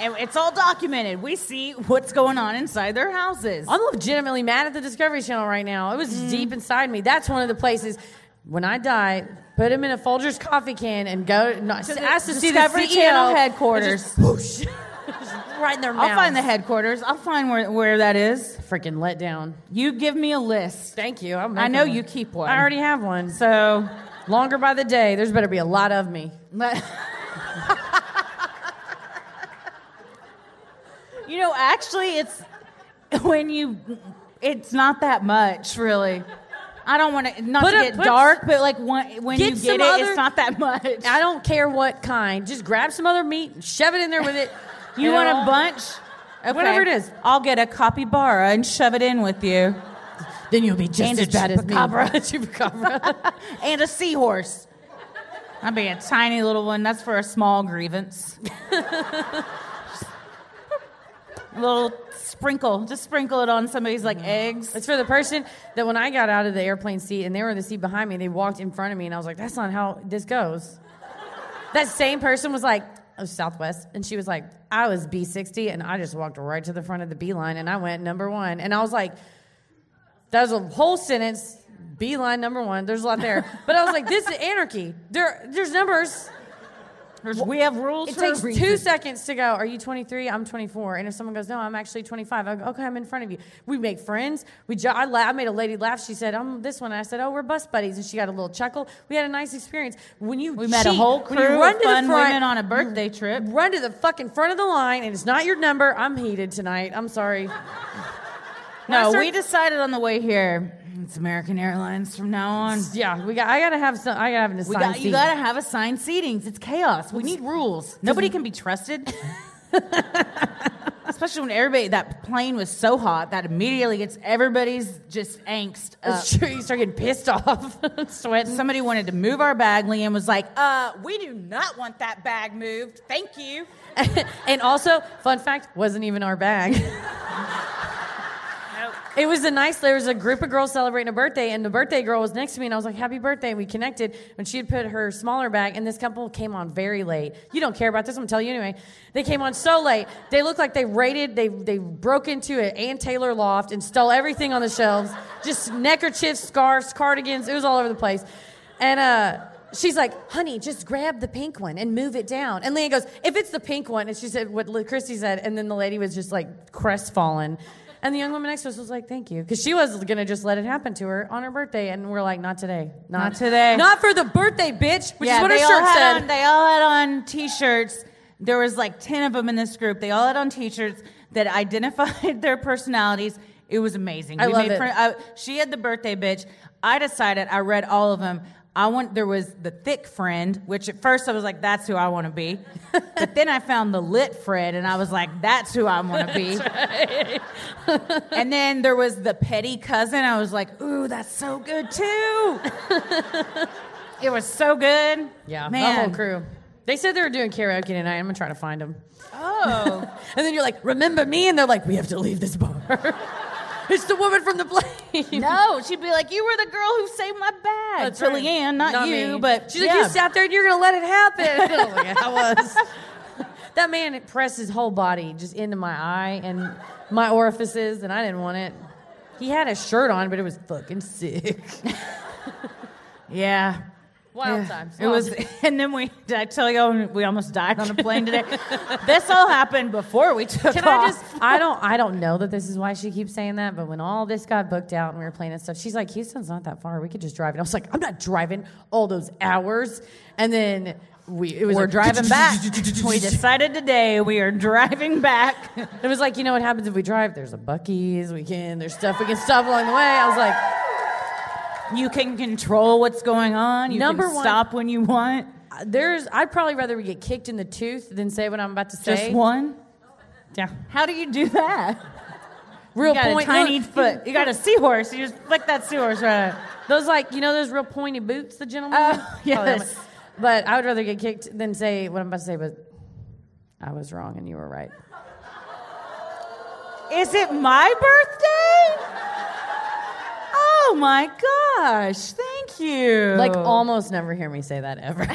[SPEAKER 4] And it's all documented. We see what's going on inside their houses. Mm-hmm.
[SPEAKER 3] I'm legitimately mad at the Discovery Channel right now. It was deep inside me. That's one of the places when I die, put them in a Folgers coffee can and go no,
[SPEAKER 4] the
[SPEAKER 3] ask to see the
[SPEAKER 4] Discovery
[SPEAKER 3] CEO
[SPEAKER 4] Channel
[SPEAKER 3] and
[SPEAKER 4] headquarters.
[SPEAKER 3] just whoosh, just right in their mouth.
[SPEAKER 4] I'll find the headquarters. I'll find where, where that is.
[SPEAKER 3] Freaking let down.
[SPEAKER 4] You give me a list.
[SPEAKER 3] Thank you. I'm
[SPEAKER 4] I know
[SPEAKER 3] making
[SPEAKER 4] you
[SPEAKER 3] one.
[SPEAKER 4] keep one.
[SPEAKER 3] I already have one. So longer by the day. There's better be a lot of me.
[SPEAKER 4] Let- you know, actually, it's when you. It's not that much, really. I don't want to not
[SPEAKER 3] Put
[SPEAKER 4] to
[SPEAKER 3] a-
[SPEAKER 4] get
[SPEAKER 3] put-
[SPEAKER 4] dark, but like when, when you
[SPEAKER 3] Get
[SPEAKER 4] get
[SPEAKER 3] some
[SPEAKER 4] it,
[SPEAKER 3] other-
[SPEAKER 4] it's not that much.
[SPEAKER 3] I don't care what kind. Just grab some other meat and shove it in there with it.
[SPEAKER 4] You
[SPEAKER 3] And
[SPEAKER 4] want a
[SPEAKER 3] I'll-
[SPEAKER 4] bunch? Okay.
[SPEAKER 3] Whatever it is.
[SPEAKER 4] I'll get a capybara and shove it in with you.
[SPEAKER 3] Then you'll be just
[SPEAKER 4] And
[SPEAKER 3] as
[SPEAKER 4] a
[SPEAKER 3] bad as me.
[SPEAKER 4] chupacabra.
[SPEAKER 3] Chupacabra.
[SPEAKER 4] And a seahorse. I'd be a tiny little one. That's for a small grievance. a little sprinkle. Just sprinkle it on somebody's like eggs.
[SPEAKER 3] It's for the person that when I got out of the airplane seat and they were in the seat behind me, they walked in front of me and I was like, that's not how this goes. That same person was like, oh, Southwest. And she was like, I was B60 and I just walked right to the front of the beeline and I went number one. And I was like, that was a whole sentence. Beeline number one. There's a lot there. But I was like, this is anarchy. There, there's numbers.
[SPEAKER 4] There's- we have rules.
[SPEAKER 3] It
[SPEAKER 4] for a
[SPEAKER 3] takes
[SPEAKER 4] reason.
[SPEAKER 3] two seconds to go. Are you 23? I'm 24. And if someone goes, No, I'm actually 25. I go, Okay, I'm in front of you. We make friends. We jo- I, la- I made a lady laugh. She said, I'm this one. I said, Oh, we're bus buddies. And she got a little chuckle. We had a nice experience. When you
[SPEAKER 4] We met a whole crew
[SPEAKER 3] when you run
[SPEAKER 4] of
[SPEAKER 3] to
[SPEAKER 4] fun
[SPEAKER 3] the front,
[SPEAKER 4] women on a birthday trip.
[SPEAKER 3] Run to the fucking front of the line, and it's not your number. I'm heated tonight. I'm sorry.
[SPEAKER 4] No,
[SPEAKER 3] When I
[SPEAKER 4] we
[SPEAKER 3] start-
[SPEAKER 4] decided on the way here. It's American Airlines from now on.
[SPEAKER 3] Yeah, we got. I gotta have some. I gotta have an
[SPEAKER 4] We
[SPEAKER 3] assigned
[SPEAKER 4] got, you
[SPEAKER 3] seat.
[SPEAKER 4] gotta have assigned seatings. It's chaos. We need rules. Nobody can be trusted. Especially when everybody that plane was so hot that immediately gets everybody's just angst. Up.
[SPEAKER 3] It's true. You start getting pissed off, sweating.
[SPEAKER 4] Somebody wanted to move our bag. Liam was like, "Uh, we do not want that bag moved. Thank you."
[SPEAKER 3] and also, fun fact, wasn't even our bag. It was a nice. There was a group of girls celebrating a birthday, and the birthday girl was next to me, and I was like, "Happy birthday!" And we connected. When she had put her smaller bag, and this couple came on very late. You don't care about this. I'm telling you anyway. They came on so late. They looked like they raided. They they broke into an Ann Taylor loft and stole everything on the shelves. Just neckerchiefs, scarves, cardigans. It was all over the place. And uh, she's like, honey, just grab the pink one and move it down. And Leanne goes, if it's the pink one. And she said what Li- Christy said. And then the lady was just like crestfallen. And the young woman next to us was like, thank you. Because she was going to just let it happen to her on her birthday. And we're like, not today. Not,
[SPEAKER 4] Not today.
[SPEAKER 3] Not for the birthday, bitch, which
[SPEAKER 4] yeah,
[SPEAKER 3] is what her
[SPEAKER 4] they
[SPEAKER 3] shirt
[SPEAKER 4] all had
[SPEAKER 3] said.
[SPEAKER 4] On, they all had on T-shirts. There was like ten of them in this group. They all had on T-shirts that identified their personalities. It was amazing.
[SPEAKER 3] I love it.
[SPEAKER 4] fri- I- she had the birthday bitch. I decided. I read all of them. I want there was the thick friend, which at first I was like, that's who I want to be. but then I found the lit friend and I was like, that's who I want to be. and then there was the petty cousin. I was like, ooh, that's so good too. it was so good.
[SPEAKER 3] Yeah,
[SPEAKER 4] Man.
[SPEAKER 3] the whole crew. They said they were doing karaoke tonight. I'm gonna try to find them.
[SPEAKER 4] Oh.
[SPEAKER 3] and then you're like, remember me? And they're like, we have to leave this bar. it's the woman from the plane.
[SPEAKER 4] No, she'd be like, you were the girl who saved my bag.
[SPEAKER 3] That's
[SPEAKER 4] to
[SPEAKER 3] right.
[SPEAKER 4] Leanne, not,
[SPEAKER 3] Not
[SPEAKER 4] you,
[SPEAKER 3] me.
[SPEAKER 4] but
[SPEAKER 3] She's like, "You sat there and you're gonna let it happen. I was like, I
[SPEAKER 4] was.
[SPEAKER 3] that man pressed his whole body just into my eye and my orifices, and I didn't want it. He had a shirt on, but it was fucking sick.
[SPEAKER 4] Yeah.
[SPEAKER 3] Wild
[SPEAKER 4] Yeah.
[SPEAKER 3] times.
[SPEAKER 4] It was, and then we. Did I tell y'all we almost died on a plane today? this all happened before we took
[SPEAKER 3] Can
[SPEAKER 4] off.
[SPEAKER 3] I just? I don't. I don't know that this is why she keeps saying that. But when all this got booked out and we were playing and stuff, she's like, "Houston's not that far. We could just drive." And I was like, "I'm not driving all those hours." And then we it was
[SPEAKER 4] We're
[SPEAKER 3] like-
[SPEAKER 4] driving back. we decided today we are driving back.
[SPEAKER 3] It was like, you know what happens if we drive? There's a Bucky's. We can. There's stuff we can stop along the way. I was like,
[SPEAKER 4] You can control what's going on. You
[SPEAKER 3] Number
[SPEAKER 4] can
[SPEAKER 3] one-
[SPEAKER 4] stop when you want.
[SPEAKER 3] There's. I'd probably rather we get kicked in the tooth than say what I'm about to say.
[SPEAKER 4] Just one. Yeah. How do you do that?
[SPEAKER 3] Real
[SPEAKER 4] you got A
[SPEAKER 3] point-
[SPEAKER 4] tiny
[SPEAKER 3] look.
[SPEAKER 4] foot. You got a seahorse. You just flick that seahorse right. Out.
[SPEAKER 3] Those like you know those real pointy boots the gentleman.
[SPEAKER 4] Oh,
[SPEAKER 3] Oh
[SPEAKER 4] yes.
[SPEAKER 3] But I would rather get kicked than say what I'm about to say. But I was wrong and you were right.
[SPEAKER 4] Is it my birthday? Oh my gosh! Thank you.
[SPEAKER 3] Like almost never hear me say that ever.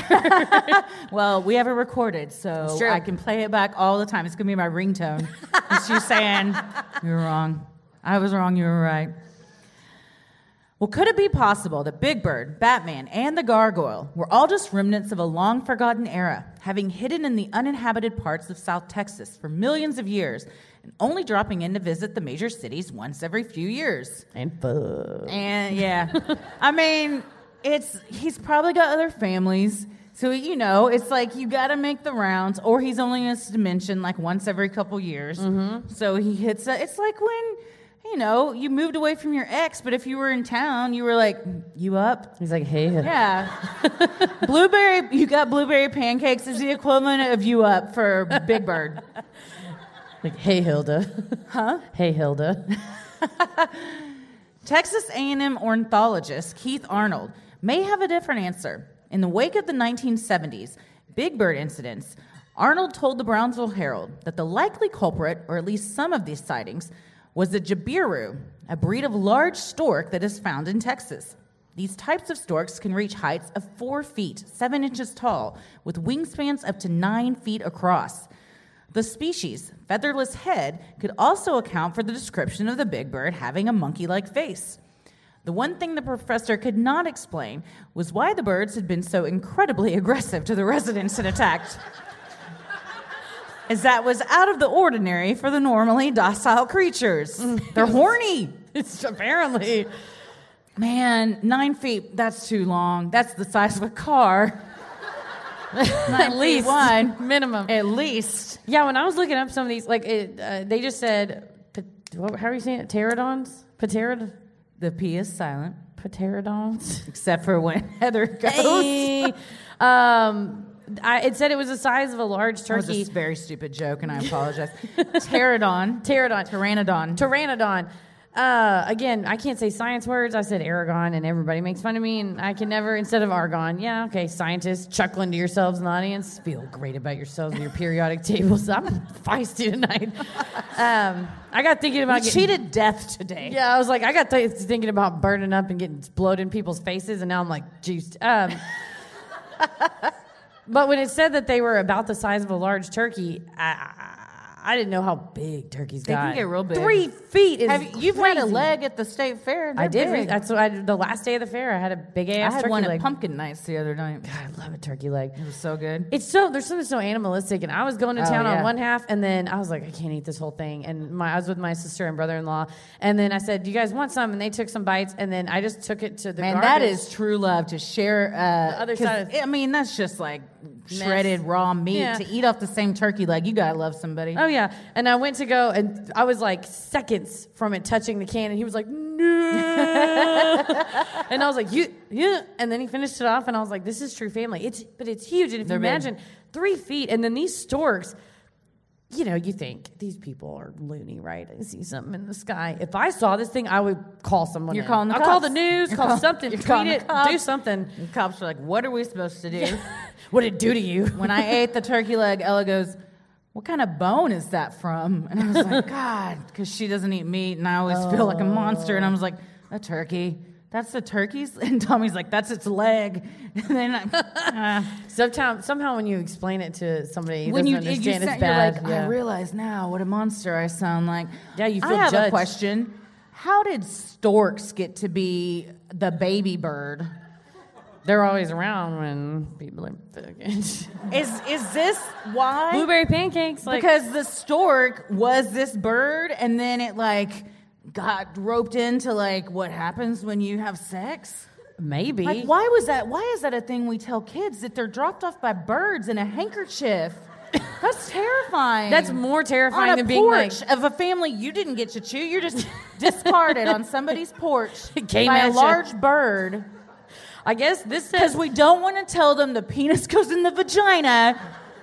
[SPEAKER 4] Well, we have it recorded, so
[SPEAKER 3] It's true.
[SPEAKER 4] I can play it back all the time. It's gonna be my ringtone. it's you saying, "You're wrong. I was wrong. You were right." Well, could it be possible that Big Bird, Batman, and the Gargoyle were all just remnants of a long forgotten era, having hidden in the uninhabited parts of South Texas for millions of years, and only dropping in to visit the major cities once every few years?
[SPEAKER 3] and fuck.
[SPEAKER 4] And yeah, I mean, it's he's probably got other families, so you know, it's like you got to make the rounds, or he's only in this dimension like once every couple years.
[SPEAKER 3] Mm-hmm.
[SPEAKER 4] So he hits a, It's like when. You know, you moved away from your ex, but if you were in town, you were like, "You up?"
[SPEAKER 3] He's like, hey,
[SPEAKER 4] Yeah. blueberry, you got blueberry pancakes is the equivalent of "you up" for Big Bird.
[SPEAKER 3] like hey Hilda,
[SPEAKER 4] Huh?
[SPEAKER 3] hey Hilda.
[SPEAKER 4] Texas A&M ornithologist Keith Arnold may have a different answer. In the wake of the 1970s Big Bird incidents, Arnold told the Brownsville Herald that the likely culprit, or at least some of these sightings, was the jabiru, a breed of large stork that is found in Texas. These types of storks can reach heights of four feet, seven inches tall, with wingspans up to nine feet across. The species, featherless head, could also account for the description of the big bird having a monkey like face. The one thing the professor could not explain was why the birds had been so incredibly aggressive to the residents it attacked, as that was out of the ordinary for the normally docile creatures. They're horny.
[SPEAKER 3] It's apparently
[SPEAKER 4] Man, nine feet, that's too long. That's the size of a car. Nine
[SPEAKER 3] at
[SPEAKER 4] feet
[SPEAKER 3] least
[SPEAKER 4] wide.
[SPEAKER 3] minimum.
[SPEAKER 4] At least.
[SPEAKER 3] Yeah, when I was looking up some of these, like it, uh, they just said, pa- what, how are you saying it? Pterodons, pterod,
[SPEAKER 4] The P is silent,
[SPEAKER 3] pterodons.
[SPEAKER 4] except for when Heather goes.
[SPEAKER 3] Hey. um, I, it said it was the size of a large
[SPEAKER 4] That was
[SPEAKER 3] turkey.
[SPEAKER 4] a very stupid joke, and I apologize. Pterodon.
[SPEAKER 3] Pterodon.
[SPEAKER 4] Pteranodon.
[SPEAKER 3] Pteranodon. Uh, again, I can't say science words. I said Aragon, and everybody makes fun of me, and I can never, instead of Argon, yeah, okay, scientists chuckling to yourselves in the audience. Feel great about yourselves and your periodic tables. I'm feisty tonight. Um, I got thinking about
[SPEAKER 4] I
[SPEAKER 3] getting-
[SPEAKER 4] cheated death today.
[SPEAKER 3] Yeah, I was like, I got th- thinking about burning up and getting bloated in people's faces, and now I'm like, juiced. Um, but when it said that they were about the size of a large turkey, I, I, I didn't know how big turkeys
[SPEAKER 4] They
[SPEAKER 3] got.
[SPEAKER 4] can get real big.
[SPEAKER 3] Three feet is
[SPEAKER 4] Have you, you've had a
[SPEAKER 3] crazy.
[SPEAKER 4] leg at the state fair. and
[SPEAKER 3] I
[SPEAKER 4] they're
[SPEAKER 3] did. re-
[SPEAKER 4] big.
[SPEAKER 3] That's what I, the last day of the fair. I had a big
[SPEAKER 4] I
[SPEAKER 3] ass.
[SPEAKER 4] had
[SPEAKER 3] turkey
[SPEAKER 4] one
[SPEAKER 3] leg.
[SPEAKER 4] at pumpkin nights the other night.
[SPEAKER 3] I love a turkey leg.
[SPEAKER 4] It was so good.
[SPEAKER 3] It's so there's something so animalistic, and I was going to
[SPEAKER 4] Oh,
[SPEAKER 3] town
[SPEAKER 4] yeah.
[SPEAKER 3] on one half, and then I was like, I can't eat this whole thing. And my I was with my sister and brother-in-law, and then I said, Do you guys want some? And they took some bites, and then I just took it to the
[SPEAKER 4] Man,
[SPEAKER 3] garbage.
[SPEAKER 4] that is true love to share. Uh,
[SPEAKER 3] The other
[SPEAKER 4] 'cause,
[SPEAKER 3] side
[SPEAKER 4] I mean, that's just like shredded raw meat
[SPEAKER 3] Yeah.
[SPEAKER 4] to eat off the same turkey leg. You gotta love somebody.
[SPEAKER 3] Oh yeah, and I went to go, and I was like seconds from it touching the can, and he was like, mm, no. and I was like, you, yeah. And then he finished it off, and I was like, this is true family. It's, but it's huge. And if
[SPEAKER 9] They're
[SPEAKER 3] you
[SPEAKER 9] big.
[SPEAKER 3] imagine three feet, and then these storks, you know, you think these people are loony, right? I see something in the sky. If I saw this thing, I would call someone.
[SPEAKER 4] You're
[SPEAKER 3] in.
[SPEAKER 4] calling the
[SPEAKER 3] I'll call the
[SPEAKER 4] cops.
[SPEAKER 3] news,
[SPEAKER 4] You're
[SPEAKER 3] call
[SPEAKER 4] call-
[SPEAKER 3] something,
[SPEAKER 4] you're
[SPEAKER 3] tweet
[SPEAKER 4] calling the
[SPEAKER 3] it, do
[SPEAKER 4] cops.
[SPEAKER 3] something.
[SPEAKER 4] The cops are like, what are we supposed to do?
[SPEAKER 3] what did it do to you?
[SPEAKER 4] when I ate the turkey leg, Ella goes, what kind of bone is that from? And I was like, God, because she doesn't eat meat, and I always feel like a
[SPEAKER 3] Oh.
[SPEAKER 4] monster. And I was like, a turkey. That's the turkey's? And Tommy's like, that's its leg. And then I, uh,
[SPEAKER 3] Sometimes, somehow, when you explain it to somebody, who
[SPEAKER 4] when you,
[SPEAKER 3] doesn't
[SPEAKER 4] if you
[SPEAKER 3] understand,
[SPEAKER 4] sa-
[SPEAKER 3] it's
[SPEAKER 4] you're
[SPEAKER 3] bad.
[SPEAKER 4] like,
[SPEAKER 3] yeah.
[SPEAKER 4] I realize now what a monster I sound like.
[SPEAKER 3] Yeah, you feel
[SPEAKER 4] I have
[SPEAKER 3] judged.
[SPEAKER 4] a question. How did storks get to be the baby bird?
[SPEAKER 3] They're always around when people are fucking.
[SPEAKER 4] Is is this why
[SPEAKER 3] Blueberry pancakes, like-
[SPEAKER 4] because the stork was this bird, and then it like got roped into like what happens when you have sex.
[SPEAKER 3] Maybe.
[SPEAKER 4] Like, why was that? Why is that a thing we tell kids that they're dropped off by birds in a handkerchief? That's terrifying.
[SPEAKER 3] That's more terrifying
[SPEAKER 4] on a
[SPEAKER 3] than being like-
[SPEAKER 4] porch of a family you didn't get to chew. You're just discarded on somebody's porch
[SPEAKER 3] It came
[SPEAKER 4] by
[SPEAKER 3] at
[SPEAKER 4] a
[SPEAKER 3] ya.
[SPEAKER 4] large bird.
[SPEAKER 3] I guess this
[SPEAKER 4] because we don't want to tell them the penis goes in the vagina.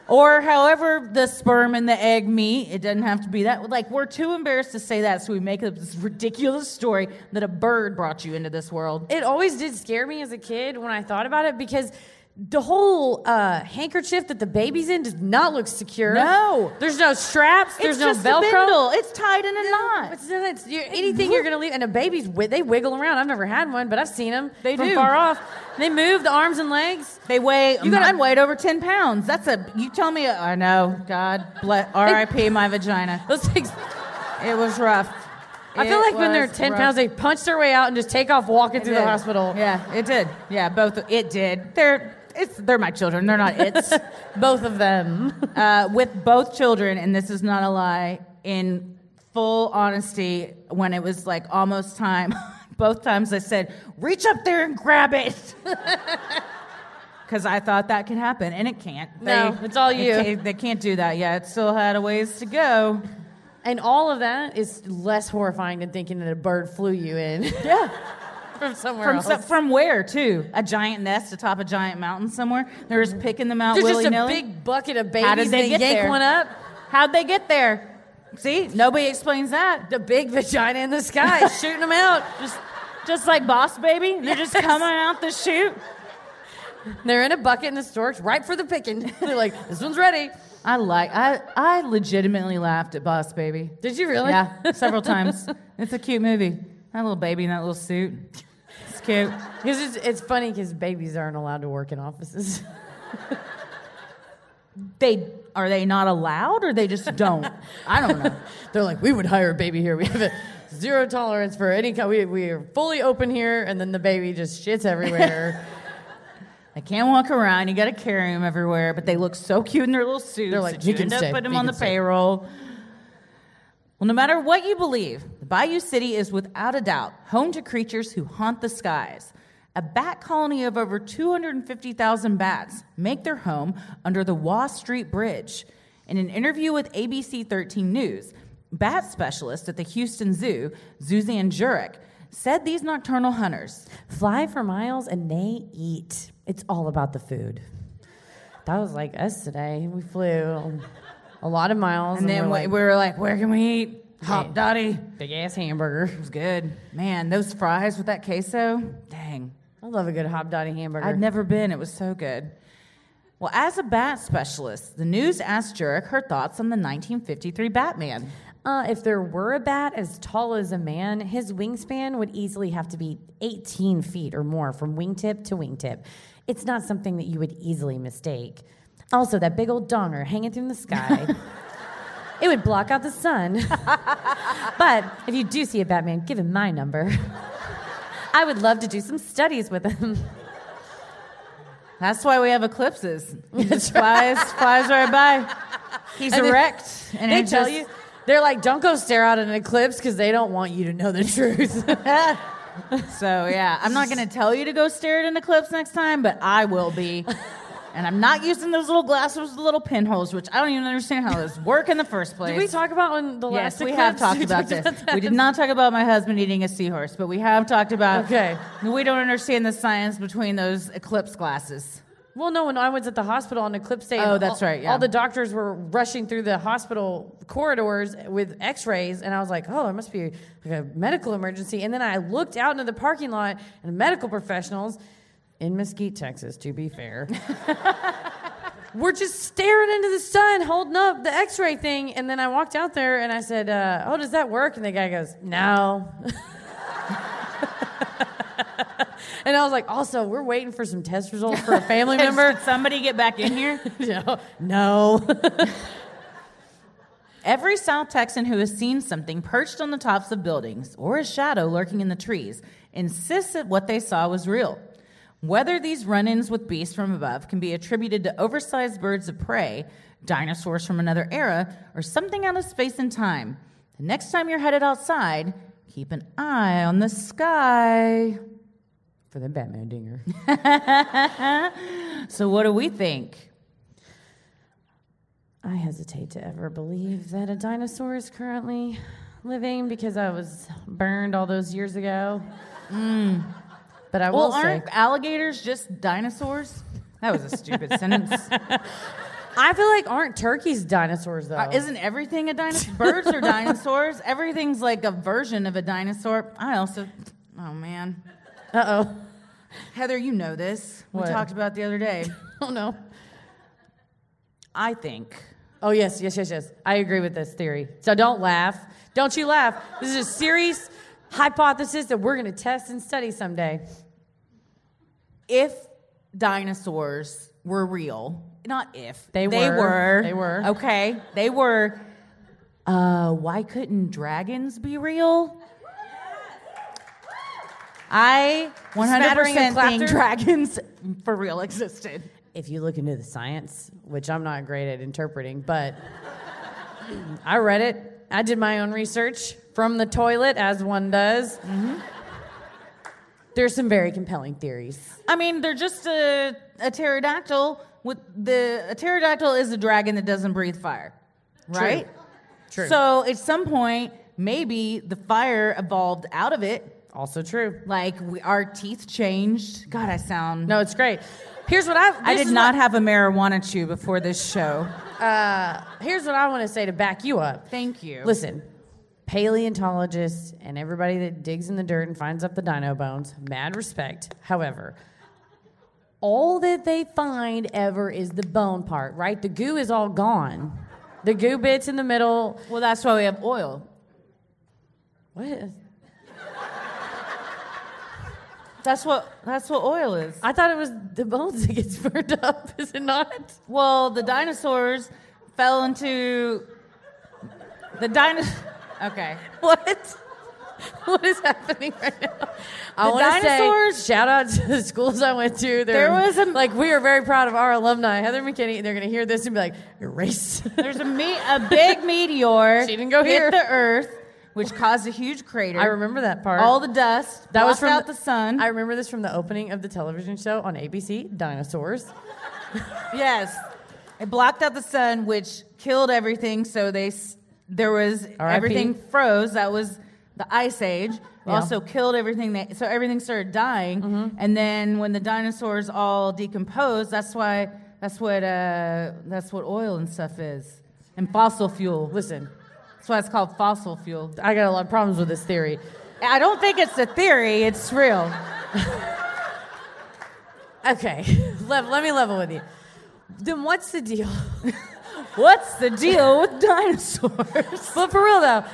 [SPEAKER 4] Or however the sperm and the egg meet, it doesn't have to be that. Like we're too embarrassed to say that, so we make up this ridiculous story that a bird brought you into this world.
[SPEAKER 3] It always did scare me as a kid when I thought about it because the whole uh, handkerchief that the baby's in does not look secure.
[SPEAKER 4] No.
[SPEAKER 3] There's no straps. There's
[SPEAKER 4] it's
[SPEAKER 3] no
[SPEAKER 4] just
[SPEAKER 3] Velcro.
[SPEAKER 4] a bindle. It's tied in a knot.
[SPEAKER 3] It's, not- it's- you- anything you're gonna leave, and a baby's wi- they wiggle around. I've never had one, but I've seen them.
[SPEAKER 4] They
[SPEAKER 3] from
[SPEAKER 4] do.
[SPEAKER 3] far off. They move the arms and legs.
[SPEAKER 4] They weigh.
[SPEAKER 3] You
[SPEAKER 4] You
[SPEAKER 3] gotta-
[SPEAKER 4] mine weighed over ten pounds. That's a. You tell me. I know. God bless. R.I.P. my vagina.
[SPEAKER 3] Those things.
[SPEAKER 4] It was rough.
[SPEAKER 3] I feel
[SPEAKER 4] It
[SPEAKER 3] like when they're
[SPEAKER 4] was
[SPEAKER 3] ten
[SPEAKER 4] rough.
[SPEAKER 3] pounds, they punch their way out and just take off walking
[SPEAKER 4] It
[SPEAKER 3] through the
[SPEAKER 4] did.
[SPEAKER 3] hospital.
[SPEAKER 4] Yeah, it did. Yeah, both. It did. They're it's they're my children. They're not its.
[SPEAKER 3] both of them.
[SPEAKER 4] uh, with both children, and this is not a lie. In full honesty, when it was like almost time, both times I said, "Reach up there and grab it," because I thought that could happen, and it can't.
[SPEAKER 3] No, it's all
[SPEAKER 4] it
[SPEAKER 3] you.
[SPEAKER 4] can't- they can't do that yet. It still had a ways to go.
[SPEAKER 3] And all of that is less horrifying than thinking that a bird flew you in
[SPEAKER 4] Yeah.
[SPEAKER 3] from somewhere
[SPEAKER 4] From,
[SPEAKER 3] else.
[SPEAKER 4] so, from where too? A giant nest atop a giant mountain somewhere. They're just picking them out
[SPEAKER 3] There's just
[SPEAKER 4] willy
[SPEAKER 3] a
[SPEAKER 4] nilly.
[SPEAKER 3] big bucket of babies.
[SPEAKER 4] How did they
[SPEAKER 3] and
[SPEAKER 4] get
[SPEAKER 3] yank
[SPEAKER 4] there?
[SPEAKER 3] one up?
[SPEAKER 4] How'd they get there? See, nobody explains that.
[SPEAKER 3] The big vagina in the sky is shooting them out. Just
[SPEAKER 4] Just like Boss Baby, they're just
[SPEAKER 3] Yes.
[SPEAKER 4] coming out the chute.
[SPEAKER 3] they're in a bucket and the storks right for the picking. they're like, this one's ready.
[SPEAKER 4] I like. I I legitimately laughed at Boss Baby.
[SPEAKER 3] Did you really?
[SPEAKER 4] Yeah, several times. It's a cute movie. That little baby in that little suit. It's cute.
[SPEAKER 3] Because it's, it's funny because babies aren't allowed to work in offices.
[SPEAKER 4] They are they not allowed or they just don't? I don't know.
[SPEAKER 3] They're like, we would hire a baby here. We have a zero tolerance for any kind. We, we are fully open here, and then the baby just shits everywhere.
[SPEAKER 4] They can't walk around. You got to carry them everywhere. But they look so cute in their little suits.
[SPEAKER 3] They're like,
[SPEAKER 4] that
[SPEAKER 3] "You
[SPEAKER 4] you,
[SPEAKER 3] can
[SPEAKER 4] end up
[SPEAKER 3] stay.
[SPEAKER 4] putting them
[SPEAKER 3] You
[SPEAKER 4] on the
[SPEAKER 3] can stay."
[SPEAKER 4] payroll. Well, no matter what you believe, the Bayou City is without a doubt home to creatures who haunt the skies. A bat colony of over 250,000 bats make their home under the Waugh Street Bridge. In an interview with ABC 13 News, bat specialist at the Houston Zoo, Suzanne Jurek, said these nocturnal hunters
[SPEAKER 3] Fly for miles and they eat. It's all about the food. That was like us today. We flew a lot of miles.
[SPEAKER 4] And then
[SPEAKER 3] we're
[SPEAKER 4] we
[SPEAKER 3] like,
[SPEAKER 4] we were like, where can we eat?
[SPEAKER 3] Hey.
[SPEAKER 4] Hop Dottie.
[SPEAKER 3] big ass hamburger.
[SPEAKER 4] It was good. Man, those fries with that queso, dang.
[SPEAKER 3] I love a good hobdoddy hamburger.
[SPEAKER 4] I'd never been. It was so good. Well, as a bat specialist, the news asked Jurek her thoughts on the 1953 Batman.
[SPEAKER 3] Uh, if there were a bat as tall as a man, his wingspan would easily have to be 18 feet or more from wingtip to wingtip. It's not something that you would easily mistake. Also, that big old donger hanging through the sky. it would block out the sun. but if you do see a Batman, give him my number. I would love to do some studies with him.
[SPEAKER 4] That's why we have eclipses. He just flies, flies right by. He's
[SPEAKER 3] And they-
[SPEAKER 4] erect. and
[SPEAKER 3] they
[SPEAKER 4] it
[SPEAKER 3] tell
[SPEAKER 4] just-
[SPEAKER 3] you, they're like, don't go stare out at an eclipse because they don't want you to know the truth.
[SPEAKER 4] So yeah, I'm not gonna tell you to go stare at an eclipse next time, but I will be. And I'm not using those little glasses with the little pinholes, which I don't even understand how those work in the first place.
[SPEAKER 3] Did we talk about on the last?
[SPEAKER 4] Yes, we have
[SPEAKER 3] eclipse?
[SPEAKER 4] talked
[SPEAKER 3] We
[SPEAKER 4] about
[SPEAKER 3] talked
[SPEAKER 4] this.
[SPEAKER 3] about that.
[SPEAKER 4] we did not talk about my husband eating a seahorse, but we have talked about.
[SPEAKER 3] Okay.
[SPEAKER 4] We don't understand the science between those eclipse glasses.
[SPEAKER 3] Well, no, when I was at the hospital on Eclipse Day,
[SPEAKER 4] Oh,
[SPEAKER 3] and
[SPEAKER 4] that's
[SPEAKER 3] all,
[SPEAKER 4] right, yeah.
[SPEAKER 3] All the doctors were rushing through the hospital corridors with X-rays, and I was like, "Oh, there must be like a medical emergency." And then I looked out into the parking lot, and medical professionals in Mesquite, Texas, to be fair, were just staring into the sun, holding up the X-ray thing. And then I walked out there, and I said, uh, "Oh, does that work?" And the guy goes, "No." And I was like, also, we're waiting for some test results for a family member.
[SPEAKER 4] Did somebody get back in here?
[SPEAKER 3] no. no.
[SPEAKER 4] Every South Texan who has seen something perched on the tops of buildings or a shadow lurking in the trees insists that what they saw was real. Whether these run ins with beasts from above can be attributed to oversized birds of prey, dinosaurs from another era, or something out of space and time, the next time you're headed outside, keep an eye on the sky.
[SPEAKER 3] For the Batman dinger.
[SPEAKER 4] so, what do we think?
[SPEAKER 3] I hesitate to ever believe that a dinosaur is currently living because I was burned all those years ago. But I
[SPEAKER 4] Mm. well,
[SPEAKER 3] will say,
[SPEAKER 4] aren't alligators just dinosaurs? That was a stupid sentence.
[SPEAKER 3] I feel like aren't turkeys dinosaurs though?
[SPEAKER 4] Uh, isn't everything a dinosaur? Birds are dinosaurs. Everything's like a version of a dinosaur. I also, oh man,
[SPEAKER 3] Uh oh.
[SPEAKER 4] Heather, you know this.
[SPEAKER 3] What?
[SPEAKER 4] We talked about the other day.
[SPEAKER 3] oh no.
[SPEAKER 4] I think.
[SPEAKER 3] Oh yes, yes, yes, yes. I agree with this theory. So don't laugh. Don't you laugh. This is a serious hypothesis that we're going to test and study someday.
[SPEAKER 4] if dinosaurs were real, not if
[SPEAKER 3] They
[SPEAKER 4] they
[SPEAKER 3] were.
[SPEAKER 4] were,
[SPEAKER 3] They were.
[SPEAKER 4] okay, they were. Uh, why couldn't dragons be real? I one hundred
[SPEAKER 3] Smattering of
[SPEAKER 4] percent think
[SPEAKER 3] clapter?
[SPEAKER 4] dragons for real existed.
[SPEAKER 3] if you look into the science, which I'm not great at interpreting, but I read it. I did my own research from the toilet, as one does. There's some very compelling theories.
[SPEAKER 4] I mean, they're just a, a pterodactyl with the a pterodactyl is a dragon that doesn't breathe fire, right?
[SPEAKER 3] True.
[SPEAKER 4] So at some point, maybe the fire evolved out of it.
[SPEAKER 3] Also true.
[SPEAKER 4] Like we, our teeth changed. God, I sound.
[SPEAKER 3] No, it's great. Here's what I.
[SPEAKER 4] I
[SPEAKER 3] this
[SPEAKER 4] did
[SPEAKER 3] is
[SPEAKER 4] not
[SPEAKER 3] what-
[SPEAKER 4] have a marijuana chew before this show.
[SPEAKER 3] Uh, here's what I want to say to back you up.
[SPEAKER 4] Thank you.
[SPEAKER 3] Listen, paleontologists and everybody that digs in the dirt and finds up the dino bones, mad respect. However, all that they find ever is the bone part, right? The goo is all gone. The goo bits in the middle.
[SPEAKER 4] Well, that's why we have oil.
[SPEAKER 3] What?
[SPEAKER 4] That's what that's what oil is.
[SPEAKER 3] I thought it was the bones that gets burned up, is it not?
[SPEAKER 4] Well, the dinosaurs fell into the dinosaur. Okay.
[SPEAKER 3] What? What is happening right now? I
[SPEAKER 4] The
[SPEAKER 3] want to
[SPEAKER 4] dinosaurs-
[SPEAKER 3] say shout out to the schools I went to. They're-
[SPEAKER 4] There was a-
[SPEAKER 3] like we are very proud of our alumni, Heather McKinney. They're gonna hear this and be like, erase.
[SPEAKER 4] There's a me- a big meteor.
[SPEAKER 3] She didn't go
[SPEAKER 4] hit
[SPEAKER 3] here.
[SPEAKER 4] the Earth, which caused a huge crater.
[SPEAKER 3] I remember that part.
[SPEAKER 4] all the dust
[SPEAKER 3] that was from
[SPEAKER 4] out the sun.
[SPEAKER 3] I remember this from the opening of the television show on ABC, Dinosaurs.
[SPEAKER 4] yes, it blocked out the sun, which killed everything. So they s- there was
[SPEAKER 3] R.I.P..
[SPEAKER 4] everything froze. That was the ice age. It
[SPEAKER 3] Yeah. Mm-hmm.
[SPEAKER 4] Also killed everything. That, so everything started dying. And then when the dinosaurs all decomposed, that's why that's what uh, that's what oil and stuff is, and fossil fuel.
[SPEAKER 3] Listen,
[SPEAKER 4] That's why it's called fossil fuel.
[SPEAKER 3] I got a lot of problems with this theory.
[SPEAKER 4] I don't think it's a theory. It's real.
[SPEAKER 3] Okay, let, let me level with you. Then what's the deal?
[SPEAKER 4] What's the deal with dinosaurs?
[SPEAKER 3] but for real though,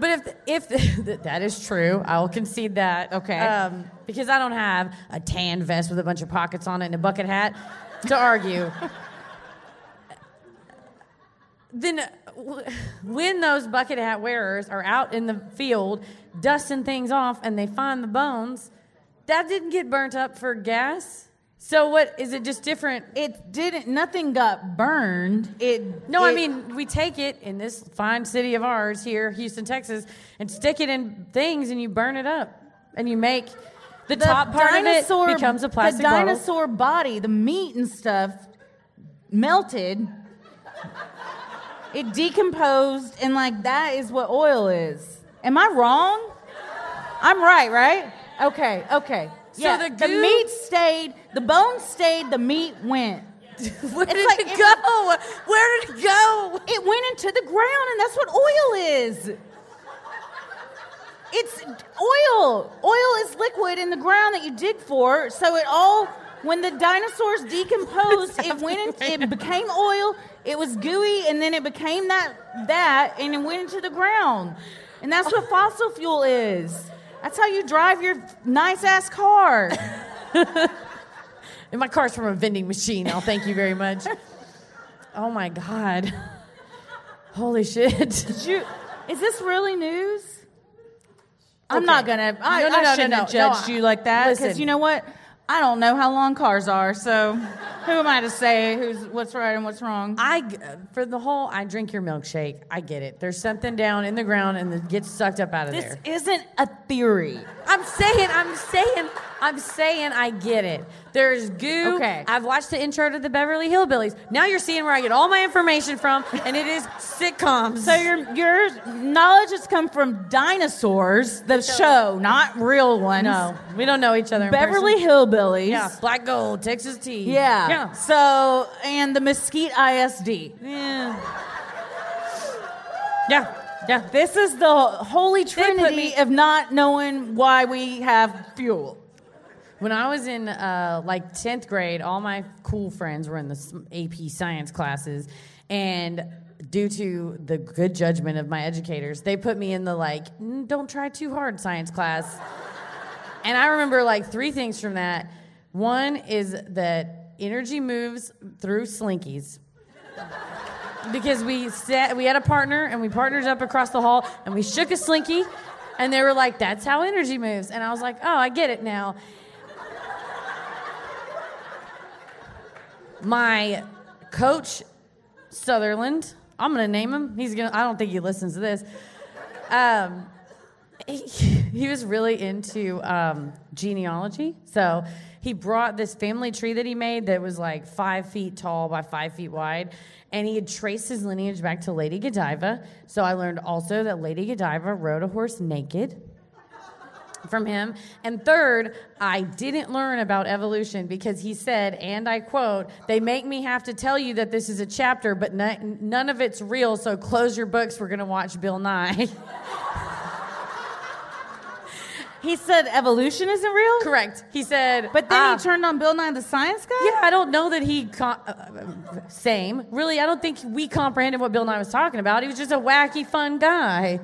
[SPEAKER 3] but if if that is true, I will concede that.
[SPEAKER 4] Okay.
[SPEAKER 3] Um, because I don't have a tan vest with a bunch of pockets on it and a bucket hat to argue. then uh, w- when those bucket hat wearers are out in the field dusting things off and they find the bones, that didn't get burnt up for gas. So what is it just different?
[SPEAKER 4] It didn't. Nothing got burned. It.
[SPEAKER 3] No, I
[SPEAKER 4] it-
[SPEAKER 3] mean we take it in this fine city of ours here, Houston, Texas, and stick it in things, and you burn it up, and you make the, top part of it becomes a plastic
[SPEAKER 4] The dinosaur body, the meat and stuff, melted. it decomposed, and like that is what oil is. Am I wrong? I'm right, right? Okay, okay.
[SPEAKER 3] So
[SPEAKER 4] yeah,
[SPEAKER 3] the
[SPEAKER 4] the
[SPEAKER 3] goo-
[SPEAKER 4] meat stayed, the bones stayed, the meat went. Where
[SPEAKER 3] did it go? Where did it go?
[SPEAKER 4] It went into the ground, and that's what oil is. It's oil. Oil is liquid in the ground that you dig for. So it all, when the dinosaurs decomposed, it went in, it became oil. It was gooey, and then it became that that, and it went into the ground. And that's what fossil fuel is. That's how you drive your nice ass car.
[SPEAKER 3] And my car's from a vending machine. I'll thank you very much. oh my God. Holy shit.
[SPEAKER 4] Did you, is this really news? I'm not gonna. I,
[SPEAKER 3] No, no,
[SPEAKER 4] I
[SPEAKER 3] no, no,
[SPEAKER 4] shouldn't
[SPEAKER 3] no,
[SPEAKER 4] have
[SPEAKER 3] no,
[SPEAKER 4] judged
[SPEAKER 3] I-
[SPEAKER 4] you like that because
[SPEAKER 3] listen.
[SPEAKER 4] you know what? I don't know how long cars are, so who am I to say who's what's right and what's wrong?
[SPEAKER 3] I g- for the whole I drink your milkshake. I get it. There's something down in the ground and it gets sucked up out of
[SPEAKER 4] This
[SPEAKER 3] there.
[SPEAKER 4] isn't a theory.
[SPEAKER 3] I'm saying, I'm saying, I'm saying I get it. There's goo.
[SPEAKER 4] Okay.
[SPEAKER 3] I've watched the intro to the Beverly Hillbillies. Now you're seeing where I get all my information from, and it is sitcoms.
[SPEAKER 4] So your your knowledge has come from dinosaurs, the show, not real ones.
[SPEAKER 3] No, we don't know each other. in
[SPEAKER 4] Beverly
[SPEAKER 3] person.
[SPEAKER 4] Hillbillies.
[SPEAKER 3] Yeah, black gold, Texas tea.
[SPEAKER 4] Yeah.
[SPEAKER 3] Yeah.
[SPEAKER 4] So and the Mesquite ISD.
[SPEAKER 3] Yeah. Yeah. Yeah.
[SPEAKER 4] This is the holy
[SPEAKER 3] put
[SPEAKER 4] trinity
[SPEAKER 3] me-
[SPEAKER 4] of not knowing why we have fuel.
[SPEAKER 3] When I was in uh, like 10th grade, all my cool friends were in the s- AP science classes. And due to the good judgment of my educators, they put me in the like, "Mm, don't try too hard science class. and I remember like three things from that. One is that energy moves through slinkies. Because we sat, we had a partner and we partners up across the hall and we shook a slinky and they were like, that's how energy moves. And I was like, oh, I get it now. my coach Sutherland. I'm gonna name him. He's gonna. I don't think he listens to this. Um, he, he was really into um, genealogy, so he brought this family tree that he made that was like five feet tall by five feet wide, and he had traced his lineage back to Lady Godiva. So I learned also that Lady Godiva rode a horse naked from him. And third, I didn't learn about evolution because he said, and I quote, they make me have to tell you that this is a chapter, but n- none of it's real, so close your books. We're going to watch Bill Nye.
[SPEAKER 4] He said evolution isn't real.
[SPEAKER 3] Correct. He said,
[SPEAKER 4] But then
[SPEAKER 3] "Ah,
[SPEAKER 4] he turned on Bill Nye the Science Guy.
[SPEAKER 3] Yeah, I don't know that he. Con- uh, uh, same. Really, I don't think we comprehended what Bill Nye was talking about. He was just a wacky, fun guy.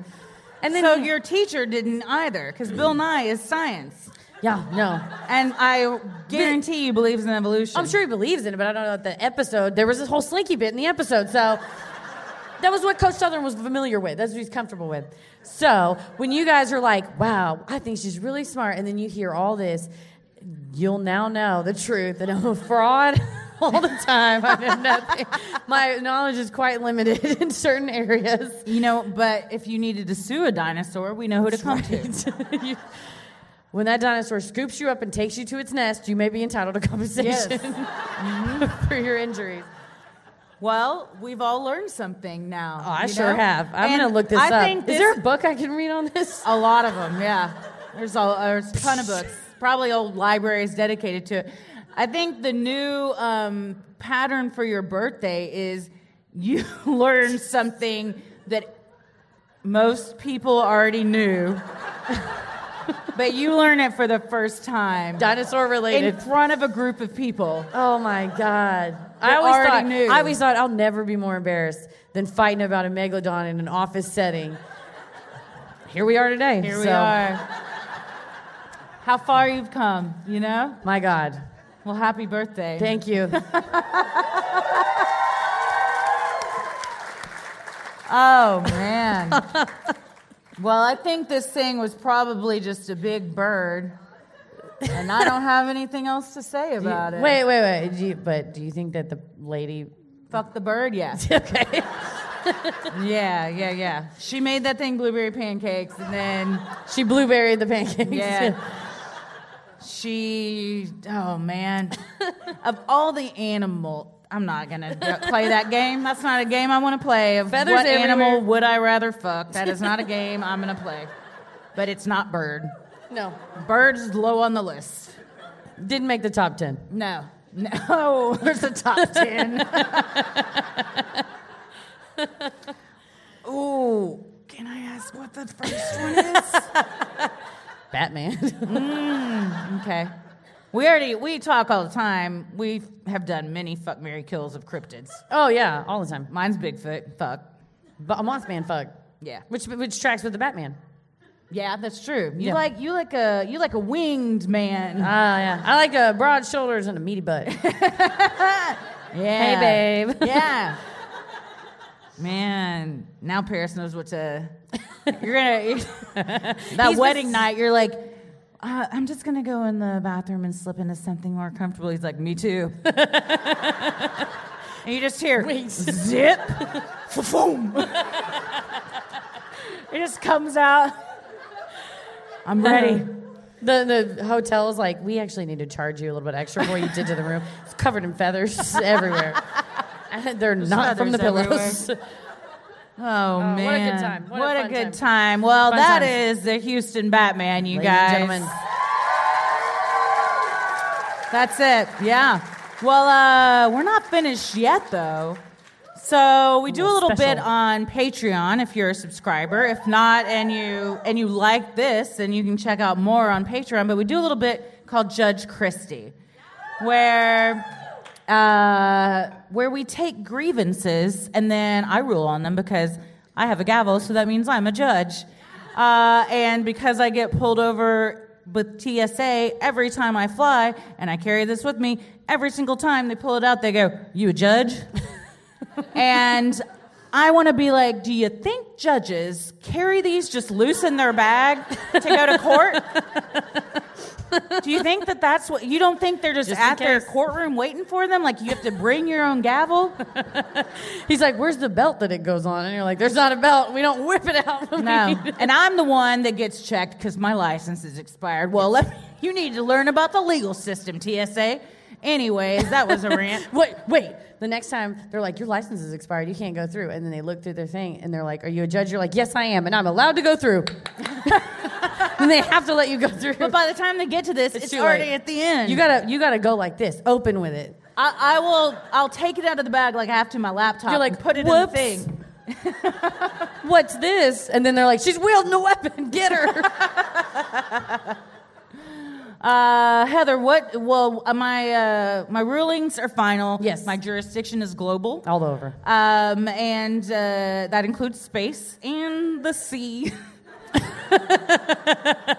[SPEAKER 3] And then. Mm.
[SPEAKER 4] So
[SPEAKER 3] he-
[SPEAKER 4] your teacher didn't either, because Bill Nye is science,
[SPEAKER 3] yeah, no.
[SPEAKER 4] and I guarantee you believes in evolution.
[SPEAKER 3] I'm sure he believes in it, but I don't know about the episode. There was this whole slinky bit in the episode, so that was what Coach Southern was familiar with. That's what he's comfortable with. So when you guys are like, "Wow, I think she's really smart," and then you hear all this, you'll now know the truth that I'm a fraud all the time. I know nothing. My knowledge is quite limited in certain areas.
[SPEAKER 4] You know, but if you needed to sue a dinosaur, we know who to come to.
[SPEAKER 3] You- when that dinosaur scoops you up and takes you to its nest, you may be entitled to compensation for your injuries.
[SPEAKER 4] Well, we've all learned something now.
[SPEAKER 3] Oh, I
[SPEAKER 4] you
[SPEAKER 3] sure
[SPEAKER 4] know?
[SPEAKER 3] have. I'm
[SPEAKER 4] And
[SPEAKER 3] gonna look this
[SPEAKER 4] I
[SPEAKER 3] up.
[SPEAKER 4] Think
[SPEAKER 3] Is
[SPEAKER 4] this-
[SPEAKER 3] there a book I can read on this?
[SPEAKER 4] A lot of them, yeah. There's a, there's a ton of books. Probably old libraries dedicated to it. I think the new um, pattern for your birthday is you learn something that most people already knew, but you learn it for the first time
[SPEAKER 3] Dinosaur
[SPEAKER 4] in
[SPEAKER 3] related.
[SPEAKER 4] front of a group of people.
[SPEAKER 3] oh my god!
[SPEAKER 4] They
[SPEAKER 3] I always
[SPEAKER 4] already
[SPEAKER 3] thought
[SPEAKER 4] knew.
[SPEAKER 3] I always thought I'll never be more embarrassed than fighting about a megalodon in an office setting. Here we are today.
[SPEAKER 4] Here we
[SPEAKER 3] so,
[SPEAKER 4] are. How far you've come, you know?
[SPEAKER 3] My God.
[SPEAKER 4] Well, happy birthday.
[SPEAKER 3] Thank you.
[SPEAKER 4] Oh man. well, I think this thing was probably just a big bird, and I don't have anything else to say about it.
[SPEAKER 3] wait, wait, wait. Do you, but do you think that the lady?
[SPEAKER 4] fuck the bird, yeah,
[SPEAKER 3] Okay.
[SPEAKER 4] yeah, yeah, yeah. She made that thing blueberry pancakes, and then
[SPEAKER 3] she blueberried the pancakes.
[SPEAKER 4] yeah, she. Oh man, of all the animal. I'm not gonna d- play that game. That's not a game I want to play. Of
[SPEAKER 3] Feathers
[SPEAKER 4] what
[SPEAKER 3] everywhere.
[SPEAKER 4] animal would I rather fuck? That is not a game I'm gonna play. But it's not bird.
[SPEAKER 3] No.
[SPEAKER 4] Bird's low on the list.
[SPEAKER 3] Didn't make the top 10.
[SPEAKER 4] No. No. Where's the top 10? Ooh. Can I ask what the first one is?
[SPEAKER 3] Batman.
[SPEAKER 4] Mm, okay. We already we talk all the time. We have done many fuck Mary kills of cryptids.
[SPEAKER 3] Oh yeah, all the time.
[SPEAKER 4] Mine's Bigfoot. Fuck.
[SPEAKER 3] But a Mothman. Fuck.
[SPEAKER 4] Yeah.
[SPEAKER 3] Which which tracks with the Batman.
[SPEAKER 4] Yeah, that's true. You
[SPEAKER 3] Yeah.
[SPEAKER 4] like you like a you like a winged man.
[SPEAKER 3] Ah yeah. I like uh, broad shoulders and a meaty butt.
[SPEAKER 4] Yeah.
[SPEAKER 3] Hey babe.
[SPEAKER 4] Yeah. Man, now Paris knows what to. You're gonna that
[SPEAKER 3] He's
[SPEAKER 4] wedding
[SPEAKER 3] the-
[SPEAKER 4] night. You're like, uh, I'm just gonna go in the bathroom and slip into something more comfortable. He's like, me too. and you just hear zip, boom. it just comes out. I'm ready.
[SPEAKER 3] The the hotel's like, we actually need to charge you a little bit extra for what you did to the room. It's covered in feathers everywhere. And they're
[SPEAKER 4] There's
[SPEAKER 3] not from the
[SPEAKER 4] feathers
[SPEAKER 3] pillows.
[SPEAKER 4] everywhere. Oh,
[SPEAKER 3] what a
[SPEAKER 4] man!
[SPEAKER 3] good time. What a fun
[SPEAKER 4] good time.
[SPEAKER 3] time.
[SPEAKER 4] Well,
[SPEAKER 3] Fun
[SPEAKER 4] that
[SPEAKER 3] time.
[SPEAKER 4] is the Houston Batman, you
[SPEAKER 3] Ladies and
[SPEAKER 4] guys.
[SPEAKER 3] gentlemen.
[SPEAKER 4] That's it. Yeah. Well, uh, we're not finished yet, though. So we do a little bit
[SPEAKER 3] special.
[SPEAKER 4] on Patreon if you're a subscriber. If not, and you and you like this, then you can check out more on Patreon. But we do a little bit called Judge Christie, where uh, where we take grievances and then I rule on them because I have a gavel, so that means I'm a judge. Uh, and because I get pulled over with TSA every time I fly, and I carry this with me, every single time they pull it out, they go, You a judge? and I want to be like, Do you think judges carry these just loose in their bag to go to court? Do you think that that's what you don't think they're just,
[SPEAKER 3] Just in
[SPEAKER 4] at their
[SPEAKER 3] case.
[SPEAKER 4] courtroom waiting for them? Like you have to bring your own gavel?
[SPEAKER 3] He's like, where's the belt that it goes on? And you're like, there's not a belt. We don't whip it out. when we
[SPEAKER 4] No.
[SPEAKER 3] need it."
[SPEAKER 4] And I'm the one that gets checked because my license is expired. Well, let you need to learn about the legal system, TSA. Anyways, that was a rant.
[SPEAKER 3] wait, wait. The next time they're like, your license is expired. You can't go through. And then they look through their thing and they're like, are you a judge? You're like, yes, I am. And I'm allowed to go through. and they have to let you go through.
[SPEAKER 4] But by the time they get to this, it's,
[SPEAKER 3] too
[SPEAKER 4] already
[SPEAKER 3] late.
[SPEAKER 4] at the end.
[SPEAKER 3] You gotta, you gotta go like this. Open with it.
[SPEAKER 4] I, I will. I'll take it out of the bag like I have to my laptop.
[SPEAKER 3] You're
[SPEAKER 4] and
[SPEAKER 3] like,
[SPEAKER 4] put it
[SPEAKER 3] whoops.
[SPEAKER 4] in the thing.
[SPEAKER 3] What's this? And then they're like, she's wielding a weapon. Get her.
[SPEAKER 4] Uh, Heather, what? Well, uh, my uh, my rulings are final.
[SPEAKER 3] Yes.
[SPEAKER 4] my jurisdiction is global.
[SPEAKER 3] All over.
[SPEAKER 4] Um, and uh, that includes space and the sea. uh,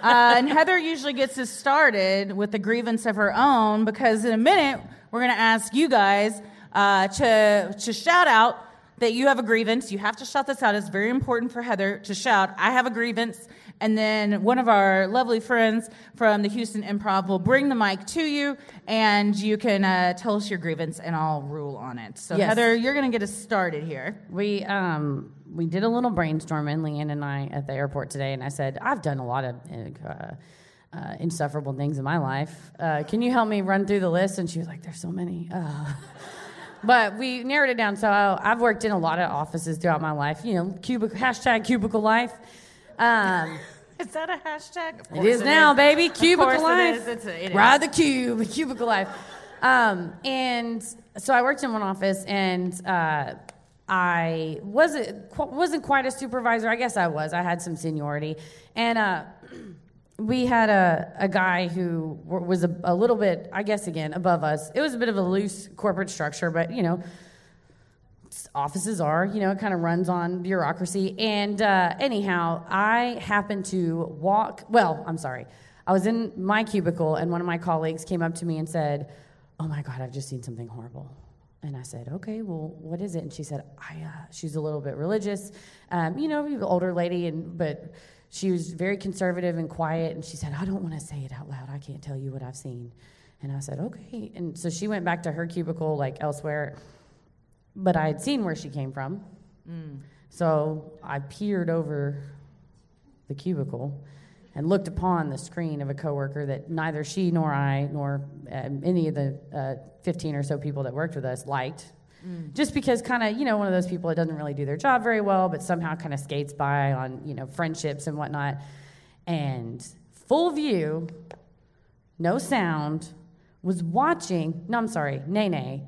[SPEAKER 4] and Heather usually gets us started with a grievance of her own because in a minute we're going to ask you guys uh, to to shout out that you have a grievance. You have to shout this out. It's very important for Heather to shout, "I have a grievance." And then one of our lovely friends from the Houston Improv will bring the mic to you, and you can uh, tell us your grievance, and I'll rule on it. So
[SPEAKER 3] Yes.
[SPEAKER 4] Heather, you're going to get us started here.
[SPEAKER 3] We um we did a little brainstorming, Leanne and I, at the airport today, and I said I've done a lot of uh, uh, insufferable things in my life. Uh, can you help me run through the list? And she was like, "There's so many." Uh. But we narrowed it down. So I've worked in a lot of offices throughout my life. You know, cubicle hashtag cubicle life. Um,
[SPEAKER 4] Is that a hashtag?
[SPEAKER 3] it is now, baby. Cubicle
[SPEAKER 4] course it
[SPEAKER 3] life.
[SPEAKER 4] is. It's a- it is.
[SPEAKER 3] Ride the cube. Cubicle life. Um, and so I worked in one office, and uh, I wasn't qu- wasn't quite a supervisor. I guess I was. I had some seniority, and. Uh, we had a, a guy who w- was a, a little bit, I guess, again, above us. It was a bit of a loose corporate structure, but you know, s- offices are, you know, it kind of runs on bureaucracy. And uh, anyhow, I happened to walk, well, I'm sorry. I was in my cubicle, and one of my colleagues came up to me and said, Oh my God, I've just seen something horrible. And I said, okay, well, what is it? And she said, I, uh, she's a little bit religious, um, you know, an older lady, and but she was very conservative and quiet. And she said, I don't want to say it out loud. I can't tell you what I've seen. And I said, okay. And so she went back to her cubicle, like elsewhere. But I had seen where she came from. So I peered over the cubicle and looked upon the screen of a coworker that neither she nor I nor um, any of the uh, 15 or so people that worked with us liked. Just because, kind of, you know, one of those people that doesn't really do their job very well, but somehow kind of skates by on, you know, friendships and whatnot. And full view, no sound, was watching, no, I'm sorry, Nene,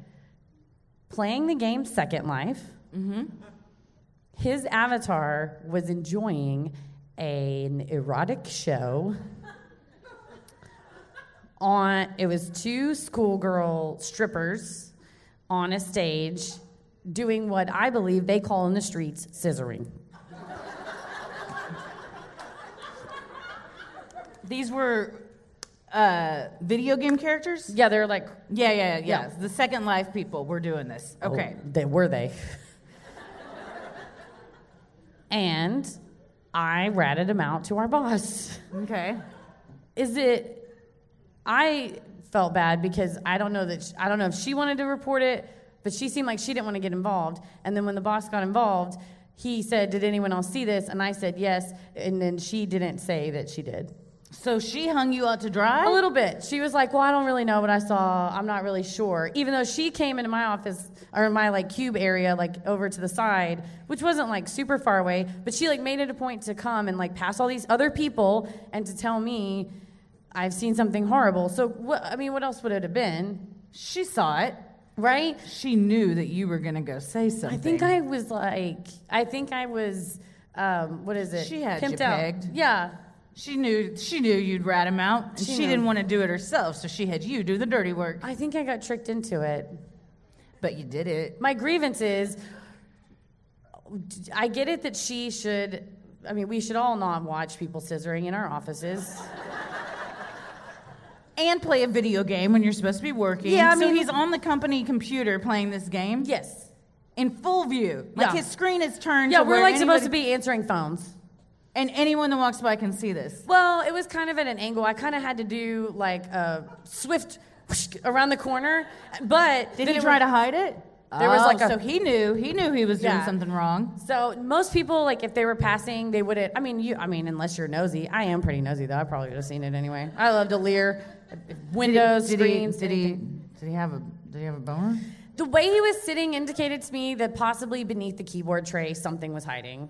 [SPEAKER 3] playing the game Second Life. Mm-hmm. His avatar was enjoying an erotic show. on it was two schoolgirl strippers on a stage doing what I believe they call in the streets scissoring.
[SPEAKER 4] These were uh, video game characters?
[SPEAKER 3] Yeah, they're like.
[SPEAKER 4] Yeah, yeah, yeah,
[SPEAKER 3] Yeah.
[SPEAKER 4] The Second Life people were doing this.
[SPEAKER 3] Oh,
[SPEAKER 4] Okay.
[SPEAKER 3] they were they. and I ratted him out to our boss.
[SPEAKER 4] Okay.
[SPEAKER 3] Is it? I felt bad because I don't know that sh I don't know if she wanted to report it, but she seemed like she didn't want to get involved. And then when the boss got involved, he said, "Did anyone else see this?" And I said, "Yes." And then she didn't say that she did.
[SPEAKER 4] So she hung you out to dry?
[SPEAKER 3] A little bit. She was like, "Well, I don't really know what I saw. I'm not really sure." Even though she came into my office or in my like cube area, like over to the side, which wasn't like super far away, but she like made it a point to come and like pass all these other people and to tell me I've seen something horrible. So what? I mean, what else would it have been?
[SPEAKER 4] She saw it,
[SPEAKER 3] right?
[SPEAKER 4] She knew that you were gonna go say something.
[SPEAKER 3] I think I was like, I think I was, um, what is it?
[SPEAKER 4] She had you
[SPEAKER 3] Pimped out.
[SPEAKER 4] pegged.
[SPEAKER 3] Yeah.
[SPEAKER 4] She knew she knew you'd rat him out. and
[SPEAKER 3] She
[SPEAKER 4] She,
[SPEAKER 3] knew.
[SPEAKER 4] didn't want to do it herself, so she had you do the dirty work.
[SPEAKER 3] I think I got tricked into it.
[SPEAKER 4] But you did it.
[SPEAKER 3] My grievance is I get it that she should, I mean, we should all not watch people scissoring in our offices.
[SPEAKER 4] And play a video game when you're supposed to be working.
[SPEAKER 3] Yeah, I
[SPEAKER 4] so
[SPEAKER 3] mean-
[SPEAKER 4] he's on the company computer playing this game.
[SPEAKER 3] Yes.
[SPEAKER 4] In full view. Like
[SPEAKER 3] Yeah.
[SPEAKER 4] his screen is turned
[SPEAKER 3] Yeah,
[SPEAKER 4] to
[SPEAKER 3] we're
[SPEAKER 4] where
[SPEAKER 3] like supposed to
[SPEAKER 4] anybody-
[SPEAKER 3] be answering phones.
[SPEAKER 4] and anyone that walks by can see this.
[SPEAKER 3] Well, it was kind of at an angle. I kind of had to do like a swift whoosh around the corner, but
[SPEAKER 4] Did
[SPEAKER 3] then
[SPEAKER 4] he
[SPEAKER 3] it
[SPEAKER 4] try
[SPEAKER 3] was-
[SPEAKER 4] to hide it?
[SPEAKER 3] There was
[SPEAKER 4] Oh,
[SPEAKER 3] like a,
[SPEAKER 4] so he knew he knew he was doing something wrong.
[SPEAKER 3] So most people like if they were passing, they wouldn't. I mean, you. I mean, unless you're nosy. I am pretty nosy though. I probably would have seen it anyway. I love to leer, windows,
[SPEAKER 4] did he-
[SPEAKER 3] screens.
[SPEAKER 4] did he-
[SPEAKER 3] Did
[SPEAKER 4] he have a Did he have a boner?
[SPEAKER 3] The way he was sitting indicated to me that possibly beneath the keyboard tray something was hiding.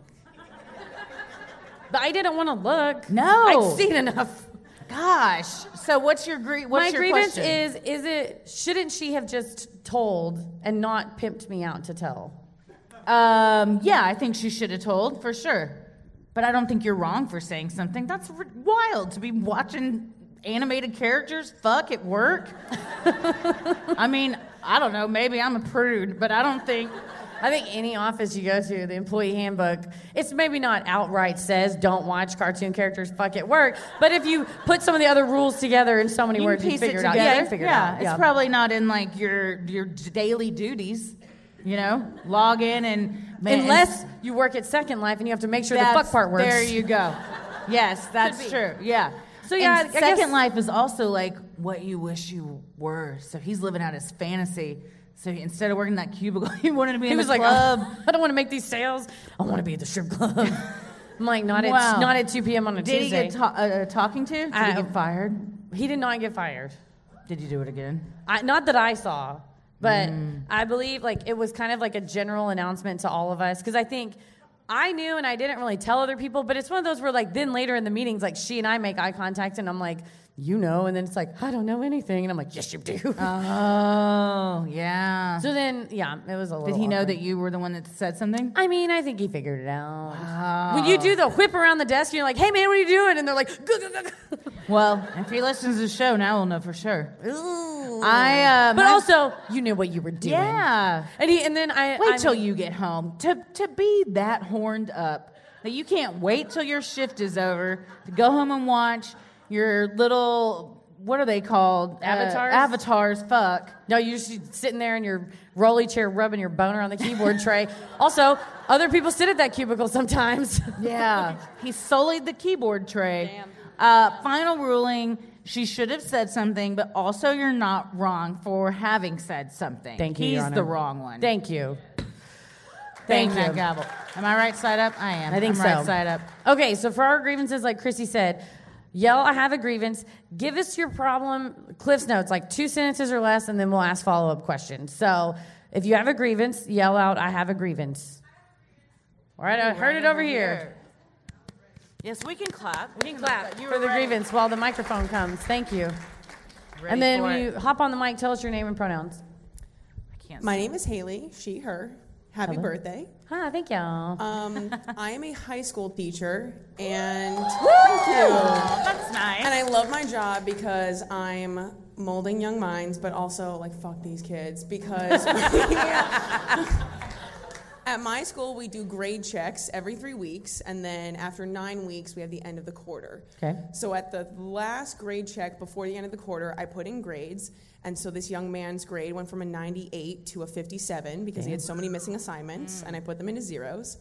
[SPEAKER 3] But I didn't want to look.
[SPEAKER 4] No.
[SPEAKER 3] I'd seen enough.
[SPEAKER 4] Gosh. So what's your grie- what's
[SPEAKER 3] My
[SPEAKER 4] your
[SPEAKER 3] grievance
[SPEAKER 4] question?
[SPEAKER 3] is: is it shouldn't she have just told and not pimped me out to tell?
[SPEAKER 4] Um, yeah, I think she should have told for sure. But I don't think you're wrong for saying something. That's r- wild to be watching animated characters fuck at work. I mean, I don't know. Maybe I'm a prude, but I don't think.
[SPEAKER 3] I think any office you go to, the employee handbook, it's maybe not outright says don't watch cartoon characters fuck at work, but if you put some of the other rules together in so many
[SPEAKER 4] You can
[SPEAKER 3] words, you
[SPEAKER 4] piece it
[SPEAKER 3] figure it,
[SPEAKER 4] together.
[SPEAKER 3] out. Yeah, you can figure it out.
[SPEAKER 4] it's probably not in like your your daily duties. You know, log in and man,
[SPEAKER 3] Unless you work at Second Life and you have to make sure the fuck
[SPEAKER 4] That's-
[SPEAKER 3] part works.
[SPEAKER 4] There you go. Yes, that's true. Yeah.
[SPEAKER 3] So, yeah,
[SPEAKER 4] And
[SPEAKER 3] I- I
[SPEAKER 4] Second
[SPEAKER 3] guess-
[SPEAKER 4] Life is also like what you wish you were. So he's living out his fantasy. So he- instead of working that cubicle, he wanted to be
[SPEAKER 3] He
[SPEAKER 4] in
[SPEAKER 3] was
[SPEAKER 4] the
[SPEAKER 3] like,
[SPEAKER 4] club.
[SPEAKER 3] "Oh, I don't want to make these sales. I want to be at the strip club. I'm like, not at
[SPEAKER 4] Wow.
[SPEAKER 3] not at 2 p.m. on a
[SPEAKER 4] Did he
[SPEAKER 3] Tuesday.
[SPEAKER 4] get ta- uh, talking to? Did
[SPEAKER 3] I-
[SPEAKER 4] he get fired?
[SPEAKER 3] he did not get fired.
[SPEAKER 4] Did you do it again?
[SPEAKER 3] I, not that I saw, but
[SPEAKER 4] Mm.
[SPEAKER 3] I believe like it was kind of like a general announcement to all of us because I think I knew and I didn't really tell other people. But it's one of those where like then later in the meetings, like she and I make eye contact and I'm like, you know, and then it's like I don't know anything, and I'm like, yes, you do.
[SPEAKER 4] Oh, yeah.
[SPEAKER 3] so then yeah, it was a little.
[SPEAKER 4] Did he know
[SPEAKER 3] awkward.
[SPEAKER 4] that you were the one that said something?
[SPEAKER 3] I mean, I think he figured it out.
[SPEAKER 4] Ah.
[SPEAKER 3] When you do the whip around the desk, you're like, hey man, what are you doing? And they're like, "Gah, gah, gah, gah."
[SPEAKER 4] Well, if he listens to the show, now we'll know for sure. I. Uh,
[SPEAKER 3] but
[SPEAKER 4] my-
[SPEAKER 3] also you knew what you were doing.
[SPEAKER 4] Yeah.
[SPEAKER 3] And he and then I
[SPEAKER 4] Wait
[SPEAKER 3] I-
[SPEAKER 4] till you get home. To to be that horned up that you can't wait till your shift is over to go home and watch your little what are they called? Uh,
[SPEAKER 3] Avatars?
[SPEAKER 4] avatars. Fuck.
[SPEAKER 3] No, you're just sitting there in your rolly chair rubbing your boner on the keyboard tray. Also, other people sit at that cubicle sometimes.
[SPEAKER 4] Yeah. he sullied the keyboard tray. Uh, final ruling. She should have said something, but also you're not wrong for having said something.
[SPEAKER 3] Thank you,
[SPEAKER 4] He's
[SPEAKER 3] Your Honor.
[SPEAKER 4] the wrong one.
[SPEAKER 3] Thank you.
[SPEAKER 4] Bang
[SPEAKER 3] Thank
[SPEAKER 4] that
[SPEAKER 3] you.
[SPEAKER 4] gavel. Am I right side up? I am.
[SPEAKER 3] I think
[SPEAKER 4] I'm
[SPEAKER 3] so.
[SPEAKER 4] Right side up.
[SPEAKER 3] Okay, so for our grievances, like Chrissy said, Yell, I have a grievance. Give us your problem, Cliff's notes, like two sentences or less, and then we'll ask follow up questions. So if you have a grievance, yell out, I have a grievance. All right, I heard it over here.
[SPEAKER 4] Yes, we can clap.
[SPEAKER 3] We can clap
[SPEAKER 4] You
[SPEAKER 3] for
[SPEAKER 4] were
[SPEAKER 3] the
[SPEAKER 4] right.
[SPEAKER 3] grievance while the microphone comes. Thank you.
[SPEAKER 4] Ready
[SPEAKER 3] And then
[SPEAKER 4] for
[SPEAKER 3] when
[SPEAKER 4] it.
[SPEAKER 3] you hop on the mic, tell us your name and pronouns.
[SPEAKER 10] My name is Haley, she, her. Happy
[SPEAKER 3] Hello.
[SPEAKER 10] birthday.
[SPEAKER 3] Hi, thank y'all.
[SPEAKER 10] Um, I am a high school teacher, and
[SPEAKER 3] Thank
[SPEAKER 10] you.
[SPEAKER 4] that's nice.
[SPEAKER 10] And I love my job because I'm molding young minds, but also like fuck these kids because at my school we do grade checks every three weeks, and then after nine weeks we have the end of the quarter.
[SPEAKER 3] Okay.
[SPEAKER 10] So at the last grade check before the end of the quarter, I put in grades. And so this young man's grade went from a 98 to a 57 because he had
[SPEAKER 3] Damn.
[SPEAKER 10] so many missing assignments, and I put them into zeros.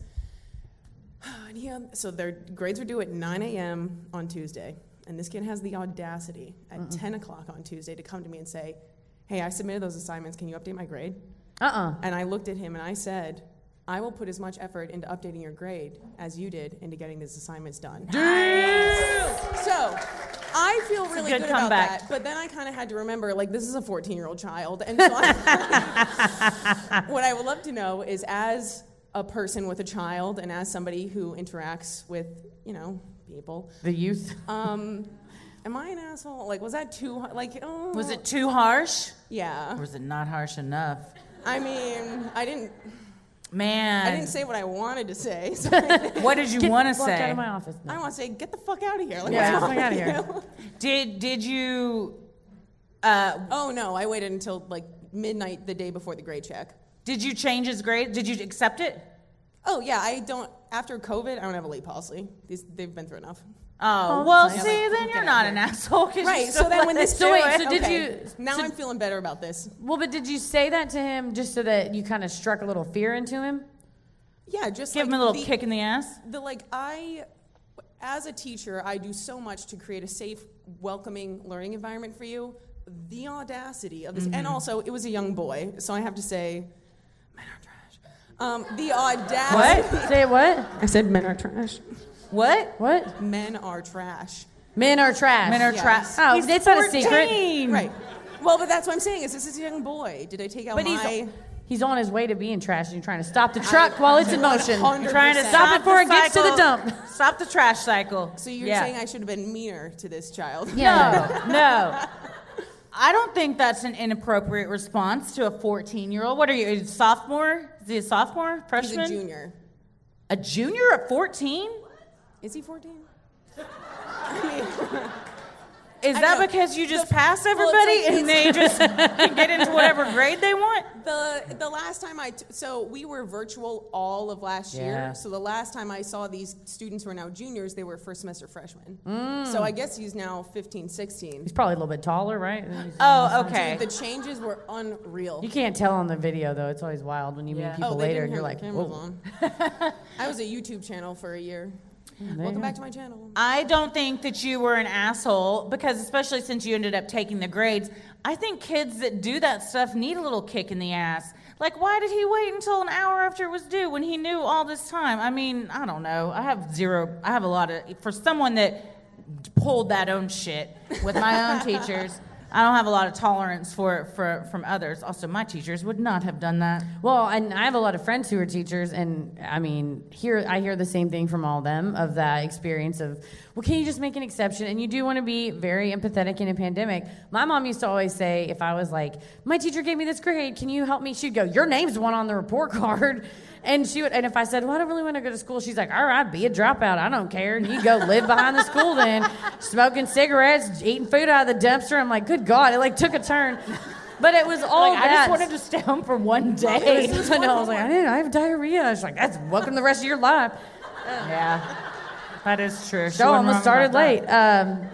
[SPEAKER 10] And he had, so their grades were due at 9 a.m. on Tuesday. And this kid has the audacity at 10 o'clock on Tuesday to come to me and say, Hey, I submitted those assignments. Can you update my grade?
[SPEAKER 3] Uh uh
[SPEAKER 10] And I looked at him and I said, I will put as much effort into updating your grade as you did into getting these assignments done. So I feel really
[SPEAKER 4] good
[SPEAKER 10] good, about
[SPEAKER 4] comeback.
[SPEAKER 10] that. But then I kind of had to remember, like, this is a 14 year old child. And so I, what I would love to know is as a person with a child and as somebody who interacts with, you know, people,
[SPEAKER 3] The youth.
[SPEAKER 10] um, am I an asshole? Like, was that too, har- like, oh.
[SPEAKER 4] Was it too harsh?
[SPEAKER 10] Yeah.
[SPEAKER 4] Or was it not harsh enough?
[SPEAKER 10] I mean, I didn't,
[SPEAKER 4] Man.
[SPEAKER 10] I didn't say what I wanted to say. So
[SPEAKER 4] What did you
[SPEAKER 3] Get
[SPEAKER 4] want to
[SPEAKER 3] walked
[SPEAKER 4] say?
[SPEAKER 3] out of my office.
[SPEAKER 10] I want to say, get the fuck out of here. Like,
[SPEAKER 4] Yeah,
[SPEAKER 10] what's
[SPEAKER 4] get the
[SPEAKER 10] wrong
[SPEAKER 4] fuck outta here.
[SPEAKER 10] with you?
[SPEAKER 4] Did did you uh,
[SPEAKER 10] oh no, I waited until like midnight the day before the grade check.
[SPEAKER 4] did you change his grade? Did you accept it?
[SPEAKER 10] Oh yeah, I don't. After COVID, I don't have a late policy. These, they've been through enough.
[SPEAKER 4] Oh, well,
[SPEAKER 10] fine.
[SPEAKER 4] see, then you're not an asshole. 'cause you
[SPEAKER 10] Right.
[SPEAKER 4] still
[SPEAKER 10] So then when
[SPEAKER 4] let
[SPEAKER 10] this
[SPEAKER 4] us
[SPEAKER 3] So
[SPEAKER 4] do
[SPEAKER 3] wait,
[SPEAKER 4] it.
[SPEAKER 3] so did
[SPEAKER 10] Okay,
[SPEAKER 3] you-
[SPEAKER 10] Now
[SPEAKER 3] so-
[SPEAKER 10] I'm feeling better about this.
[SPEAKER 3] Well, but did you say that to him just so that you kind of struck a little fear into him?
[SPEAKER 10] Yeah, just
[SPEAKER 4] give
[SPEAKER 10] like,
[SPEAKER 4] him a little
[SPEAKER 10] the,
[SPEAKER 4] kick in the ass?
[SPEAKER 10] The like I, as a teacher, I do so much to create a safe, welcoming learning environment for you. The audacity of this,
[SPEAKER 4] Mm-hmm.
[SPEAKER 10] and also it was a young boy, so I have to say, men are trash. Um, the audacity.
[SPEAKER 3] Say what?
[SPEAKER 10] I said men are trash.
[SPEAKER 4] What?
[SPEAKER 3] What?
[SPEAKER 10] Men are trash.
[SPEAKER 3] Men are trash.
[SPEAKER 4] Men are trash.
[SPEAKER 10] Yes.
[SPEAKER 3] Oh,
[SPEAKER 4] He's
[SPEAKER 3] that's not a
[SPEAKER 4] 14.
[SPEAKER 3] secret.
[SPEAKER 10] Right. Well, but that's what I'm saying is this is a young boy. Did I take out
[SPEAKER 4] But
[SPEAKER 10] my?
[SPEAKER 4] he's-
[SPEAKER 3] He's on his way to being trash, and you're trying to stop the truck while it's in motion.
[SPEAKER 10] 100%.
[SPEAKER 3] You're trying to stop it before it gets to the dump.
[SPEAKER 4] Stop the trash cycle.
[SPEAKER 10] so you're
[SPEAKER 4] Yeah.
[SPEAKER 10] saying I should have been meaner to this child?
[SPEAKER 3] Yeah.
[SPEAKER 4] No, no. I don't think that's an inappropriate response to a 14 year old. What are you, a sophomore? Is he a sophomore?
[SPEAKER 10] He's
[SPEAKER 4] Freshman?
[SPEAKER 10] a junior.
[SPEAKER 4] A junior at 14?
[SPEAKER 10] Is he 14? I mean,
[SPEAKER 4] Is
[SPEAKER 10] I
[SPEAKER 4] that
[SPEAKER 10] know.
[SPEAKER 4] because you just
[SPEAKER 10] The-
[SPEAKER 4] pass
[SPEAKER 10] well,
[SPEAKER 4] everybody
[SPEAKER 10] it's like-
[SPEAKER 4] and they just can get into whatever grade they want?
[SPEAKER 10] the the last time I t- so we were virtual all of last
[SPEAKER 3] Yeah.
[SPEAKER 10] year. So the last time I saw these students who are now juniors, they were first semester freshmen. So I guess he's now 15, 16.
[SPEAKER 3] He's probably a little bit taller, right? And he's-
[SPEAKER 4] Oh, okay.
[SPEAKER 10] The changes were unreal. Oh,
[SPEAKER 3] You can't tell on the video though. It's always wild when you meet people
[SPEAKER 10] they
[SPEAKER 3] later, and
[SPEAKER 10] didn't
[SPEAKER 3] you're
[SPEAKER 10] have
[SPEAKER 3] like,
[SPEAKER 10] the cameras
[SPEAKER 3] "Whoa."
[SPEAKER 10] on. I was a YouTube channel for a year. Welcome back to my channel.
[SPEAKER 4] I don't think that you were an asshole because, especially since you ended up taking the grades, I think kids that do that stuff need a little kick in the ass. Like, why did he wait until an hour after it was due when he knew all this time? I mean, I don't know. I have zero, I have a lot of, for someone that pulled that own shit with my own teachers. I don't have a lot of tolerance for it for, from others. Also, my teachers would not have done that.
[SPEAKER 3] Well, and I have a lot of friends who are teachers, and I mean, here I hear the same thing from all of them of that experience of, well, can you just make an exception? And you do want to be very empathetic in a pandemic. My mom used to always say, if I was like, my teacher gave me this grade, can you help me? She'd go, your name's the one on the report card, and she would. And if I said, well, I don't really want to go to school, she's like, all right, be a dropout. I don't care. And you go live behind the school then, smoking cigarettes, eating food out of the dumpster. I'm like, good God, it like took a turn. But it was all
[SPEAKER 4] Like, I
[SPEAKER 3] that.
[SPEAKER 4] just wanted to stay home for one
[SPEAKER 3] It
[SPEAKER 4] day.
[SPEAKER 3] was- I know, I was like, I didn't. I have diarrhea. She's like, that's welcome the rest of your life.
[SPEAKER 4] yeah, that is true. She
[SPEAKER 3] So
[SPEAKER 4] wasn't
[SPEAKER 3] almost
[SPEAKER 4] wrong
[SPEAKER 3] started
[SPEAKER 4] about that.
[SPEAKER 3] late. Um,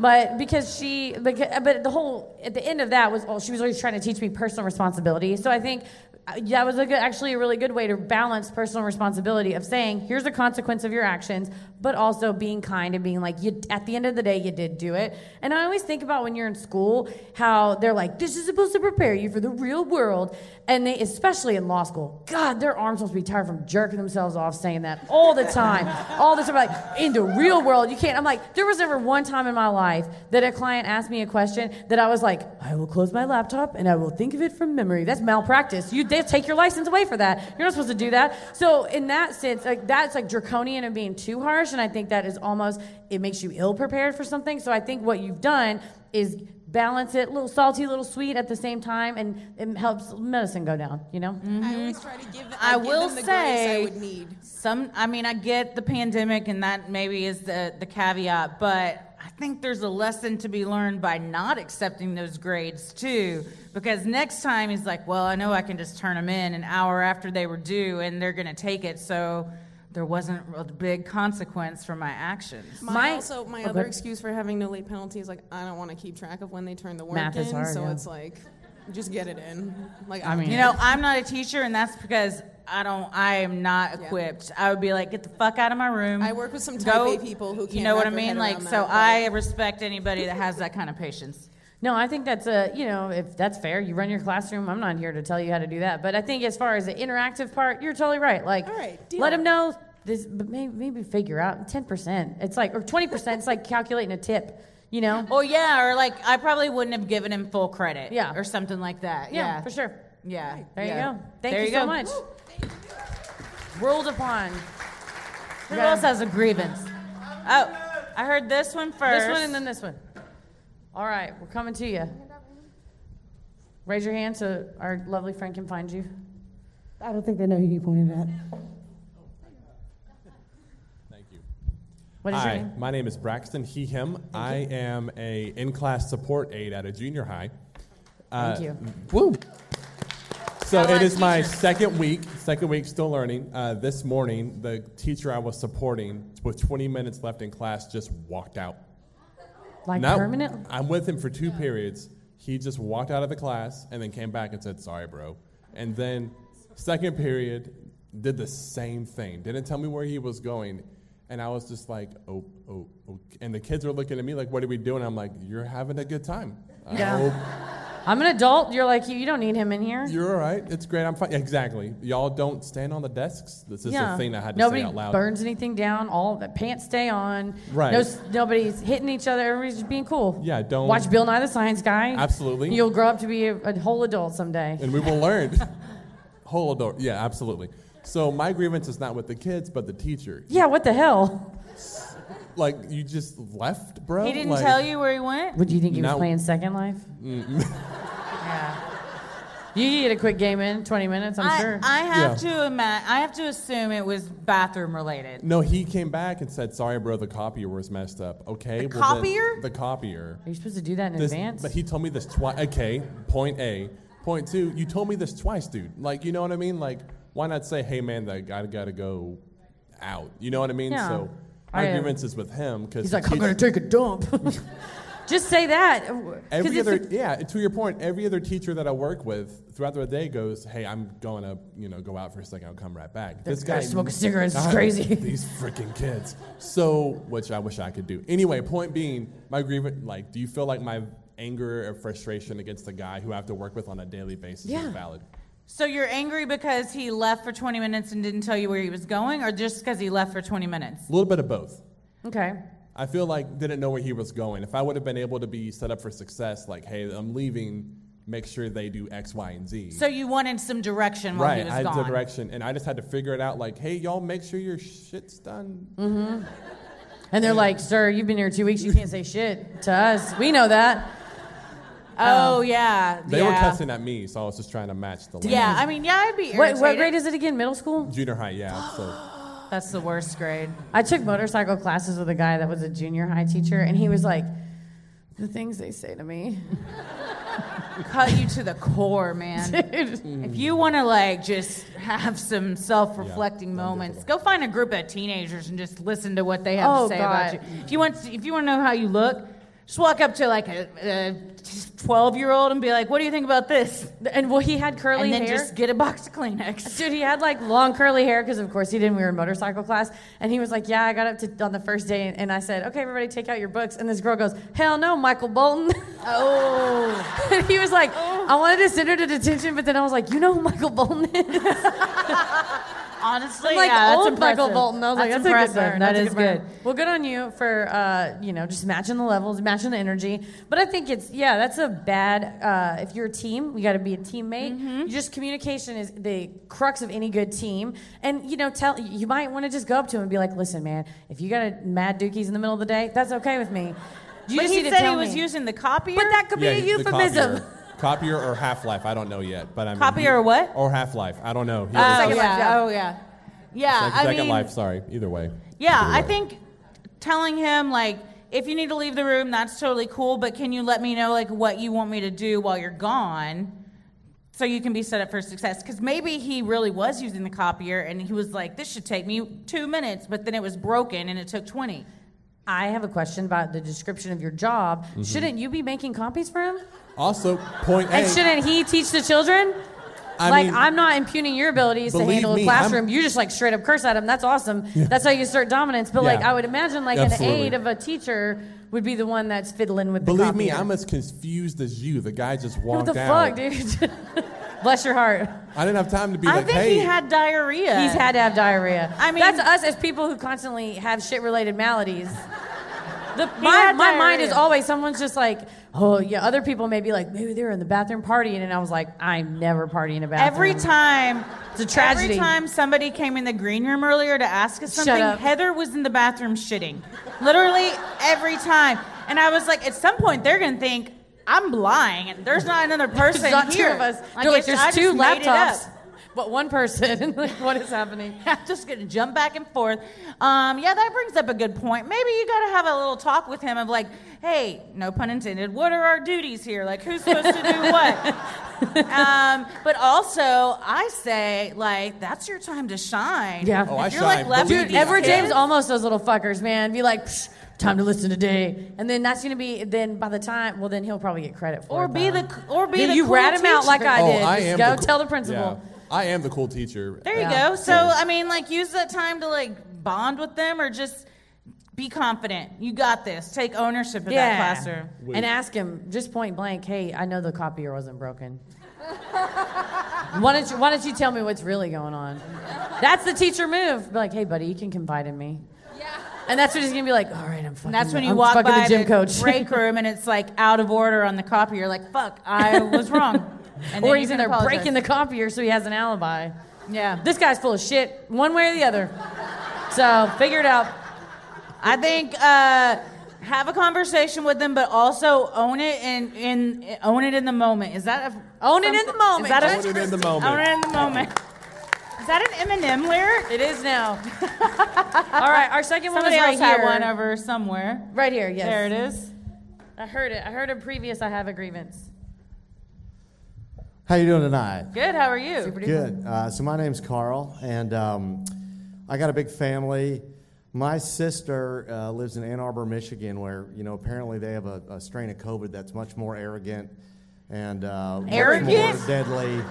[SPEAKER 3] but because she, because, but the whole at the end of that was, oh, she was always trying to teach me personal responsibility. So I think uh, that was a good, actually a really good way to balance personal responsibility of saying, here's the consequence of your actions, but also being kind and being like, you, at the end of the day, you did do it. And I always think about when you're in school, how they're like, this is supposed to prepare you for the real world. And they, especially in law school, God, their arms must be tired from jerking themselves off saying that all the time. all the time, like, in the real world, you can't. I'm like, there was never one time in my life that a client asked me a question that I was like, I will close my laptop and I will think of it from memory. That's malpractice. You they take your license away for that. You're not supposed to do that. So in that sense, like that's like draconian and being too harsh. And I think that is almost it makes you ill prepared for something. So I think what you've done is balance it, a little salty, a little sweet at the same time, and it helps medicine go down. You know.
[SPEAKER 10] I always try to give them.
[SPEAKER 4] I,
[SPEAKER 10] give
[SPEAKER 4] will
[SPEAKER 10] them the
[SPEAKER 4] say
[SPEAKER 10] grace I would need.
[SPEAKER 4] some. I mean, I get the pandemic, and that maybe is the the caveat, but. I think there's a lesson to be learned by not accepting those grades too, because next time he's like, "Well, I know I can just turn them in an hour after they were due, and they're gonna take it." So there wasn't a big consequence for my actions.
[SPEAKER 10] My, also my
[SPEAKER 4] Oh, go
[SPEAKER 10] other
[SPEAKER 4] ahead.
[SPEAKER 10] excuse for having no late penalty is like I don't want to keep track of when they turn the work
[SPEAKER 4] Math
[SPEAKER 10] in,
[SPEAKER 4] is hard,
[SPEAKER 10] so
[SPEAKER 4] yeah.
[SPEAKER 10] it's like just get it in. Like
[SPEAKER 4] you know, I'm not a teacher, and that's because I don't. I am not equipped. I would be like, get the fuck out of my room. I
[SPEAKER 10] work with some type A people who
[SPEAKER 4] you
[SPEAKER 10] can't
[SPEAKER 4] know what I
[SPEAKER 10] wrap their
[SPEAKER 4] mean.
[SPEAKER 10] head
[SPEAKER 4] Like,
[SPEAKER 10] around
[SPEAKER 4] so
[SPEAKER 10] that, but-
[SPEAKER 4] I respect anybody that has that kind of patience.
[SPEAKER 3] No, I think that's a, you know, if that's fair, you run your classroom. I'm not here to tell you how to do that. But I think as far as the interactive part, you're totally right. Like, let them know this, but maybe, maybe figure out 10%. It's like, or 20%, it's like calculating a tip, you know?
[SPEAKER 4] Oh yeah, or like I probably wouldn't have given him full credit.
[SPEAKER 3] Yeah.
[SPEAKER 4] or something like that.
[SPEAKER 3] Yeah,
[SPEAKER 4] Yeah,
[SPEAKER 3] for sure.
[SPEAKER 4] Yeah,
[SPEAKER 3] There
[SPEAKER 4] yeah.
[SPEAKER 3] you go. Thank
[SPEAKER 4] There
[SPEAKER 3] you,
[SPEAKER 4] you
[SPEAKER 3] so
[SPEAKER 4] go.
[SPEAKER 3] much. Ruled upon.
[SPEAKER 4] Who
[SPEAKER 3] Yeah.
[SPEAKER 4] else has a grievance? Oh, I heard this one first.
[SPEAKER 3] This one and then this one. All right, we're coming to you. Raise your hand so our lovely friend can find you.
[SPEAKER 11] I don't think they know who you pointed at.
[SPEAKER 3] What is
[SPEAKER 12] Hi,
[SPEAKER 3] your name?
[SPEAKER 12] my name is Braxton He Him. I am a in-class support aide at a junior high. Uh,
[SPEAKER 3] Thank you.
[SPEAKER 12] Woo. So
[SPEAKER 3] How
[SPEAKER 12] it
[SPEAKER 3] are
[SPEAKER 12] is my
[SPEAKER 3] teachers?
[SPEAKER 12] second week. Second week, still learning. Uh, this morning, the teacher I was supporting, with 20 minutes left in class, just walked out.
[SPEAKER 3] Like
[SPEAKER 12] Not-
[SPEAKER 3] permanent?
[SPEAKER 12] I'm with him for two periods. He just walked out of the class and then came back and said, "Sorry, bro." And then second period did the same thing. Didn't tell me where he was going, and I was just like, "Oh, oh, oh!" And the kids were looking at me like, "What are we doing?" I'm like, "You're having a good time." I
[SPEAKER 3] Yeah.
[SPEAKER 12] hope
[SPEAKER 3] I'm an adult. You're like, you, you don't need him in here.
[SPEAKER 12] You're all right. It's great. I'm fine. Exactly. Y'all don't stand on the desks. This is the thing I had to
[SPEAKER 3] nobody
[SPEAKER 12] say out loud.
[SPEAKER 3] burns anything down. All the pants stay on.
[SPEAKER 12] Right.
[SPEAKER 3] No, s- nobody's hitting each other. Everybody's just being cool.
[SPEAKER 12] Yeah, don't-
[SPEAKER 3] watch Bill Nye the Science Guy.
[SPEAKER 12] Absolutely.
[SPEAKER 3] You'll grow up to be a, a whole adult someday.
[SPEAKER 12] and we will learn. Whole door. Yeah, absolutely. So my grievance is not with the kids, but the teacher.
[SPEAKER 3] Yeah. What the hell?
[SPEAKER 12] Like you just left, bro.
[SPEAKER 4] He didn't
[SPEAKER 12] Like-
[SPEAKER 4] tell you where he went.
[SPEAKER 3] Would you think he was
[SPEAKER 12] No.
[SPEAKER 3] playing Second Life?
[SPEAKER 12] Mm.
[SPEAKER 3] You could get a quick game in 20 minutes. I'm
[SPEAKER 4] I,
[SPEAKER 3] sure.
[SPEAKER 4] I have to ima- I have to assume it was bathroom related.
[SPEAKER 12] no, he came back and said, "Sorry, bro. The copier was messed up."
[SPEAKER 4] The
[SPEAKER 12] Okay. well then-
[SPEAKER 4] copier?
[SPEAKER 12] the copier.
[SPEAKER 3] Are you supposed to do that in
[SPEAKER 12] This-
[SPEAKER 3] advance?
[SPEAKER 12] But he told me this twice. Okay, point A. Point two, you told me this twice, dude. Like, you know what I mean? Like, why not say, hey, man, like, I gotta go out? You know what I mean?
[SPEAKER 3] Yeah.
[SPEAKER 12] So, my
[SPEAKER 3] I, uh,
[SPEAKER 12] grievance is with him because
[SPEAKER 3] He's like, I'm gonna take a dump. Just say that. Uh, 'Cause
[SPEAKER 12] Every
[SPEAKER 3] it's
[SPEAKER 12] other,
[SPEAKER 3] a-
[SPEAKER 12] yeah, to your point, every other teacher that I work with throughout the day goes, hey, I'm going to, you know, go out for a second. I'll come right back.
[SPEAKER 3] This guy smoking cigarettes is crazy.
[SPEAKER 12] These freaking kids. So, which I wish I could do. Anyway, point being, my grievance, like, do you feel like my anger or frustration against the guy who I have to work with on a daily basis
[SPEAKER 4] Yeah.
[SPEAKER 12] is valid?
[SPEAKER 4] So you're angry because he left for 20 minutes and didn't tell you where he was going, or just because he left for 20 minutes?
[SPEAKER 12] A little bit of both.
[SPEAKER 3] Okay.
[SPEAKER 12] I feel like didn't know where he was going. If I would have been able to be set up for success, like, hey, I'm leaving, make sure they do X, Y, and Z.
[SPEAKER 4] So you wanted some direction while
[SPEAKER 12] right,
[SPEAKER 4] he was
[SPEAKER 12] I had
[SPEAKER 4] gone.
[SPEAKER 12] the direction, and I just had to figure it out. Like, hey, y'all, make sure your shit's done.
[SPEAKER 3] Mm-hmm. And they're like, sir, you've been here two weeks. You can't say shit to us. We know that.
[SPEAKER 4] Oh, yeah.
[SPEAKER 12] Um, They
[SPEAKER 4] yeah.
[SPEAKER 12] were cussing at me, so I was just trying to match the.
[SPEAKER 4] Yeah,
[SPEAKER 12] language.
[SPEAKER 4] I mean, yeah, I'd be
[SPEAKER 3] What,
[SPEAKER 4] irritated.
[SPEAKER 3] what grade is it again? Middle school?
[SPEAKER 12] junior high, yeah. So
[SPEAKER 4] That's the worst grade.
[SPEAKER 3] I took motorcycle classes with a guy that was a junior high teacher, and he was like, the things they say to me.
[SPEAKER 4] Cut you to the core, man. If you want to like just have some self-reflecting moments, go find a group of teenagers and just listen to what they have
[SPEAKER 3] Oh,
[SPEAKER 4] to say about
[SPEAKER 3] God.
[SPEAKER 4] you. If you want, if you want to know how you look, just walk up to like a, a twelve year old and be like, "What do you think about this?"
[SPEAKER 3] And well, he had curly
[SPEAKER 4] and then
[SPEAKER 3] hair.
[SPEAKER 4] Just get a box of Kleenex.
[SPEAKER 3] Dude, he had like long curly hair because, of course, he didn't. We were in motorcycle class, and he was like, "Yeah, I got up to on the first day, and, and I said, okay, everybody, take out your books." And this girl goes, "Hell no, Michael Bolton."
[SPEAKER 4] Oh.
[SPEAKER 3] and he was like, "I wanted to send her to detention, but then I was like, you know who Michael Bolton is?"
[SPEAKER 4] Honestly,
[SPEAKER 3] I'm like
[SPEAKER 4] yeah, that's
[SPEAKER 3] old Michael
[SPEAKER 4] impressive.
[SPEAKER 3] Bolton. I was like,
[SPEAKER 4] That's
[SPEAKER 3] that's a good
[SPEAKER 4] impressive.
[SPEAKER 3] burn.
[SPEAKER 4] That
[SPEAKER 3] That's a
[SPEAKER 4] is
[SPEAKER 3] good burn.
[SPEAKER 4] good.
[SPEAKER 3] Well, good on you for uh, you know just matching the levels, matching the energy. But I think it's yeah, that's a bad. Uh, if you're a team, you got to be a teammate.
[SPEAKER 4] Mm-hmm.
[SPEAKER 3] You just communication is the crux of any good team. And you know, tell you might want to just go up to him and be like, listen, man, if you got a mad dookies in the middle of the day, that's okay with me. You
[SPEAKER 4] but
[SPEAKER 3] just
[SPEAKER 4] he
[SPEAKER 3] need to
[SPEAKER 4] said
[SPEAKER 3] tell
[SPEAKER 4] he was
[SPEAKER 3] me.
[SPEAKER 4] using the copier. But
[SPEAKER 3] that could
[SPEAKER 12] Yeah,
[SPEAKER 3] be a
[SPEAKER 12] he- the
[SPEAKER 3] euphemism.
[SPEAKER 4] Uh,
[SPEAKER 12] Copier, copier or Half Life, I don't know yet, but I mean,
[SPEAKER 4] Copier
[SPEAKER 12] he-
[SPEAKER 4] or what?
[SPEAKER 12] Or Half Life, I don't know. He
[SPEAKER 4] Oh,
[SPEAKER 12] was-
[SPEAKER 4] yeah. Oh yeah. Yeah.
[SPEAKER 12] Sec-
[SPEAKER 4] I
[SPEAKER 12] Second
[SPEAKER 4] mean,
[SPEAKER 12] Life, sorry. Either way.
[SPEAKER 4] Yeah,
[SPEAKER 12] Either
[SPEAKER 4] I
[SPEAKER 12] way.
[SPEAKER 4] think telling him like if you need to leave the room, that's totally cool, but can you let me know like what you want me to do while you're gone? So you can be set up for success. Because maybe he really was using the copier and he was like, this should take me two minutes, but then it was broken and it took 20.
[SPEAKER 3] I have a question about the description of your job.
[SPEAKER 12] Mhm.
[SPEAKER 3] Shouldn't you be making copies for him?
[SPEAKER 12] Also, point
[SPEAKER 3] And
[SPEAKER 12] A,
[SPEAKER 3] shouldn't he teach the children?
[SPEAKER 12] I
[SPEAKER 3] like
[SPEAKER 12] mean-
[SPEAKER 3] I'm not impugning your abilities to
[SPEAKER 12] Believe
[SPEAKER 3] handle a
[SPEAKER 12] me,
[SPEAKER 3] classroom.
[SPEAKER 12] I'm-
[SPEAKER 3] you just like straight up curse at him. That's awesome. That's how you assert dominance. But like
[SPEAKER 12] Yeah.
[SPEAKER 3] I would imagine like an
[SPEAKER 12] Absolutely.
[SPEAKER 3] aide of a teacher would be the one that's fiddling with the
[SPEAKER 12] believe
[SPEAKER 3] copy.
[SPEAKER 12] me, I'm as confused as you. The guy just
[SPEAKER 3] what
[SPEAKER 12] walked
[SPEAKER 3] the fuck,
[SPEAKER 12] out.
[SPEAKER 3] dude? Bless your heart.
[SPEAKER 12] I didn't have time to be
[SPEAKER 4] I
[SPEAKER 12] like,
[SPEAKER 4] think
[SPEAKER 12] hey.
[SPEAKER 4] he had diarrhea.
[SPEAKER 3] He's had to have diarrhea.
[SPEAKER 4] I mean-
[SPEAKER 3] that's us as people who constantly have shit related maladies. The, my
[SPEAKER 4] had
[SPEAKER 3] my mind is
[SPEAKER 4] diarrhea.
[SPEAKER 3] always someone's just like, oh yeah. Other people may be like, maybe they were in the bathroom partying, and I was like, I'm never partying in a bathroom.
[SPEAKER 4] Every time,
[SPEAKER 3] It's a tragedy.
[SPEAKER 4] Every time somebody came in the green room earlier to ask us
[SPEAKER 3] Shut
[SPEAKER 4] something,
[SPEAKER 3] up.
[SPEAKER 4] Heather was in the bathroom shitting. Literally every time. And I was like, at some point, they're going to think, I'm lying. and There's not another person
[SPEAKER 3] There's not
[SPEAKER 4] here.
[SPEAKER 3] two of us.
[SPEAKER 4] I
[SPEAKER 3] They're
[SPEAKER 4] guess
[SPEAKER 3] like, there's
[SPEAKER 4] I
[SPEAKER 3] two
[SPEAKER 4] just made it up.
[SPEAKER 3] laptops, but one person. like, what is happening?
[SPEAKER 4] I'm just gonna jump back and forth. Um, yeah, that brings up a good point. Maybe you gotta have a little talk with him of like, hey, no pun intended, what are our duties here? Like, who's supposed to do what? um, but also, I say like, that's your time to shine.
[SPEAKER 3] Yeah.
[SPEAKER 12] Oh,
[SPEAKER 4] If you're like left with
[SPEAKER 3] Dude,
[SPEAKER 4] these
[SPEAKER 3] Edward
[SPEAKER 4] kids-
[SPEAKER 3] James almost those little fuckers, man. Be like, Psh, time to listen today, and then that's gonna be. Then by the time, well, then he'll probably get credit for it.
[SPEAKER 4] or be the or be
[SPEAKER 3] Then
[SPEAKER 4] the
[SPEAKER 3] you
[SPEAKER 4] cool
[SPEAKER 3] rat him out
[SPEAKER 4] teacher.
[SPEAKER 3] like I
[SPEAKER 12] oh,
[SPEAKER 3] did.
[SPEAKER 12] I
[SPEAKER 3] Just
[SPEAKER 12] am
[SPEAKER 3] go
[SPEAKER 12] the cool-
[SPEAKER 3] tell the principal.
[SPEAKER 12] Yeah. I am the cool teacher.
[SPEAKER 4] There
[SPEAKER 3] Yeah.
[SPEAKER 4] you go. So I mean, like, use that time to like bond with them or just be confident. You got this. Take ownership of that classroom.
[SPEAKER 3] And ask him just point blank, hey, I know the copier wasn't broken. why don't you why don't you tell me what's really going on? That's the teacher move. Be like, hey buddy, you can confide in me. And that's what he's gonna be like, all right, I'm fucking
[SPEAKER 4] And that's when you
[SPEAKER 3] I'm
[SPEAKER 4] walk
[SPEAKER 3] fucking
[SPEAKER 4] by
[SPEAKER 3] the gym coach.
[SPEAKER 4] break room and it's like out of order on the copy. You're like, fuck, I was wrong. And
[SPEAKER 3] or
[SPEAKER 4] then
[SPEAKER 3] he's
[SPEAKER 4] you
[SPEAKER 3] in
[SPEAKER 4] can
[SPEAKER 3] there
[SPEAKER 4] apologize.
[SPEAKER 3] breaking the copier so he has an alibi.
[SPEAKER 4] Yeah.
[SPEAKER 3] This guy's full of shit, one way or the other. So figure it out.
[SPEAKER 4] I think uh, have a conversation with them, but also own it and in own it in the moment. Is that a,
[SPEAKER 3] Own it in the moment.
[SPEAKER 4] Is that a-
[SPEAKER 3] Own
[SPEAKER 12] it in the moment.
[SPEAKER 4] Own it in the moment. Is that an Eminem lyric?
[SPEAKER 3] It is now. All right, our second one
[SPEAKER 4] Somebody
[SPEAKER 3] was right
[SPEAKER 4] else had
[SPEAKER 3] here.
[SPEAKER 4] one over somewhere.
[SPEAKER 3] Right here, yes.
[SPEAKER 4] There it is.
[SPEAKER 3] I heard it. I heard a previous I have a grievance.
[SPEAKER 13] How you doing tonight?
[SPEAKER 4] Good. How are you?
[SPEAKER 13] Good. Uh, so my name's Carl, and um, I got a big family. My sister uh, lives in Ann Arbor, Michigan, where you know apparently they have a, a strain of COVID that's much more arrogant and uh, much
[SPEAKER 4] Arrogant?
[SPEAKER 13] more deadly.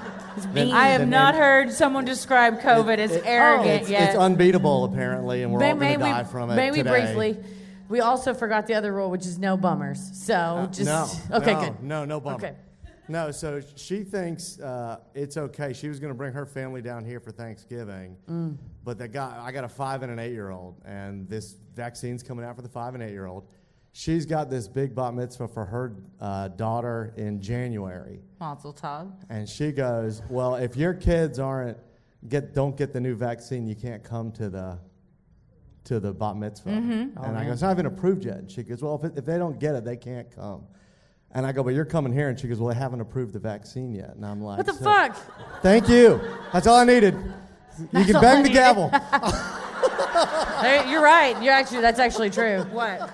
[SPEAKER 13] than-
[SPEAKER 4] I have
[SPEAKER 13] than-
[SPEAKER 4] not
[SPEAKER 13] than-
[SPEAKER 4] heard someone describe COVID as
[SPEAKER 12] oh.
[SPEAKER 4] arrogant
[SPEAKER 13] It's,
[SPEAKER 4] yet.
[SPEAKER 13] it's unbeatable apparently, and we're all going
[SPEAKER 3] May-
[SPEAKER 13] to
[SPEAKER 3] may
[SPEAKER 13] die
[SPEAKER 3] we,
[SPEAKER 13] from it
[SPEAKER 3] may we
[SPEAKER 13] today.
[SPEAKER 3] briefly. We also forgot the other rule, which is no bummers. So just
[SPEAKER 13] Uh, no,
[SPEAKER 3] okay,
[SPEAKER 13] no,
[SPEAKER 3] good.
[SPEAKER 13] No, no bummer.
[SPEAKER 3] Okay.
[SPEAKER 13] No, so she thinks uh, it's okay. She was going to bring her family down here for Thanksgiving,
[SPEAKER 14] Mm.
[SPEAKER 13] but the guy, I got a five and an eight year old, and this vaccine's coming out for the five and eight year old. She's got this big bat mitzvah for her uh, daughter in January,
[SPEAKER 4] Mazel tov.
[SPEAKER 13] and she goes, "Well, if your kids aren't get don't get the new vaccine, you can't come to the." To the bat mitzvah,
[SPEAKER 4] Mhm. Oh,
[SPEAKER 13] and I
[SPEAKER 4] man.
[SPEAKER 13] go, it's not even approved yet. And she goes, well, if, it, if they don't get it, they can't come. And I go, but you're coming here. And she goes, well, they haven't approved the vaccine yet. And I'm like,
[SPEAKER 3] What the
[SPEAKER 13] "So-
[SPEAKER 3] fuck?
[SPEAKER 13] Thank you. That's all I needed. You
[SPEAKER 3] That's
[SPEAKER 13] can
[SPEAKER 3] all I
[SPEAKER 13] bang the
[SPEAKER 3] needed.
[SPEAKER 13] gavel.
[SPEAKER 3] There- you're right. You're actually that's actually true. what?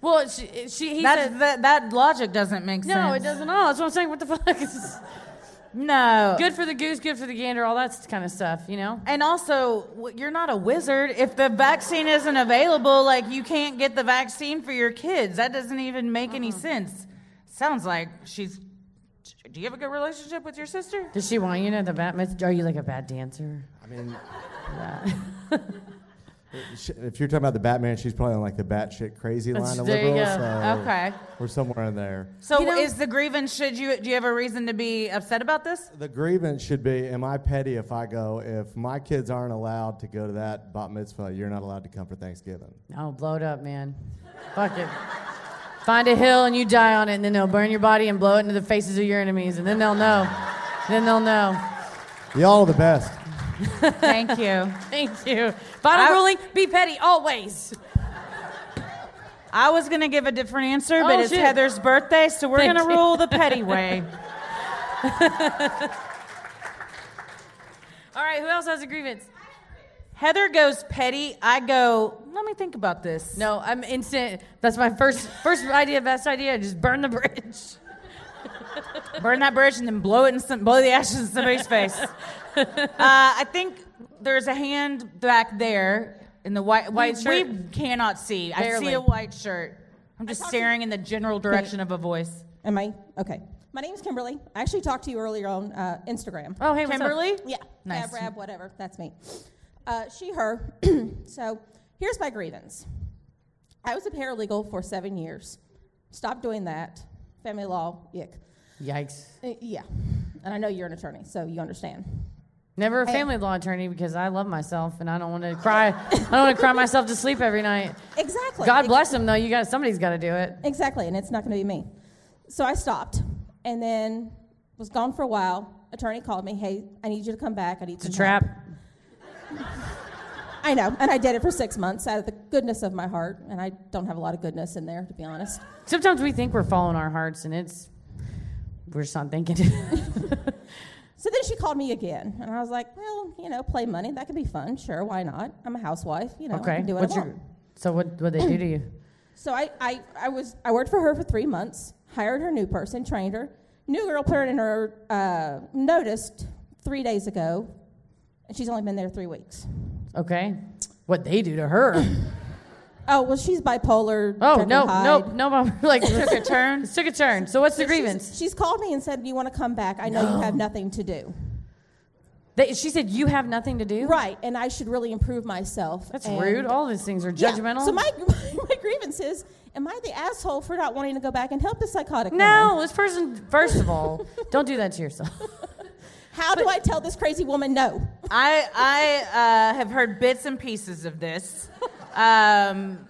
[SPEAKER 3] Well, she, she he
[SPEAKER 4] That's-
[SPEAKER 3] said
[SPEAKER 4] that, that logic doesn't make
[SPEAKER 3] no,
[SPEAKER 4] sense.
[SPEAKER 3] it doesn't. All that's what I'm saying. What the fuck? is
[SPEAKER 4] No.
[SPEAKER 3] Uh, Good for the goose, good for the gander, all that kind of stuff. You know.
[SPEAKER 4] And also, w- you're not a wizard. If the vaccine isn't available, like you can't get the vaccine for your kids. That doesn't even make any sense. Sounds like she's. Do you have a good relationship with your sister?
[SPEAKER 3] Does she want you to know the bat mitzvah? Are you like a bad dancer?
[SPEAKER 13] I mean,
[SPEAKER 3] yeah.
[SPEAKER 13] Sh- If you're talking about the Batman, she's probably on like the batshit crazy
[SPEAKER 4] That's-
[SPEAKER 13] line of
[SPEAKER 4] there you
[SPEAKER 13] liberals.
[SPEAKER 4] go.
[SPEAKER 13] so
[SPEAKER 4] Okay.
[SPEAKER 13] We're somewhere in there.
[SPEAKER 4] So is the grievance? Should you? Do you have a reason to be upset about this?
[SPEAKER 13] The grievance should be: Am I petty if I go? If my kids aren't allowed to go to that bat mitzvah, you're not allowed to come for Thanksgiving.
[SPEAKER 3] Oh, blow it up, man. Fuck it. Find a hill and you die on it, and then they'll burn your body and blow it into the faces of your enemies, and then they'll know. Then they'll know.
[SPEAKER 13] Y'all are the best.
[SPEAKER 4] Thank you.
[SPEAKER 3] Thank you. Bottom
[SPEAKER 4] I-
[SPEAKER 3] ruling: be petty always.
[SPEAKER 4] I was gonna give a different answer, but
[SPEAKER 3] Oh,
[SPEAKER 4] it's
[SPEAKER 3] shit.
[SPEAKER 4] Heather's birthday, so we're
[SPEAKER 3] Thank
[SPEAKER 4] gonna
[SPEAKER 3] you.
[SPEAKER 4] rule the petty way.
[SPEAKER 3] All right, who else has a grievance?
[SPEAKER 4] Heather goes petty. I go. Let me think about this.
[SPEAKER 3] No, I'm instant. That's my first first idea, best idea. Just burn the bridge.
[SPEAKER 4] Burn that bridge and then blow it in some, blow the ashes in somebody's face. Uh, I think there's a hand back there in the white white
[SPEAKER 3] We-
[SPEAKER 4] shirt.
[SPEAKER 3] we
[SPEAKER 4] We cannot see. I see
[SPEAKER 3] Barely.
[SPEAKER 4] a white shirt. I'm just staring in the general direction of a voice.
[SPEAKER 14] Am I okay? My name is Kimberly. I actually talked to you earlier on uh, Instagram.
[SPEAKER 4] Oh, hey, what's up? Kimberly?
[SPEAKER 14] Yeah.
[SPEAKER 4] Nice. Mm-hmm.
[SPEAKER 14] Gab, rab, whatever. That's me. Uh, she, her. so here's my grievance. I was a paralegal for seven years. Stop doing that. Family law, yick.
[SPEAKER 3] Yikes!
[SPEAKER 14] Uh, yeah. And I know you're an attorney, so you understand.
[SPEAKER 3] Never a
[SPEAKER 14] Hey.
[SPEAKER 3] family law attorney because I love myself and I don't want to cry. I don't want to cry myself to sleep every night.
[SPEAKER 14] Exactly.
[SPEAKER 3] God bless them though. You got somebody's got to do it.
[SPEAKER 14] Exactly, and it's not going to be me. So I stopped, and then was gone for a while. Attorney called me, "Hey, I need you to come back. I need
[SPEAKER 3] It's a
[SPEAKER 14] some
[SPEAKER 3] trap.
[SPEAKER 14] help." I know, and I did it for six months out of the goodness of my heart, and I don't have a lot of goodness in there, to be honest.
[SPEAKER 3] Sometimes we think we're following our hearts and it's we're just not thinking.
[SPEAKER 14] So then she called me again, and I was like, "Well, you know, play money. That could be fun. Sure, why not? I'm a housewife. You know, I
[SPEAKER 3] okay.
[SPEAKER 14] can do what
[SPEAKER 3] What's
[SPEAKER 14] I want."
[SPEAKER 3] your, so what what they do to you?
[SPEAKER 14] So I, I, I was I worked for her for three months, hired her new person, trained her. New girl put it in her uh, notice three days ago, and she's only been there three weeks.
[SPEAKER 3] Okay. What they do to her?
[SPEAKER 14] Oh well, she's bipolar.
[SPEAKER 3] Oh
[SPEAKER 14] Jekyll
[SPEAKER 3] no,
[SPEAKER 14] Hyde.
[SPEAKER 3] nope, no, no, like
[SPEAKER 14] Took a
[SPEAKER 4] turn.
[SPEAKER 3] Took a turn. So what's the
[SPEAKER 14] So
[SPEAKER 3] grievance?
[SPEAKER 14] She's, she's called me and said, "You want to come back? I know you have nothing to do."
[SPEAKER 3] They, she said you have nothing to do.
[SPEAKER 14] Right, and I should really improve myself.
[SPEAKER 3] That's
[SPEAKER 14] and-
[SPEAKER 3] rude. All these things are
[SPEAKER 14] Yeah,
[SPEAKER 3] judgmental.
[SPEAKER 14] So my, my grievance is, am I the asshole for not wanting to go back and help the psychotic? woman?
[SPEAKER 3] no, this person. First of all, don't do that to yourself.
[SPEAKER 14] How do I tell this crazy woman no?
[SPEAKER 4] I I uh, have heard bits and pieces of this. Um,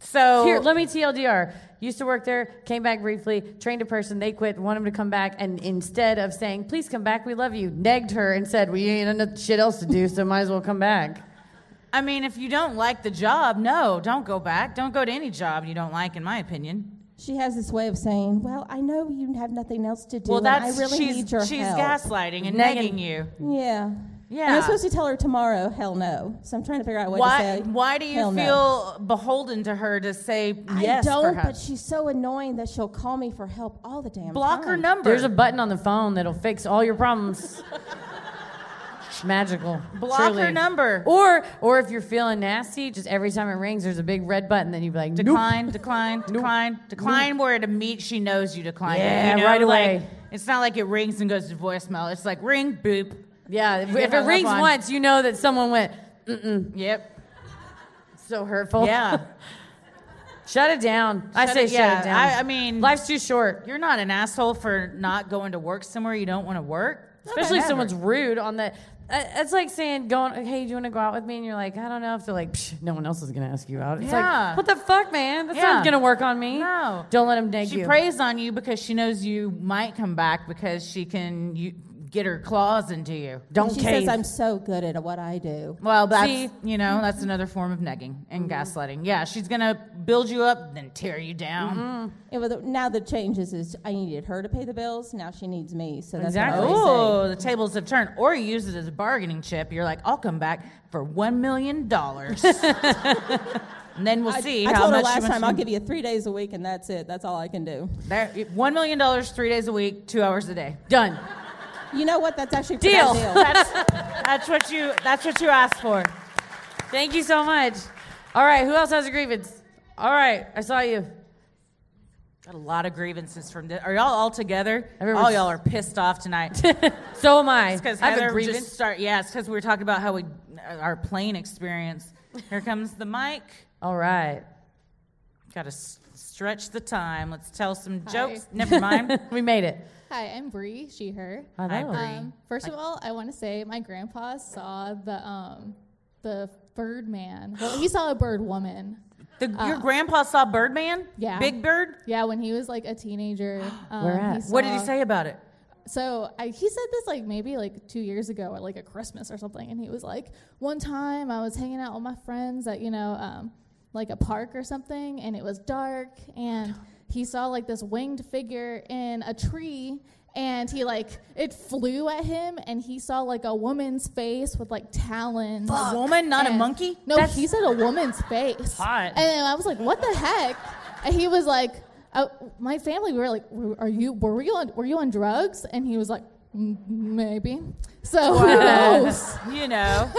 [SPEAKER 4] so
[SPEAKER 3] Here, let me TLDR. Used to work there, came back briefly, trained a person, they quit, wanted them to come back, and instead of saying, please come back, we love you, negged her and said, we ain't enough shit else to do, so might as well come back.
[SPEAKER 4] I mean, if you don't like the job, no, don't go back. Don't go to any job you don't like, in my opinion.
[SPEAKER 14] She has this way of saying, "Well, I know you have nothing else to do,
[SPEAKER 4] Well,
[SPEAKER 14] and
[SPEAKER 4] that's
[SPEAKER 14] I really
[SPEAKER 4] she's
[SPEAKER 14] need your
[SPEAKER 4] she's
[SPEAKER 14] help."
[SPEAKER 4] gaslighting and
[SPEAKER 14] Nagging.
[SPEAKER 4] nagging you.
[SPEAKER 14] Yeah,
[SPEAKER 4] Yeah.
[SPEAKER 14] And I'm supposed to tell her tomorrow. Hell no. So I'm trying to figure out what
[SPEAKER 4] why
[SPEAKER 14] to say.
[SPEAKER 4] why do you
[SPEAKER 14] hell no.
[SPEAKER 4] feel beholden to her to say yes?
[SPEAKER 14] I don't, but
[SPEAKER 4] perhaps?
[SPEAKER 14] she's so annoying that she'll call me for help all the damn
[SPEAKER 4] Block her
[SPEAKER 14] time.
[SPEAKER 4] number.
[SPEAKER 3] There's a button on the phone that'll fix all your problems. Magical.
[SPEAKER 4] Block
[SPEAKER 3] truly.
[SPEAKER 4] her number.
[SPEAKER 3] Or or if you're feeling nasty, just every time it rings, there's a big red button, then you'd be like, nope.
[SPEAKER 4] Decline, decline, decline, decline. Where to meet? She knows you decline. it,
[SPEAKER 3] Yeah,
[SPEAKER 4] you know?
[SPEAKER 3] right
[SPEAKER 4] Like,
[SPEAKER 3] away.
[SPEAKER 4] it's not like it rings and goes to voicemail. It's like ring, boop.
[SPEAKER 3] Yeah, if,
[SPEAKER 4] get
[SPEAKER 3] if
[SPEAKER 4] hung
[SPEAKER 3] it
[SPEAKER 4] up
[SPEAKER 3] rings
[SPEAKER 4] on.
[SPEAKER 3] once, you know that someone went, mm-mm.
[SPEAKER 4] Yep.
[SPEAKER 3] So hurtful.
[SPEAKER 4] Yeah.
[SPEAKER 3] shut it down. I
[SPEAKER 4] Shut
[SPEAKER 3] say
[SPEAKER 4] it-
[SPEAKER 3] shut
[SPEAKER 4] yeah,
[SPEAKER 3] it down.
[SPEAKER 4] I, I mean,
[SPEAKER 3] life's too short.
[SPEAKER 4] You're not an asshole for not going to work somewhere you don't want to work.
[SPEAKER 3] Especially if someone's rude on the. uh, It's like saying, going, hey, do you want to go out with me? And you're like, I don't know. If they're like, Psh, no one else is going to ask you out. It's
[SPEAKER 4] Yeah.
[SPEAKER 3] like, what the fuck, man? That's
[SPEAKER 4] Yeah.
[SPEAKER 3] not going to work on me.
[SPEAKER 4] No.
[SPEAKER 3] Don't let them nag
[SPEAKER 4] She
[SPEAKER 3] you.
[SPEAKER 4] preys on you because she knows you might come back because she can you, get her claws into you.
[SPEAKER 14] And she says I'm so good at what I do.
[SPEAKER 4] well, that's
[SPEAKER 14] See? Mm-hmm.
[SPEAKER 4] you know that's another form of negging and gaslighting. Yeah, she's gonna build you up, then tear you down.
[SPEAKER 14] It was, now Mm-hmm. the changes is I needed her to pay the bills. Now she needs me. So that's
[SPEAKER 4] Exactly.
[SPEAKER 14] What I always say.
[SPEAKER 4] Oh, the tables have turned. Or you use it as a bargaining chip. You're like, I'll come back for one million dollars, and then we'll
[SPEAKER 14] I,
[SPEAKER 4] see
[SPEAKER 14] I
[SPEAKER 4] how
[SPEAKER 14] told
[SPEAKER 4] much.
[SPEAKER 14] her last
[SPEAKER 4] you
[SPEAKER 14] time I'll give you three days a week, and that's it. That's all I can do.
[SPEAKER 4] There, one million dollars, three days a week, two hours a day.
[SPEAKER 3] Done.
[SPEAKER 14] You know what? That's actually a pretty
[SPEAKER 4] Deal.
[SPEAKER 14] good deal.
[SPEAKER 4] that's, that's what you. That's what you asked for.
[SPEAKER 3] Thank you so much. All right, who else has a grievance? All right, I saw you.
[SPEAKER 4] Got a lot of grievances from this. Are y'all all together?
[SPEAKER 3] Everyone's-
[SPEAKER 4] all y'all are pissed off tonight.
[SPEAKER 3] so am I.
[SPEAKER 4] It's because
[SPEAKER 3] Oh I have a
[SPEAKER 4] Heather
[SPEAKER 3] grievance.
[SPEAKER 4] just start. Yeah, it's because we were talking about how we our plane experience. Here comes the mic.
[SPEAKER 3] All right.
[SPEAKER 4] Got to s- stretch the time. Let's tell some jokes. Never mind.
[SPEAKER 3] we made it.
[SPEAKER 15] Hi, I'm Bree. She, her.
[SPEAKER 4] Hi, Hello. Bree.
[SPEAKER 15] Um, first of all, I want to say my grandpa saw the um, the bird man. Well, he saw a bird woman.
[SPEAKER 4] your grandpa saw Birdman?
[SPEAKER 15] Uh, Yeah.
[SPEAKER 4] Big Bird?
[SPEAKER 15] Yeah, when he was like a teenager. Um,
[SPEAKER 4] Where
[SPEAKER 15] he
[SPEAKER 4] at? What did he
[SPEAKER 15] saw-
[SPEAKER 4] say about it?
[SPEAKER 15] So I, he said this like maybe like two years ago at like a Christmas or something, and he was like, one time I was hanging out with my friends at you know um, like a park or something, and it was dark, and he saw like this winged figure in a tree. And he like it flew at him, and he saw like a woman's face with like talons.
[SPEAKER 4] Fuck. A woman, not a
[SPEAKER 15] And-
[SPEAKER 4] monkey?
[SPEAKER 15] No,
[SPEAKER 4] That's-
[SPEAKER 15] he said a woman's face.
[SPEAKER 4] Hot.
[SPEAKER 15] And then I was like, "What the heck?" And he was like, uh, "My family we were like, were- are you were you on were you on drugs?" And he was like, "M- "Maybe." So who
[SPEAKER 4] Well,
[SPEAKER 15] knows? Uh.
[SPEAKER 4] you know.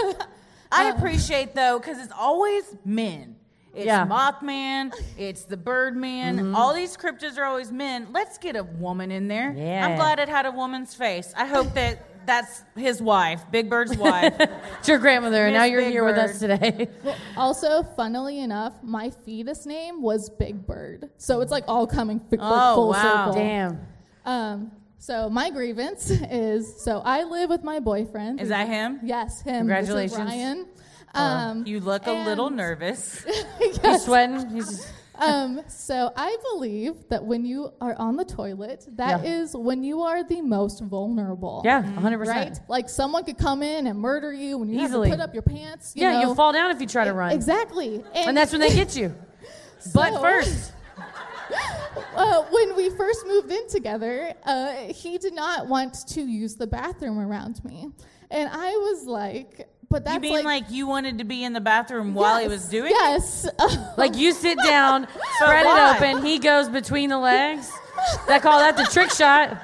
[SPEAKER 4] I appreciate though, because it's always men. It's Mothman. It's the Birdman.
[SPEAKER 15] Mm-hmm.
[SPEAKER 3] Mhm.
[SPEAKER 4] All these cryptids are always men. Let's get a woman in there.
[SPEAKER 3] Yeah.
[SPEAKER 4] I'm glad it had a woman's face. I hope that that's his wife, Big Bird's wife.
[SPEAKER 3] It's your grandmother, and now
[SPEAKER 4] Miss
[SPEAKER 3] you're
[SPEAKER 4] Big
[SPEAKER 3] here with us
[SPEAKER 4] Bird.
[SPEAKER 3] today.
[SPEAKER 15] Well, also, funnily enough, my fetus name was Big Bird, so it's like all coming f- like,
[SPEAKER 3] Oh,
[SPEAKER 15] full
[SPEAKER 3] wow.
[SPEAKER 15] circle.
[SPEAKER 3] Damn.
[SPEAKER 15] Um, so my grievance is so I live with my boyfriend.
[SPEAKER 4] Is that him?
[SPEAKER 15] Yes, him. This is
[SPEAKER 4] Congratulations.
[SPEAKER 15] Ryan.
[SPEAKER 4] Hello.
[SPEAKER 15] Um,
[SPEAKER 4] you look a little
[SPEAKER 15] and-
[SPEAKER 4] nervous.
[SPEAKER 15] Yes.
[SPEAKER 3] sweating.
[SPEAKER 15] um, so I believe that when you are on the toilet, that is
[SPEAKER 3] Yeah.
[SPEAKER 15] when you are the most vulnerable.
[SPEAKER 3] Yeah, 100%.
[SPEAKER 15] Right? Like someone could come in and murder you when you have to
[SPEAKER 3] Easily.
[SPEAKER 15] put up your pants. You
[SPEAKER 3] yeah,
[SPEAKER 15] know. E
[SPEAKER 3] you'll fall down if you try to run.
[SPEAKER 15] Exactly.
[SPEAKER 3] And, that's when they get you. Butt
[SPEAKER 15] So-
[SPEAKER 3] first.
[SPEAKER 15] uh, when we first moved in together, uh, he did not want to use the bathroom around me, and I was like, "But that's
[SPEAKER 4] you mean
[SPEAKER 15] like."
[SPEAKER 4] like, you wanted to be in the bathroom while he was doing
[SPEAKER 15] yes. it? Yes.
[SPEAKER 3] Like you sit down, spread
[SPEAKER 4] why?
[SPEAKER 3] it open. He goes between the legs. They call that the trick shot.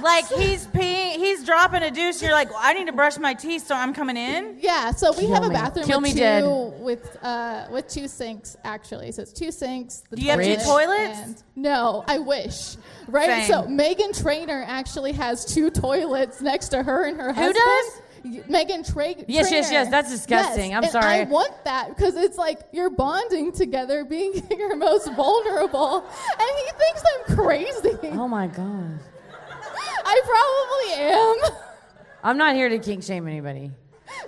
[SPEAKER 4] Like he's peeing, he's dropping a deuce. You're like, well, I need to brush my teeth, so I'm coming in.
[SPEAKER 15] Yeah, so we
[SPEAKER 4] Kill
[SPEAKER 15] have a
[SPEAKER 4] me.
[SPEAKER 15] bathroom
[SPEAKER 4] Kill
[SPEAKER 15] with
[SPEAKER 4] me
[SPEAKER 15] two
[SPEAKER 4] dead.
[SPEAKER 15] with uh with two sinks actually. So it's two sinks. The
[SPEAKER 4] Do you have two toilets?
[SPEAKER 15] and- no, I wish. Right. So
[SPEAKER 4] Same.
[SPEAKER 15] Megan Trainer actually has two toilets next to her and her
[SPEAKER 3] Who
[SPEAKER 15] husband.
[SPEAKER 3] does?
[SPEAKER 15] Y- Megan Trainer.
[SPEAKER 3] Yes, yes, yes, that's disgusting. I'm
[SPEAKER 15] and
[SPEAKER 3] sorry.
[SPEAKER 15] I want that because it's like you're bonding together, being your most vulnerable, and he thinks I'm crazy.
[SPEAKER 3] Oh my god.
[SPEAKER 15] I probably am.
[SPEAKER 3] I'm not here to kink shame anybody.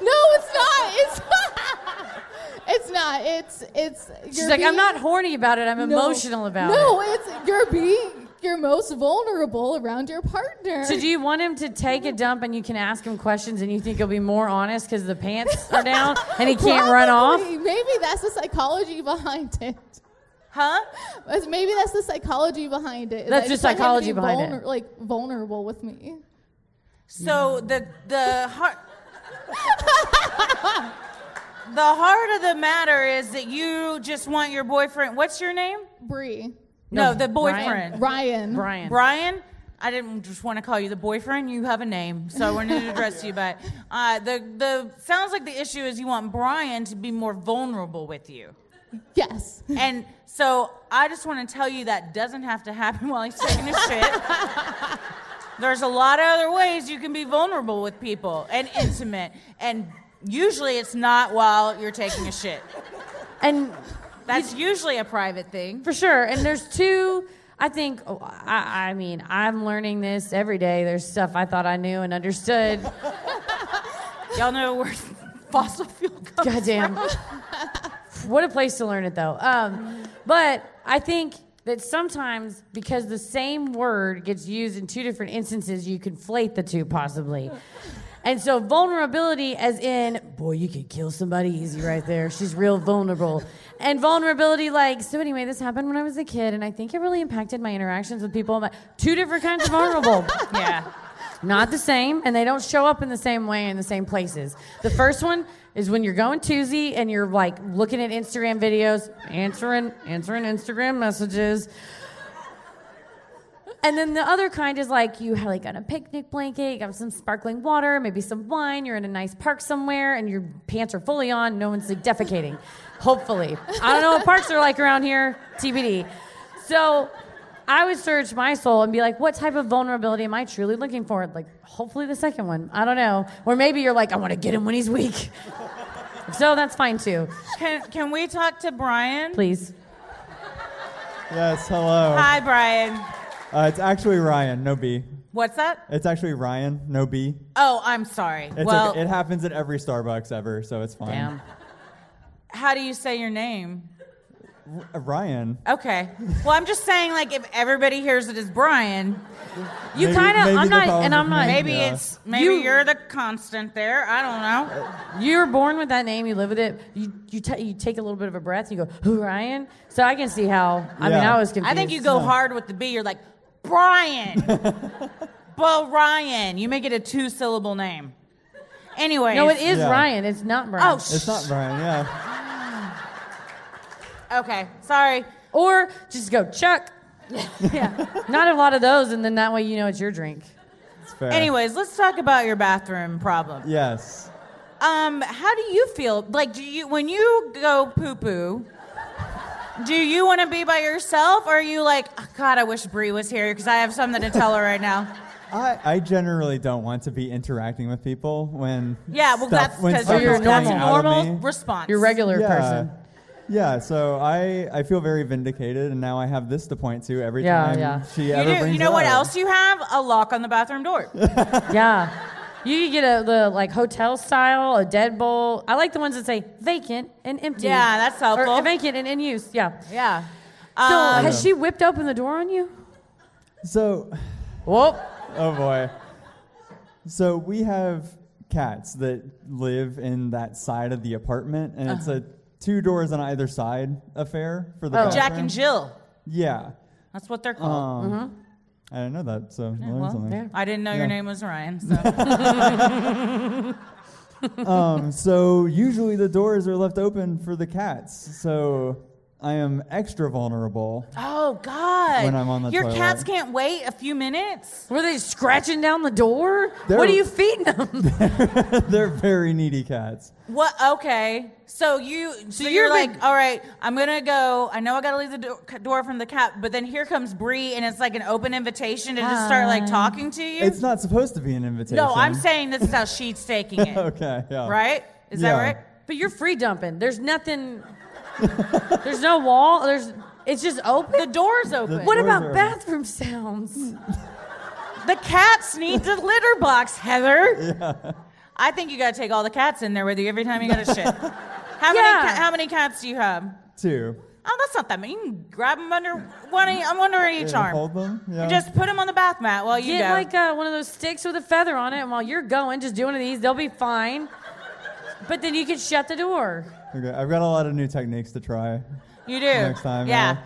[SPEAKER 15] No, it's not. It's it's not. It's it's.
[SPEAKER 3] She's
[SPEAKER 15] you're
[SPEAKER 3] like, I'm
[SPEAKER 15] being-
[SPEAKER 3] not horny about it. I'm
[SPEAKER 15] No.
[SPEAKER 3] emotional about
[SPEAKER 15] No,
[SPEAKER 3] it.
[SPEAKER 15] it's you're being your most vulnerable around your partner.
[SPEAKER 3] So do you want him to take a dump and you can ask him questions and you think he'll be more honest because the pants are down and he can't run off?
[SPEAKER 15] Probably. Maybe that's the psychology behind it.
[SPEAKER 4] Huh?
[SPEAKER 15] Maybe that's the psychology behind it. is
[SPEAKER 3] That's
[SPEAKER 15] I
[SPEAKER 3] the
[SPEAKER 15] just want him to
[SPEAKER 3] psychology
[SPEAKER 15] be
[SPEAKER 3] behind it.
[SPEAKER 15] vulner- Like vulnerable with me.
[SPEAKER 4] So the the heart the heart of the matter is that you just want your boyfriend. What's your name?
[SPEAKER 15] Bree.
[SPEAKER 4] No,
[SPEAKER 15] No,
[SPEAKER 4] the boyfriend.
[SPEAKER 15] Ryan.
[SPEAKER 3] Brian.
[SPEAKER 4] Brian. I didn't just want to call you the boyfriend. You have a name, so I wanted to address you. But uh, the the sounds like the issue is you want Brian to be more vulnerable with you.
[SPEAKER 15] Yes.
[SPEAKER 4] And so I just want to tell you that doesn't have to happen while he's taking a shit. There's a lot of other ways you can be vulnerable with people and intimate. And usually it's not while you're taking a shit.
[SPEAKER 3] And
[SPEAKER 4] that's usually a private thing.
[SPEAKER 3] For sure. And there's two, I think, oh, I, I mean, I'm learning this every day. There's stuff I thought I knew and understood.
[SPEAKER 4] Y'all know where fossil fuel comes
[SPEAKER 3] Goddamn.
[SPEAKER 4] from.
[SPEAKER 3] what a place to learn it though. Um, but I think that sometimes because the same word gets used in two different instances, you conflate the two possibly. And so vulnerability, as in, boy, you could kill somebody easy right there. She's real vulnerable. And vulnerability, like, so anyway, this happened when I was a kid, and I think it really impacted my interactions with people. But two different kinds of vulnerable.
[SPEAKER 4] yeah.
[SPEAKER 3] Not the same, and they don't show up in the same way in the same places. The first one is when you're going Tuesday and you're like looking at Instagram videos, answering answering Instagram messages. And then the other kind is like you have like on a picnic blanket, you got some sparkling water, maybe some wine, you're in a nice park somewhere, and your pants are fully on, no one's like defecating. Hopefully. I don't know what parks are like around here, TBD. So I would search my soul and be like, what type of vulnerability am I truly looking for? Like, hopefully the second one. I don't know. Or maybe you're like, I want to get him when he's weak. so that's fine too.
[SPEAKER 4] Can, can we talk to Brian?
[SPEAKER 3] Please.
[SPEAKER 16] Yes, hello.
[SPEAKER 4] Hi, Brian.
[SPEAKER 16] Uh, it's actually Ryan, no B.
[SPEAKER 4] What's that?
[SPEAKER 16] It's actually Ryan, no B.
[SPEAKER 4] Oh, I'm sorry.
[SPEAKER 16] It's
[SPEAKER 4] well,
[SPEAKER 16] okay. It happens at every Starbucks ever, so it's fine.
[SPEAKER 4] Damn. how do you say your name?
[SPEAKER 16] R- Ryan.
[SPEAKER 4] Okay. Well, I'm just saying, like, if everybody hears it as Brian,
[SPEAKER 3] You Maybe- kinda- maybe I'm they're not- calling and I'm him not-
[SPEAKER 4] Maybe
[SPEAKER 3] Yeah.
[SPEAKER 4] it's maybe
[SPEAKER 3] You-
[SPEAKER 4] you, are the constant there. I don't know.
[SPEAKER 3] You were born with that name. You live with it. You you, ta you take a little bit of a breath. You go, "Who Ryan?" So I can see how. I mean,
[SPEAKER 4] Yeah.
[SPEAKER 3] I was confused.
[SPEAKER 4] I think you go hard with the B. You're like Brian, but Ryan. You make it a two-syllable name. Anyway,
[SPEAKER 3] No, it is Ryan. It's not Brian.
[SPEAKER 4] Oh,
[SPEAKER 16] It's not Brian, yeah.
[SPEAKER 4] Okay, sorry.
[SPEAKER 3] Or just go Chuck. yeah, not a lot of those, and then that way you know it's your drink.
[SPEAKER 16] It's fair.
[SPEAKER 4] Anyways, let's talk about your bathroom problem.
[SPEAKER 16] Yes.
[SPEAKER 4] Um, how do you feel? Like, do you when you go poo poo? Do you want to be by yourself, or are you like, "Oh, God, I wish Brie was here because I have something to tell her right now?
[SPEAKER 16] I, I generally don't want to be interacting with people when
[SPEAKER 4] Yeah, well,
[SPEAKER 16] stuff,
[SPEAKER 4] that's
[SPEAKER 16] when
[SPEAKER 4] because
[SPEAKER 16] stuff
[SPEAKER 4] you're
[SPEAKER 16] is coming
[SPEAKER 4] normal,
[SPEAKER 16] out of
[SPEAKER 4] normal
[SPEAKER 16] me.
[SPEAKER 4] response.
[SPEAKER 3] You're regular
[SPEAKER 16] yeah.
[SPEAKER 3] person.
[SPEAKER 16] Yeah, so I, I feel very vindicated, and now I have this to point to every
[SPEAKER 3] Yeah,
[SPEAKER 16] time
[SPEAKER 3] yeah.
[SPEAKER 16] she
[SPEAKER 4] You,
[SPEAKER 16] ever
[SPEAKER 4] do,
[SPEAKER 16] brings
[SPEAKER 4] you
[SPEAKER 16] it
[SPEAKER 4] know what
[SPEAKER 16] up.
[SPEAKER 4] else you have? A lock on the bathroom door.
[SPEAKER 3] yeah, you could get a the like hotel style, a deadbolt. I like the ones that say vacant and empty.
[SPEAKER 4] Yeah, that's helpful.
[SPEAKER 3] Or vacant and in use. Yeah.
[SPEAKER 4] Yeah.
[SPEAKER 3] So
[SPEAKER 4] Um,
[SPEAKER 3] has she whipped open the door on you?
[SPEAKER 16] So,
[SPEAKER 3] whoop.
[SPEAKER 16] Oh boy. So we have cats that live in that side of the apartment, and it's
[SPEAKER 4] Uh-huh.
[SPEAKER 16] a two doors on either side affair for the
[SPEAKER 4] Oh. Jack
[SPEAKER 16] bathroom.
[SPEAKER 4] and Jill.
[SPEAKER 16] Yeah.
[SPEAKER 4] That's what they're called. Mm-hmm.
[SPEAKER 16] Um,
[SPEAKER 3] Mm-hmm.
[SPEAKER 16] I didn't know that, so I learned
[SPEAKER 4] Well,
[SPEAKER 16] something.
[SPEAKER 4] I didn't know
[SPEAKER 16] Yeah.
[SPEAKER 4] your name was Ryan. So.
[SPEAKER 16] um, so usually the doors are left open for the cats. So I am extra vulnerable.
[SPEAKER 4] oh God!
[SPEAKER 16] When I'm on the
[SPEAKER 4] your
[SPEAKER 16] toilet.
[SPEAKER 4] cats can't wait a few minutes.
[SPEAKER 3] Were they scratching down the door?
[SPEAKER 16] They're-
[SPEAKER 3] what are you feeding them?
[SPEAKER 16] They're very needy cats.
[SPEAKER 4] What? Okay. So you, so,
[SPEAKER 3] you're
[SPEAKER 4] you're,
[SPEAKER 3] big-
[SPEAKER 4] like, all right, I'm gonna go. I know I gotta leave the do- c- door from the cat, but then here comes Bree, and it's like an open invitation to just start like
[SPEAKER 16] Hi.
[SPEAKER 4] talking to you.
[SPEAKER 16] It's not supposed to be an invitation.
[SPEAKER 4] no, I'm saying this is how she's taking it.
[SPEAKER 16] okay. Yeah.
[SPEAKER 4] Right? Is
[SPEAKER 16] Yeah.
[SPEAKER 4] that right?
[SPEAKER 3] But you're free dumping. There's nothing. there's no wall. There's. It's just open. The
[SPEAKER 4] door's open.
[SPEAKER 3] what
[SPEAKER 4] door's
[SPEAKER 3] about
[SPEAKER 4] open.
[SPEAKER 3] bathroom sounds?
[SPEAKER 4] The cats need the litter box, Heather. I think you gotta take all the cats in there with you every time you gotta shit. How many? Ca- how many cats do you have?
[SPEAKER 16] Two.
[SPEAKER 4] Oh, that's not that many. You can grab them under one. e- I'm under each
[SPEAKER 16] Yeah,
[SPEAKER 4] arm.
[SPEAKER 16] Hold them. Yeah.
[SPEAKER 4] And just put them on the bath mat while you
[SPEAKER 3] Get
[SPEAKER 4] go.
[SPEAKER 3] like uh, one of those sticks with a feather on it, and while you're going, just do one of these. They'll be fine. But then you can shut the door.
[SPEAKER 16] Okay, I've got a lot of new techniques to try.
[SPEAKER 4] You do.
[SPEAKER 16] Next time,
[SPEAKER 4] Yeah.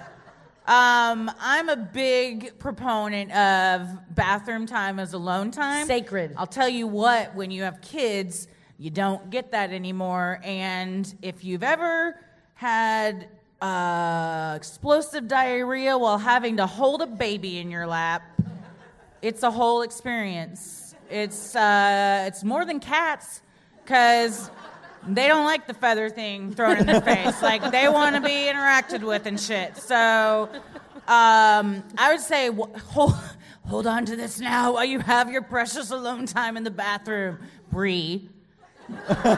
[SPEAKER 4] Um, I'm a big proponent of bathroom time as alone time.
[SPEAKER 3] Sacred.
[SPEAKER 4] I'll tell you what, when you have kids, you don't get that anymore. And if you've ever had uh, explosive diarrhea while having to hold a baby in your lap, it's a whole experience. It's uh, it's more than cats because they don't like the feather thing thrown in their face. Like they want to be interacted with and shit. So um, I would say wh- hold hold on to this now while you have your precious alone time in the bathroom, Bree.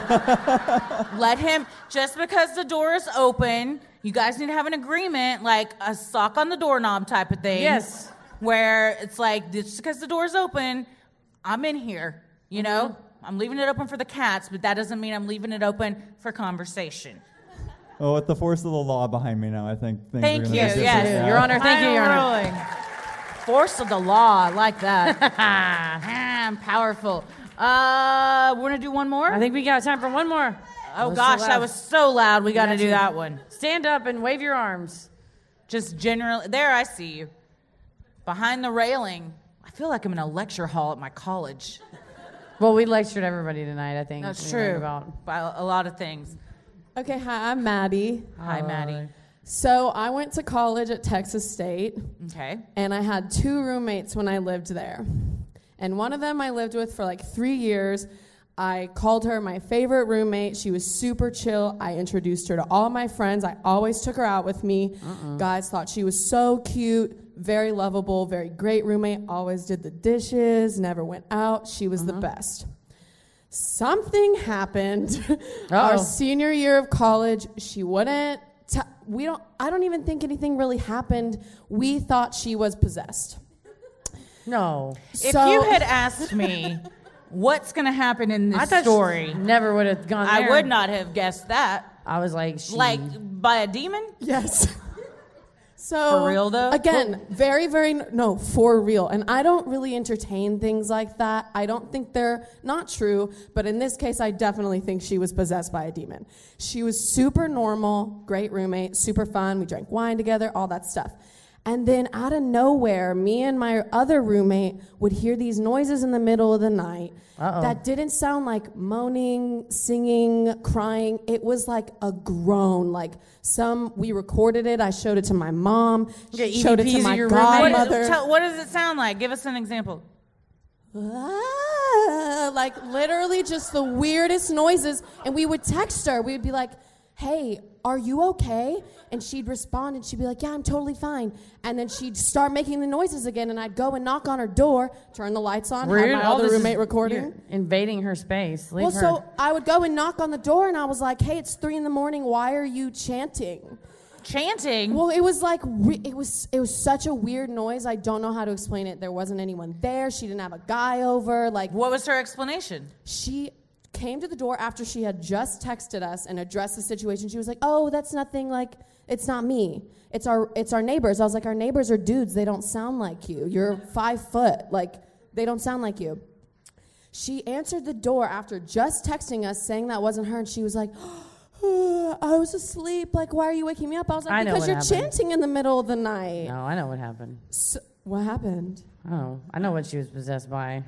[SPEAKER 4] Let him just because the door is open. You guys need to have an agreement, like a sock on the doorknob type of thing.
[SPEAKER 3] Yes.
[SPEAKER 4] Where it's like just because the door's open, I'm in here. You know,
[SPEAKER 3] Mm-hmm.
[SPEAKER 4] I'm leaving it open for the cats, but that doesn't mean I'm leaving it open for conversation.
[SPEAKER 16] Well, with the force of the law behind me now, I think things
[SPEAKER 4] Thank
[SPEAKER 16] are
[SPEAKER 4] you.
[SPEAKER 16] gonna
[SPEAKER 4] Yes,
[SPEAKER 16] Be different. Yeah.
[SPEAKER 3] Your Honor, thank you,
[SPEAKER 4] Final
[SPEAKER 3] Your Honor.
[SPEAKER 4] ruling. Force of the law, I like that. Ah, I'm powerful. Uh, we're gonna do one more.
[SPEAKER 3] I think we got time for one more.
[SPEAKER 4] Oh gosh, that was so loud. We got to do that one.
[SPEAKER 3] Stand up and wave your arms.
[SPEAKER 4] Just generally, there I see you. Behind the railing. I feel like I'm in a lecture hall at my college.
[SPEAKER 3] Well, we lectured everybody tonight. I think
[SPEAKER 4] That's
[SPEAKER 3] We learned
[SPEAKER 4] true.
[SPEAKER 3] About
[SPEAKER 4] By a lot of things.
[SPEAKER 15] Okay, hi, I'm Maddie.
[SPEAKER 4] Hi, Maddie.
[SPEAKER 15] So I went to college at Texas State.
[SPEAKER 4] Okay.
[SPEAKER 15] And I had two roommates when I lived there. And one of them I lived with for like three years.
[SPEAKER 17] I called her my favorite roommate. She was super chill. I introduced her to all my friends. I always took her out with me. Guys thought she was so cute, very lovable, very great roommate. Always did the dishes, never went out. She was the best. Something happened. Our senior year of college, she wouldn't. T- we don't. I don't even think anything really happened. We thought she was possessed.
[SPEAKER 3] No.
[SPEAKER 4] If you had asked me what's going to happen in this
[SPEAKER 3] I thought she
[SPEAKER 4] story,
[SPEAKER 3] never would have gone.
[SPEAKER 4] I
[SPEAKER 3] there.
[SPEAKER 4] would not have guessed that.
[SPEAKER 3] I was like, she,
[SPEAKER 4] Like by a demon?
[SPEAKER 17] Yes. So
[SPEAKER 4] For real, though?
[SPEAKER 17] Again, very, very no, for real. And I don't really entertain things like that. I don't think they're not true, but in this case, I definitely think she was possessed by a demon. She was super normal, great roommate, super fun. We drank wine together, all that stuff. And then out of nowhere, me and my other roommate would hear these noises in the middle of the night
[SPEAKER 3] Uh-oh.
[SPEAKER 17] that didn't sound like moaning, singing, crying. It was like a groan. Like some, we recorded it. I showed it to my mom.
[SPEAKER 3] Yeah,
[SPEAKER 17] showed
[SPEAKER 4] E
[SPEAKER 17] it to
[SPEAKER 3] EVPs
[SPEAKER 17] my
[SPEAKER 3] of your roommate?
[SPEAKER 4] What,
[SPEAKER 17] godmother.
[SPEAKER 4] tell- what does it sound like? Give us an example.
[SPEAKER 17] "Ah," like literally just the weirdest noises. And we would text her. We would be like, hey, are you okay? And she'd respond and she'd be like, yeah, I'm totally fine. And then she'd start making the noises again. And I'd go and knock on her door, turn the lights on,
[SPEAKER 3] Rude.
[SPEAKER 17] have my
[SPEAKER 3] All
[SPEAKER 17] other
[SPEAKER 3] this is-
[SPEAKER 17] roommate recording.
[SPEAKER 3] you're invading her space. Leave
[SPEAKER 17] well,
[SPEAKER 3] her.
[SPEAKER 17] so I would go and knock on the door, and I was like, "Hey, it's three in the morning. Why are you chanting?"
[SPEAKER 4] Chanting.
[SPEAKER 17] Well, it was like re- it was it was such a weird noise. I don't know how to explain it. There wasn't anyone there. She didn't have a guy over. Like
[SPEAKER 4] What was her explanation?
[SPEAKER 17] she came to the door after she had just texted us and addressed the situation. She was like, "Oh, that's nothing. Like, it's not me. It's our it's our neighbors." I was like, "Our neighbors are dudes. They don't sound like you. You're five foot. Like, they don't sound like you." She answered the door after just texting us saying that wasn't her, and she was like. "Oh, I was asleep. Like, why are you waking me up? I was like,
[SPEAKER 3] I know what
[SPEAKER 17] because you're
[SPEAKER 3] happened.
[SPEAKER 17] chanting in the middle of the night.
[SPEAKER 3] no, I know what happened.
[SPEAKER 17] So, what happened?
[SPEAKER 3] Oh, I know what she was possessed by.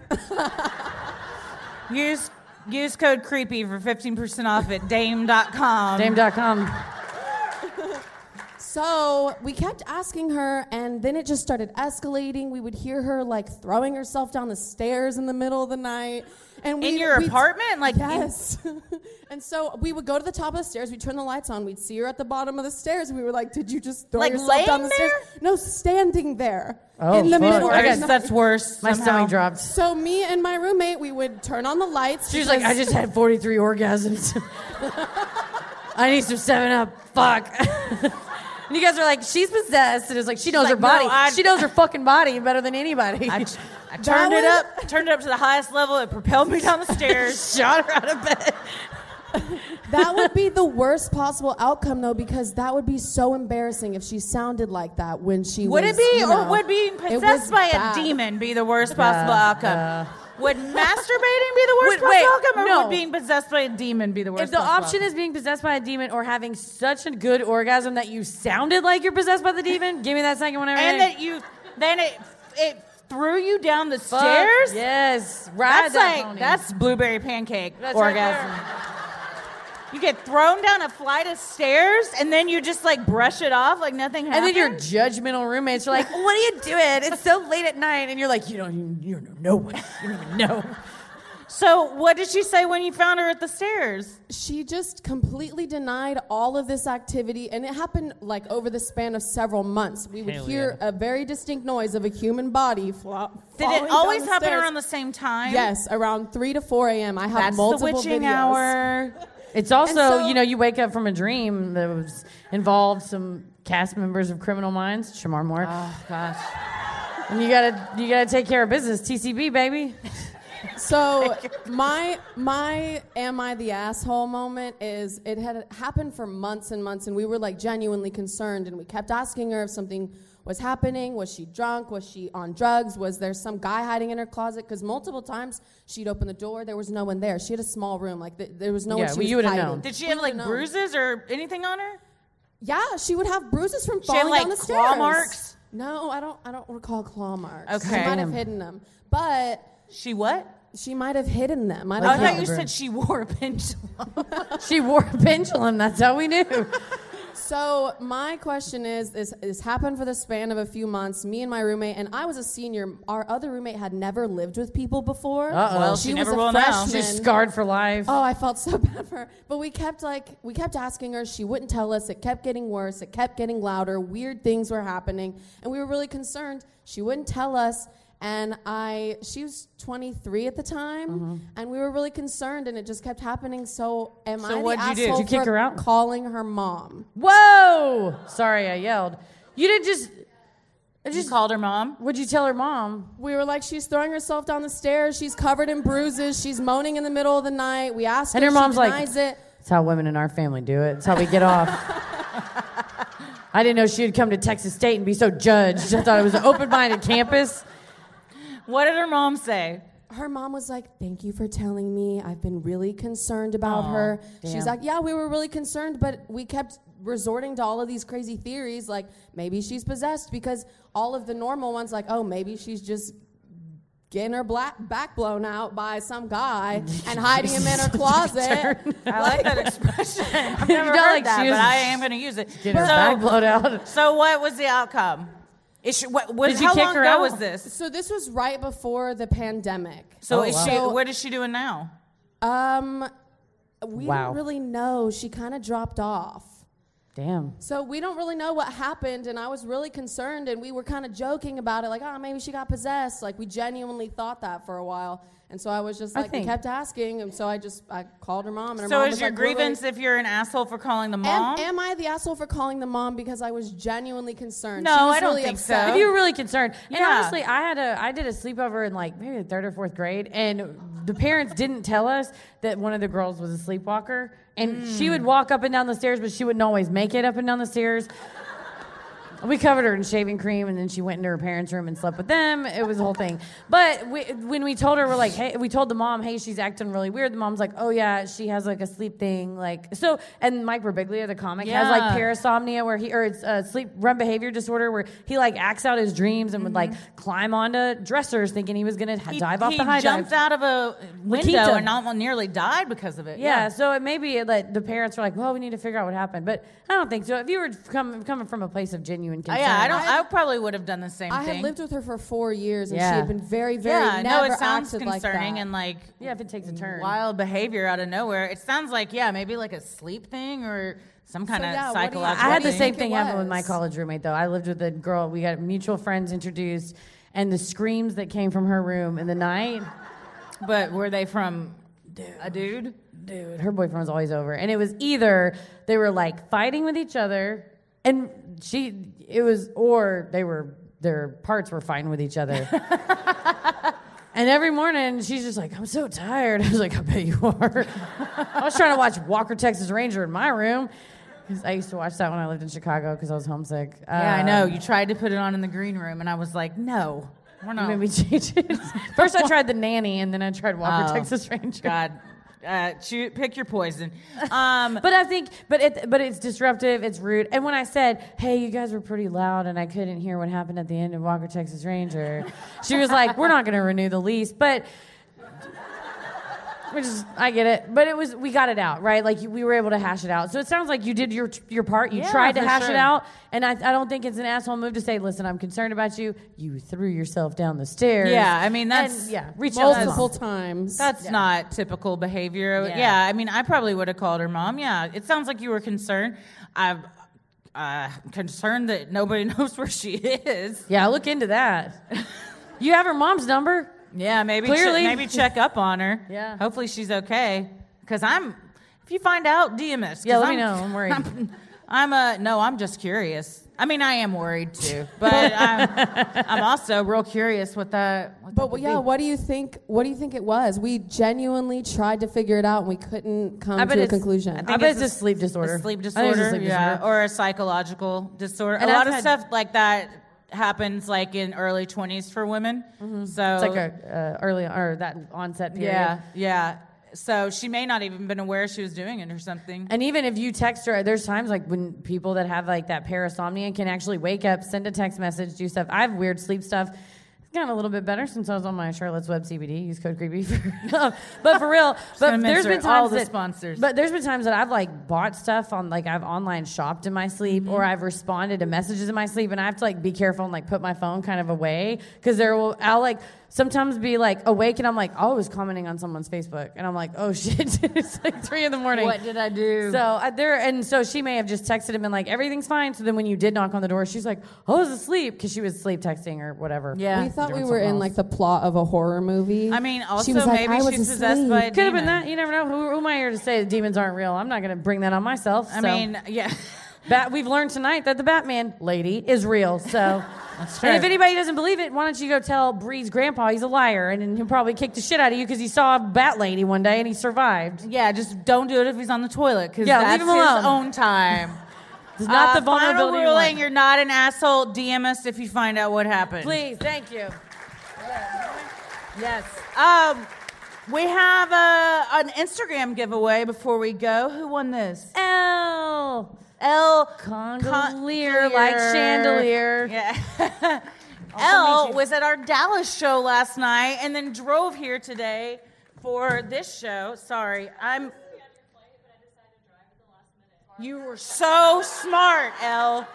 [SPEAKER 4] Use use code creepy for 15% off at dame.com.
[SPEAKER 3] Dame.com.
[SPEAKER 17] So we kept asking her, and then it just started escalating. We would hear her like throwing herself down the stairs in the middle of the night. And we,
[SPEAKER 4] In your
[SPEAKER 17] we'd-
[SPEAKER 4] apartment? Like, in-
[SPEAKER 17] yes. and so we would go to the top of the stairs. We turn the lights on. We'd see her at the bottom of the stairs. We were like, "Did you just throw
[SPEAKER 4] Like,
[SPEAKER 17] yourself down
[SPEAKER 4] laying
[SPEAKER 17] the stairs?" No, standing there
[SPEAKER 3] Oh,
[SPEAKER 17] in the
[SPEAKER 3] fuck.
[SPEAKER 17] middle.
[SPEAKER 3] I
[SPEAKER 17] of the
[SPEAKER 3] guess
[SPEAKER 17] night.
[SPEAKER 3] that's worse My somehow. stomach dropped.
[SPEAKER 17] So me and my roommate, we would turn on the lights.
[SPEAKER 3] She was like, I
[SPEAKER 17] because-
[SPEAKER 3] just had 43 orgasms. I need some 7 Up. Fuck. and you guys are like, she's possessed. And it's like, she knows
[SPEAKER 4] like,
[SPEAKER 3] her body.
[SPEAKER 4] "No, I-
[SPEAKER 3] she knows her fucking body better than anybody. I,
[SPEAKER 4] I turned it up, turned it up to the highest level. It propelled me down the stairs.
[SPEAKER 3] Shot her out of bed.
[SPEAKER 17] that would be the worst possible outcome though because that would be so embarrassing if she sounded like that when she
[SPEAKER 4] Would
[SPEAKER 17] was,
[SPEAKER 4] it be,
[SPEAKER 17] you
[SPEAKER 4] or
[SPEAKER 17] know,
[SPEAKER 4] would being
[SPEAKER 17] it
[SPEAKER 4] possessed
[SPEAKER 17] was
[SPEAKER 4] by
[SPEAKER 17] bad.
[SPEAKER 4] a demon be the worst possible outcome?
[SPEAKER 3] uh.
[SPEAKER 4] would masturbating be the worst
[SPEAKER 3] Wait, wait,
[SPEAKER 4] possible outcome, or
[SPEAKER 3] no.
[SPEAKER 4] would being possessed by a demon be the worst?
[SPEAKER 3] If the
[SPEAKER 4] possible
[SPEAKER 3] option
[SPEAKER 4] outcome?
[SPEAKER 3] is being possessed by a demon or having such a good orgasm that you sounded like you're possessed by the demon, give me that second one. every
[SPEAKER 4] and
[SPEAKER 3] day.
[SPEAKER 4] that you, then it it threw you down the
[SPEAKER 3] Fuck,
[SPEAKER 4] stairs.
[SPEAKER 3] Yes. Ride
[SPEAKER 4] That's
[SPEAKER 3] that
[SPEAKER 4] like
[SPEAKER 3] pony.
[SPEAKER 4] that's blueberry pancake
[SPEAKER 3] That's right
[SPEAKER 4] orgasm. you get thrown down a flight of stairs and then you just like brush it off like nothing
[SPEAKER 3] And
[SPEAKER 4] happened.
[SPEAKER 3] then your judgmental roommates are like, "What are you doing? It's so late at night." And you're like, "You don't, even, you don't know what. You don't even know."
[SPEAKER 4] So what did she say when you found her at the stairs?
[SPEAKER 17] she just completely denied all of this activity and it happened like over the span of several months we would
[SPEAKER 4] Hell
[SPEAKER 17] hear a very distinct noise of a human body flop
[SPEAKER 4] Did it always happen around the same time?
[SPEAKER 17] yes around 3 to 4 a.m i have
[SPEAKER 4] That's the
[SPEAKER 17] multiple
[SPEAKER 4] witching
[SPEAKER 17] videos.
[SPEAKER 4] hour.
[SPEAKER 3] It's also,
[SPEAKER 17] so-
[SPEAKER 3] you know, you wake up from a dream that was involved some cast members of Criminal Minds, Shamar Moore. Oh gosh. And you gotta, you gotta take care of business, TCB baby.
[SPEAKER 17] So my my am I the asshole moment is it had happened for months and months and we were like genuinely concerned and we kept asking her if something was happening was she drunk was she on drugs was there some guy hiding in her closet cuz multiple times she'd open the door there was no one there she had a small room like th- there was no
[SPEAKER 3] Yeah,
[SPEAKER 17] one she
[SPEAKER 3] well,
[SPEAKER 17] was
[SPEAKER 3] you would've
[SPEAKER 17] hiding.
[SPEAKER 3] known.
[SPEAKER 4] Did she have like
[SPEAKER 17] known.
[SPEAKER 4] bruises or anything on her?
[SPEAKER 17] Yeah, she would have bruises from
[SPEAKER 4] She had,
[SPEAKER 17] falling
[SPEAKER 4] like,
[SPEAKER 17] down the
[SPEAKER 4] claw
[SPEAKER 17] stairs.
[SPEAKER 4] marks?
[SPEAKER 17] No, I don't I don't recall claw marks. She
[SPEAKER 4] Okay.
[SPEAKER 17] might have
[SPEAKER 4] Damn.
[SPEAKER 17] hidden them. But
[SPEAKER 4] she what? Oh,
[SPEAKER 17] She might have hidden them. I
[SPEAKER 4] I,
[SPEAKER 17] don't know.
[SPEAKER 4] thought you said she wore a pendulum.
[SPEAKER 3] She wore a pendulum. That's how we knew.
[SPEAKER 17] So my question is, this this happened for the span of a few months. Me and my roommate, and I was a senior. Our other roommate had never lived with people before.
[SPEAKER 3] Uh-oh. Well, she never will now. She's scarred for life.
[SPEAKER 17] Oh, I felt so bad for her. But we kept like we kept asking her. She wouldn't tell us. It kept getting worse. It kept getting louder. Weird things were happening, and we were really concerned. She wouldn't tell us. And I, she was 23 at the time,
[SPEAKER 3] Mm-hmm.
[SPEAKER 17] and we were really concerned, and it just kept happening. So, am
[SPEAKER 3] So
[SPEAKER 17] I the
[SPEAKER 3] what'd you do? Did
[SPEAKER 17] asshole
[SPEAKER 3] you kick
[SPEAKER 17] for
[SPEAKER 3] her out?
[SPEAKER 17] Calling her mom.
[SPEAKER 3] Whoa! Sorry, I yelled. You didn't just. I
[SPEAKER 17] just
[SPEAKER 3] called her mom. Would you tell her mom?
[SPEAKER 17] We were like, she's throwing herself down the stairs. She's covered in bruises. She's moaning in the middle of the night. We asked
[SPEAKER 3] And
[SPEAKER 17] her.
[SPEAKER 3] her mom's
[SPEAKER 17] she
[SPEAKER 3] like-
[SPEAKER 17] denies it.
[SPEAKER 3] That's how women in our family do it. That's how we get off. I didn't know she would come to Texas State and be so judged. I thought it was an open-minded campus.
[SPEAKER 17] What did her mom say? Her mom was like, Thank you for telling me. I've been really concerned about
[SPEAKER 3] Aw,
[SPEAKER 17] her.
[SPEAKER 3] damn.
[SPEAKER 17] She's like, Yeah, we were really concerned, but we kept resorting to all of these crazy theories like maybe she's possessed because all of the normal ones, like, Oh, maybe she's just getting her black back blown out by some guy and hiding him in her closet.
[SPEAKER 18] I like that expression.
[SPEAKER 4] I've
[SPEAKER 18] You
[SPEAKER 4] never
[SPEAKER 18] know,
[SPEAKER 4] heard
[SPEAKER 18] like,
[SPEAKER 4] that,
[SPEAKER 18] she
[SPEAKER 4] but
[SPEAKER 18] was-
[SPEAKER 4] I am going to use it.
[SPEAKER 18] Get her back blowed
[SPEAKER 3] out.
[SPEAKER 4] So what was the outcome? Is she, what, was, how long ago was this?
[SPEAKER 17] So this was right before the pandemic.
[SPEAKER 18] Oh,
[SPEAKER 4] So is
[SPEAKER 3] Oh,
[SPEAKER 4] she? What is she doing now?
[SPEAKER 17] Um, we
[SPEAKER 4] Wow.
[SPEAKER 17] don't really know. She kind of dropped off.
[SPEAKER 3] Damn.
[SPEAKER 17] So we don't really know what happened, and I was really concerned, and we were kind of joking about it, like, oh, maybe she got possessed. Like we genuinely thought that for a while, and so I was just
[SPEAKER 4] I
[SPEAKER 17] like, we
[SPEAKER 4] think-
[SPEAKER 17] kept asking, and so I just I called her mom, and her
[SPEAKER 4] So
[SPEAKER 17] mom
[SPEAKER 4] is
[SPEAKER 17] was
[SPEAKER 4] your
[SPEAKER 17] like, we're really-
[SPEAKER 4] grievance if you're an asshole for calling the
[SPEAKER 17] Am,
[SPEAKER 4] mom?
[SPEAKER 17] am I the asshole for calling the mom because I was genuinely concerned?
[SPEAKER 4] No,
[SPEAKER 17] She was
[SPEAKER 4] I don't
[SPEAKER 17] really
[SPEAKER 4] think
[SPEAKER 17] upset.
[SPEAKER 4] so.
[SPEAKER 3] If you were really concerned, and
[SPEAKER 17] Yeah.
[SPEAKER 3] honestly, I had a I did a sleepover in like maybe the third or fourth grade, and the parents didn't tell us that one of the girls was a sleepwalker, and
[SPEAKER 17] Mm.
[SPEAKER 3] she would walk up and down the stairs, but she wouldn't always make it up and down the stairs. We covered her in shaving cream, and then she went into her parents' room and slept with them. It was a whole thing. But we, when we told her, we're like, hey, we told the mom, hey, she's acting really weird. The mom's like, oh yeah, she has like a sleep thing, like so. And Mike Birbiglia, the comic, has like
[SPEAKER 9] Yeah.
[SPEAKER 3] parasomnia, where he or it's uh, sleep REM behavior disorder, where he like acts out his dreams and would like climb onto dressers, thinking he was gonna ha- dive
[SPEAKER 4] Mm-hmm.
[SPEAKER 3] off
[SPEAKER 4] he
[SPEAKER 3] the high
[SPEAKER 4] jumped
[SPEAKER 3] dive.
[SPEAKER 4] out of a window
[SPEAKER 3] Nikita.
[SPEAKER 4] and almost nearly died because of it.
[SPEAKER 3] Yeah, so it may be that the parents were like, "Well, we need to figure out what happened," but I don't think so. If you were come, coming from a place of genuine
[SPEAKER 4] Oh,
[SPEAKER 3] concern,
[SPEAKER 4] yeah. I don't. I probably would have done the same
[SPEAKER 17] I
[SPEAKER 4] thing.
[SPEAKER 17] had lived with her for four years, and
[SPEAKER 3] Yeah.
[SPEAKER 17] she had been very, very
[SPEAKER 4] yeah,
[SPEAKER 17] never
[SPEAKER 4] no, it sounds
[SPEAKER 17] acted like that.
[SPEAKER 4] concerning and like
[SPEAKER 3] yeah, if it takes a turn,
[SPEAKER 4] wild behavior out of nowhere. It sounds like yeah, maybe like a sleep thing or some kind
[SPEAKER 3] So,
[SPEAKER 4] of
[SPEAKER 3] yeah, what do you-
[SPEAKER 4] psychological.
[SPEAKER 3] I had the
[SPEAKER 4] thing.
[SPEAKER 3] same thing happen with my college roommate though. I lived with a girl. We got mutual friends introduced, and the screams that came from her room in the night.
[SPEAKER 4] But were they from a dude?
[SPEAKER 3] Dude, her boyfriend was always over, and it was either they were like fighting with each other, and she it was, or they were their parts were fighting with each other. And every morning she's just like, I'm so tired. I was like, I bet you are. I was trying to watch Walker Texas Ranger in my room. 'Cause I used to watch that when I lived in Chicago because I was homesick.
[SPEAKER 4] Yeah, I
[SPEAKER 3] Um,
[SPEAKER 4] know. You tried to put it on in the green room, and I was like, no, we're
[SPEAKER 3] You
[SPEAKER 4] not.
[SPEAKER 3] made me change it. First, I tried the nanny, and then I tried Walker,
[SPEAKER 4] Oh,
[SPEAKER 3] Texas Ranger.
[SPEAKER 4] God, uh, shoot, pick your poison. Um,
[SPEAKER 3] but I think, but it, but it's disruptive. It's rude. And when I said, "Hey, you guys were pretty loud, and I couldn't hear what happened at the end of Walker, Texas Ranger," she was like, "We're not going to renew the lease," but. Which is, I get it, but it was we got it out right. Like you, we were able to hash it out. So it sounds like you did your your part. You
[SPEAKER 9] Yeah,
[SPEAKER 3] tried to
[SPEAKER 9] for
[SPEAKER 3] hash
[SPEAKER 9] sure.
[SPEAKER 3] it out, and I, I don't think it's an asshole move to say, "Listen, I'm concerned about you. You threw yourself down the stairs."
[SPEAKER 4] Yeah, I mean
[SPEAKER 3] And,
[SPEAKER 4] that's
[SPEAKER 3] yeah, reach out to
[SPEAKER 17] multiple
[SPEAKER 3] mom.
[SPEAKER 17] times.
[SPEAKER 4] That's
[SPEAKER 3] Yeah.
[SPEAKER 4] not typical behavior.
[SPEAKER 3] Yeah.
[SPEAKER 4] Yeah. I mean, I probably would have called her mom. Yeah, it sounds like you were concerned. I'm uh, concerned that nobody knows where she is.
[SPEAKER 3] Yeah, look into that. you have her mom's number.
[SPEAKER 4] Yeah, maybe che-
[SPEAKER 3] Clearly.
[SPEAKER 4] maybe check up on her.
[SPEAKER 3] Yeah.
[SPEAKER 4] hopefully she's okay. Because I'm, if you find out, DM us. 'Cause
[SPEAKER 3] Yeah, let me know. I'm worried.
[SPEAKER 4] I'm, I'm uh, no, I'm just curious. I mean, I am worried too, but I'm, I'm also real curious what that. Uh, What
[SPEAKER 17] But well, yeah, what do you think? What do you think it was? We genuinely tried to figure it out, and we couldn't come
[SPEAKER 3] I bet
[SPEAKER 17] to a
[SPEAKER 3] it's-
[SPEAKER 17] conclusion.
[SPEAKER 3] I think I bet it's it's a a s- sleep disorder.
[SPEAKER 4] A sleep
[SPEAKER 3] I think it's a
[SPEAKER 4] disorder,
[SPEAKER 3] sleep
[SPEAKER 4] yeah,
[SPEAKER 3] disorder.
[SPEAKER 4] or a psychological disorder.
[SPEAKER 3] And
[SPEAKER 4] a lot
[SPEAKER 3] I've
[SPEAKER 4] of
[SPEAKER 3] had-
[SPEAKER 4] stuff like that happens like in early 20s for women. So
[SPEAKER 3] Mm-hmm. it's like a uh, early or that onset
[SPEAKER 4] Oh.
[SPEAKER 3] period.
[SPEAKER 4] yeah, yeah. So she may not even been aware she was doing it or something.
[SPEAKER 3] And even if you text her, there's times like when people that have like that parasomnia can actually wake up, send a text message, do stuff. I have weird sleep stuff. gotten a little bit better since I was on my Charlotte's Web CBD. Use code creepy, for, but for real.
[SPEAKER 4] gonna
[SPEAKER 3] but there's been
[SPEAKER 4] mention all
[SPEAKER 3] times
[SPEAKER 4] the
[SPEAKER 3] that,
[SPEAKER 4] sponsors.
[SPEAKER 3] But there's been times that I've like bought stuff on like I've online shopped in my sleep,
[SPEAKER 4] Mm-hmm.
[SPEAKER 3] or I've responded to messages in my sleep, and I have to like be careful and like put my phone kind of away because there will I'll like sometimes be like awake and I'm like oh, I was commenting on someone's Facebook and I'm like oh shit it's like three in the morning.
[SPEAKER 19] What did I do?
[SPEAKER 3] So uh, there and so she may have just texted him and like everything's fine. So then when you did knock on the door, she's like oh, I was asleep because she was sleep texting or whatever.
[SPEAKER 17] we thought we
[SPEAKER 3] Doing
[SPEAKER 17] were
[SPEAKER 3] something
[SPEAKER 17] in like the plot of a horror movie. I
[SPEAKER 4] mean,
[SPEAKER 17] she was like, I was asleep.
[SPEAKER 3] Could have been that. You never know. Who, who am I here to say that demons aren't real? I'm not going to bring that on myself.
[SPEAKER 4] I
[SPEAKER 3] so.
[SPEAKER 4] mean, yeah.
[SPEAKER 3] Bat, we've learned tonight that the Batman lady is real. So,
[SPEAKER 4] true.
[SPEAKER 3] and if anybody doesn't believe it, why don't you go tell Bree's grandpa he's a liar, and then he'll probably kick the shit out of you because he saw a bat lady one day and he survived.
[SPEAKER 4] Yeah, just don't do it if he's on the toilet because
[SPEAKER 3] Yeah,
[SPEAKER 4] that's
[SPEAKER 3] leave him alone.
[SPEAKER 4] his own time.
[SPEAKER 3] It's not
[SPEAKER 4] Uh,
[SPEAKER 3] the vulnerability.
[SPEAKER 4] Final
[SPEAKER 3] you want.
[SPEAKER 4] ruling: You're not an asshole. DM us if you find out what happened.
[SPEAKER 3] Please, thank you. Yes.
[SPEAKER 4] Um, we have a, an Instagram giveaway before we go. Who won this?
[SPEAKER 3] L.
[SPEAKER 4] L.
[SPEAKER 3] Chandelier, like chandelier.
[SPEAKER 4] Yeah.
[SPEAKER 3] Also
[SPEAKER 4] L
[SPEAKER 3] means you-
[SPEAKER 4] was at our Dallas show last night and then drove here today for this show. Sorry, I'm. You were so smart, L.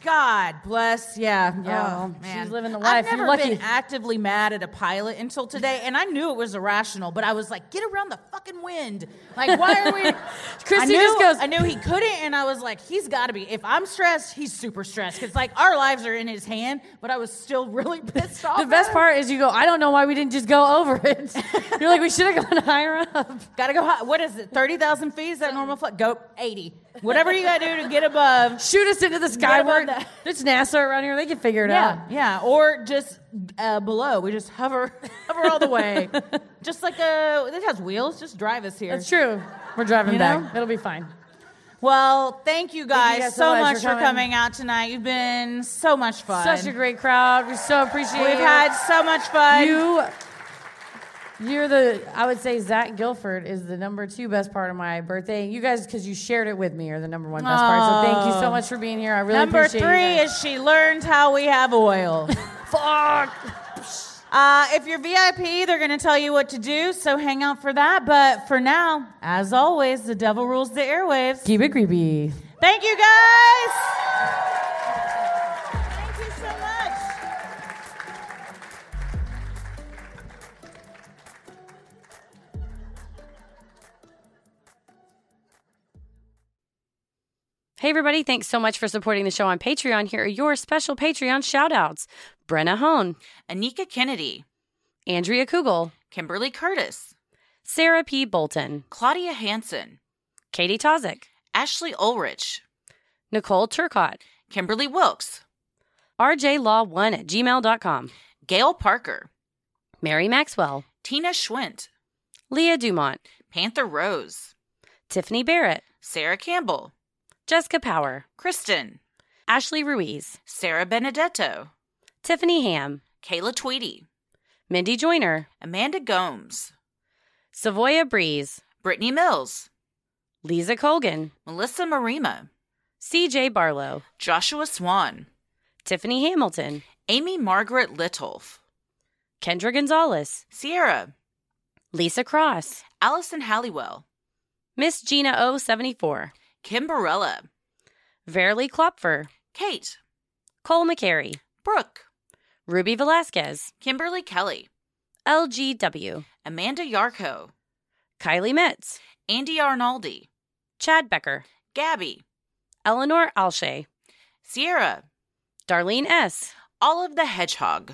[SPEAKER 4] God bless. Yeah.
[SPEAKER 3] Yeah,
[SPEAKER 4] Oh,
[SPEAKER 3] she's
[SPEAKER 4] man.
[SPEAKER 3] living the life.
[SPEAKER 4] I've
[SPEAKER 3] You're
[SPEAKER 4] never
[SPEAKER 3] lucky.
[SPEAKER 4] been actively mad at a pilot until today, and I knew it was irrational, but I was like, get around the fucking wind. Like, why are we.
[SPEAKER 3] Christy
[SPEAKER 4] I knew,
[SPEAKER 3] just goes-
[SPEAKER 4] I knew he couldn't, and I was like, he's got to be. If I'm stressed, he's super stressed. Because, like, our lives are in his hand, but I was still really pissed off.
[SPEAKER 3] The best part is you go, I don't know why we didn't just go over it. You're like, we should have gone higher up.
[SPEAKER 4] Gotta go high. What is it? 30,000 feet? Is that normal flight? Go 80. Whatever you gotta do to get above.
[SPEAKER 3] Shoot us into the
[SPEAKER 4] Get above
[SPEAKER 3] skyward.
[SPEAKER 4] that.
[SPEAKER 3] There's NASA around here. They can figure it
[SPEAKER 4] yeah,
[SPEAKER 3] out.
[SPEAKER 4] Yeah, or just uh, below. We just hover, hover all the way. just like a, it has wheels. Just drive us here.
[SPEAKER 3] That's true. We're driving
[SPEAKER 4] You
[SPEAKER 3] back.
[SPEAKER 4] know?
[SPEAKER 3] It'll be fine.
[SPEAKER 4] Well, thank you guys,
[SPEAKER 3] guys so
[SPEAKER 4] so
[SPEAKER 3] much
[SPEAKER 4] much
[SPEAKER 3] for
[SPEAKER 4] for
[SPEAKER 3] coming.
[SPEAKER 4] coming. out tonight. You've been so much fun.
[SPEAKER 3] Such a great crowd. Uh, We so appreciate
[SPEAKER 4] We've
[SPEAKER 3] you.
[SPEAKER 4] had so much fun.
[SPEAKER 3] You, you're the. I would say Zach Guilford is the number two best part of my birthday. You guys, because you shared it with me, are the number one best part. So thank you so
[SPEAKER 4] Oh.
[SPEAKER 3] much for being here. I really
[SPEAKER 4] Number
[SPEAKER 3] appreciate
[SPEAKER 4] three
[SPEAKER 3] you guys.
[SPEAKER 4] is she learned how we have oil.
[SPEAKER 3] Fuck.
[SPEAKER 4] Uh, if you're VIP, they're going to tell you what to do, so hang out for that. But for now, as always, the devil rules the airwaves.
[SPEAKER 3] Keep it creepy.
[SPEAKER 4] Thank you guys. Thank you so much.
[SPEAKER 3] Hey, everybody. Thanks so much for supporting the show on Patreon. Here are your special Patreon shout outs Brenna Hone,
[SPEAKER 9] Anika Kennedy,
[SPEAKER 3] Andrea Kugel,
[SPEAKER 9] Kimberly Curtis,
[SPEAKER 3] Sarah P. Bolton,
[SPEAKER 9] Claudia Hansen,
[SPEAKER 3] Katie Tozick,
[SPEAKER 9] Ashley Ulrich,
[SPEAKER 3] Nicole Turcott,
[SPEAKER 9] Kimberly Wilkes,
[SPEAKER 3] rjlaw1 at gmail.com,
[SPEAKER 9] Gail Parker,
[SPEAKER 3] Mary Maxwell,
[SPEAKER 9] Tina Schwint,
[SPEAKER 3] Leah Dumont,
[SPEAKER 9] Panther Rose,
[SPEAKER 3] Tiffany Barrett,
[SPEAKER 9] Sarah Campbell,
[SPEAKER 3] Jessica Power,
[SPEAKER 9] Kristen,
[SPEAKER 3] Ashley Ruiz,
[SPEAKER 9] Sarah Benedetto,
[SPEAKER 3] Tiffany Ham,
[SPEAKER 9] Kayla Tweedy,
[SPEAKER 3] Mindy Joyner,
[SPEAKER 9] Amanda Gomes,
[SPEAKER 3] Savoya Breeze,
[SPEAKER 9] Brittany Mills,
[SPEAKER 3] Lisa Colgan,
[SPEAKER 9] Melissa Marima,
[SPEAKER 3] CJ Barlow,
[SPEAKER 9] Joshua Swan,
[SPEAKER 3] Tiffany Hamilton,
[SPEAKER 9] Amy Margaret Littolf,
[SPEAKER 3] Kendra Gonzalez,
[SPEAKER 9] Sierra,
[SPEAKER 3] Lisa Cross,
[SPEAKER 9] Allison Halliwell,
[SPEAKER 3] Miss Gina O74,
[SPEAKER 9] Kim Barella,
[SPEAKER 3] Verily Klopfer,
[SPEAKER 9] Kate,
[SPEAKER 3] Cole McCary,
[SPEAKER 9] Brooke,
[SPEAKER 3] Ruby Velasquez,
[SPEAKER 9] Kimberly Kelly,
[SPEAKER 3] LGW,
[SPEAKER 9] Amanda Yarko,
[SPEAKER 3] Kylie Metz,
[SPEAKER 9] Andy Arnaldi,
[SPEAKER 3] Chad Becker,
[SPEAKER 9] Gabby,
[SPEAKER 3] Eleanor Alshay,
[SPEAKER 9] Sierra,
[SPEAKER 3] Darlene S.,
[SPEAKER 9] Olive the Hedgehog,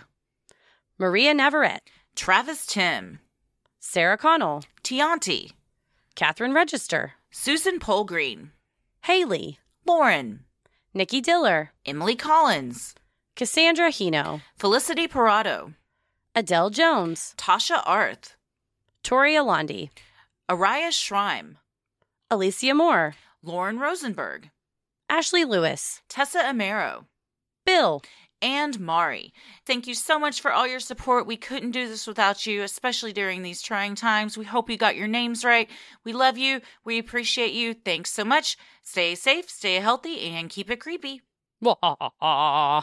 [SPEAKER 3] Maria Navarette,
[SPEAKER 9] Travis Tim,
[SPEAKER 3] Sarah Connell,
[SPEAKER 9] Tianti,
[SPEAKER 3] Catherine Register,
[SPEAKER 9] Susan Polgreen,
[SPEAKER 3] Haley,
[SPEAKER 9] Lauren,
[SPEAKER 3] Nikki Diller,
[SPEAKER 9] Emily Collins,
[SPEAKER 3] Cassandra Hino,
[SPEAKER 9] Felicity Parado,
[SPEAKER 3] Adele Jones,
[SPEAKER 9] Tasha Arth,
[SPEAKER 3] Tori Alandi,
[SPEAKER 9] Araya Shrime,
[SPEAKER 3] Alicia Moore,
[SPEAKER 9] Lauren Rosenberg,
[SPEAKER 3] Ashley Lewis,
[SPEAKER 9] Tessa Amaro,
[SPEAKER 3] Bill,
[SPEAKER 9] and Mari. Thank you so much for all your support. We couldn't do this without you, especially during these trying times. We hope you got your names right. We love you. We appreciate you. Thanks so much. Stay safe, stay healthy, and keep it creepy.
[SPEAKER 3] Wah.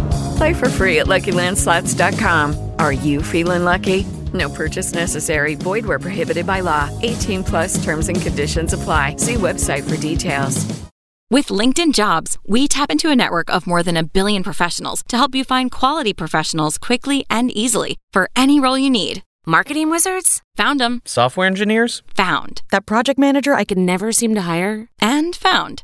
[SPEAKER 2] Play for free at LuckyLandSlots.com. Are you feeling lucky? No purchase necessary. Void where prohibited by law. 18 plus terms and conditions apply. See website for details.
[SPEAKER 20] With LinkedIn Jobs, we tap into a network of more than a billion professionals to help you find quality professionals quickly and easily for any role you need. Marketing wizards? Found them.
[SPEAKER 21] Software engineers?
[SPEAKER 20] Found. That project manager I could never seem to hire? And found.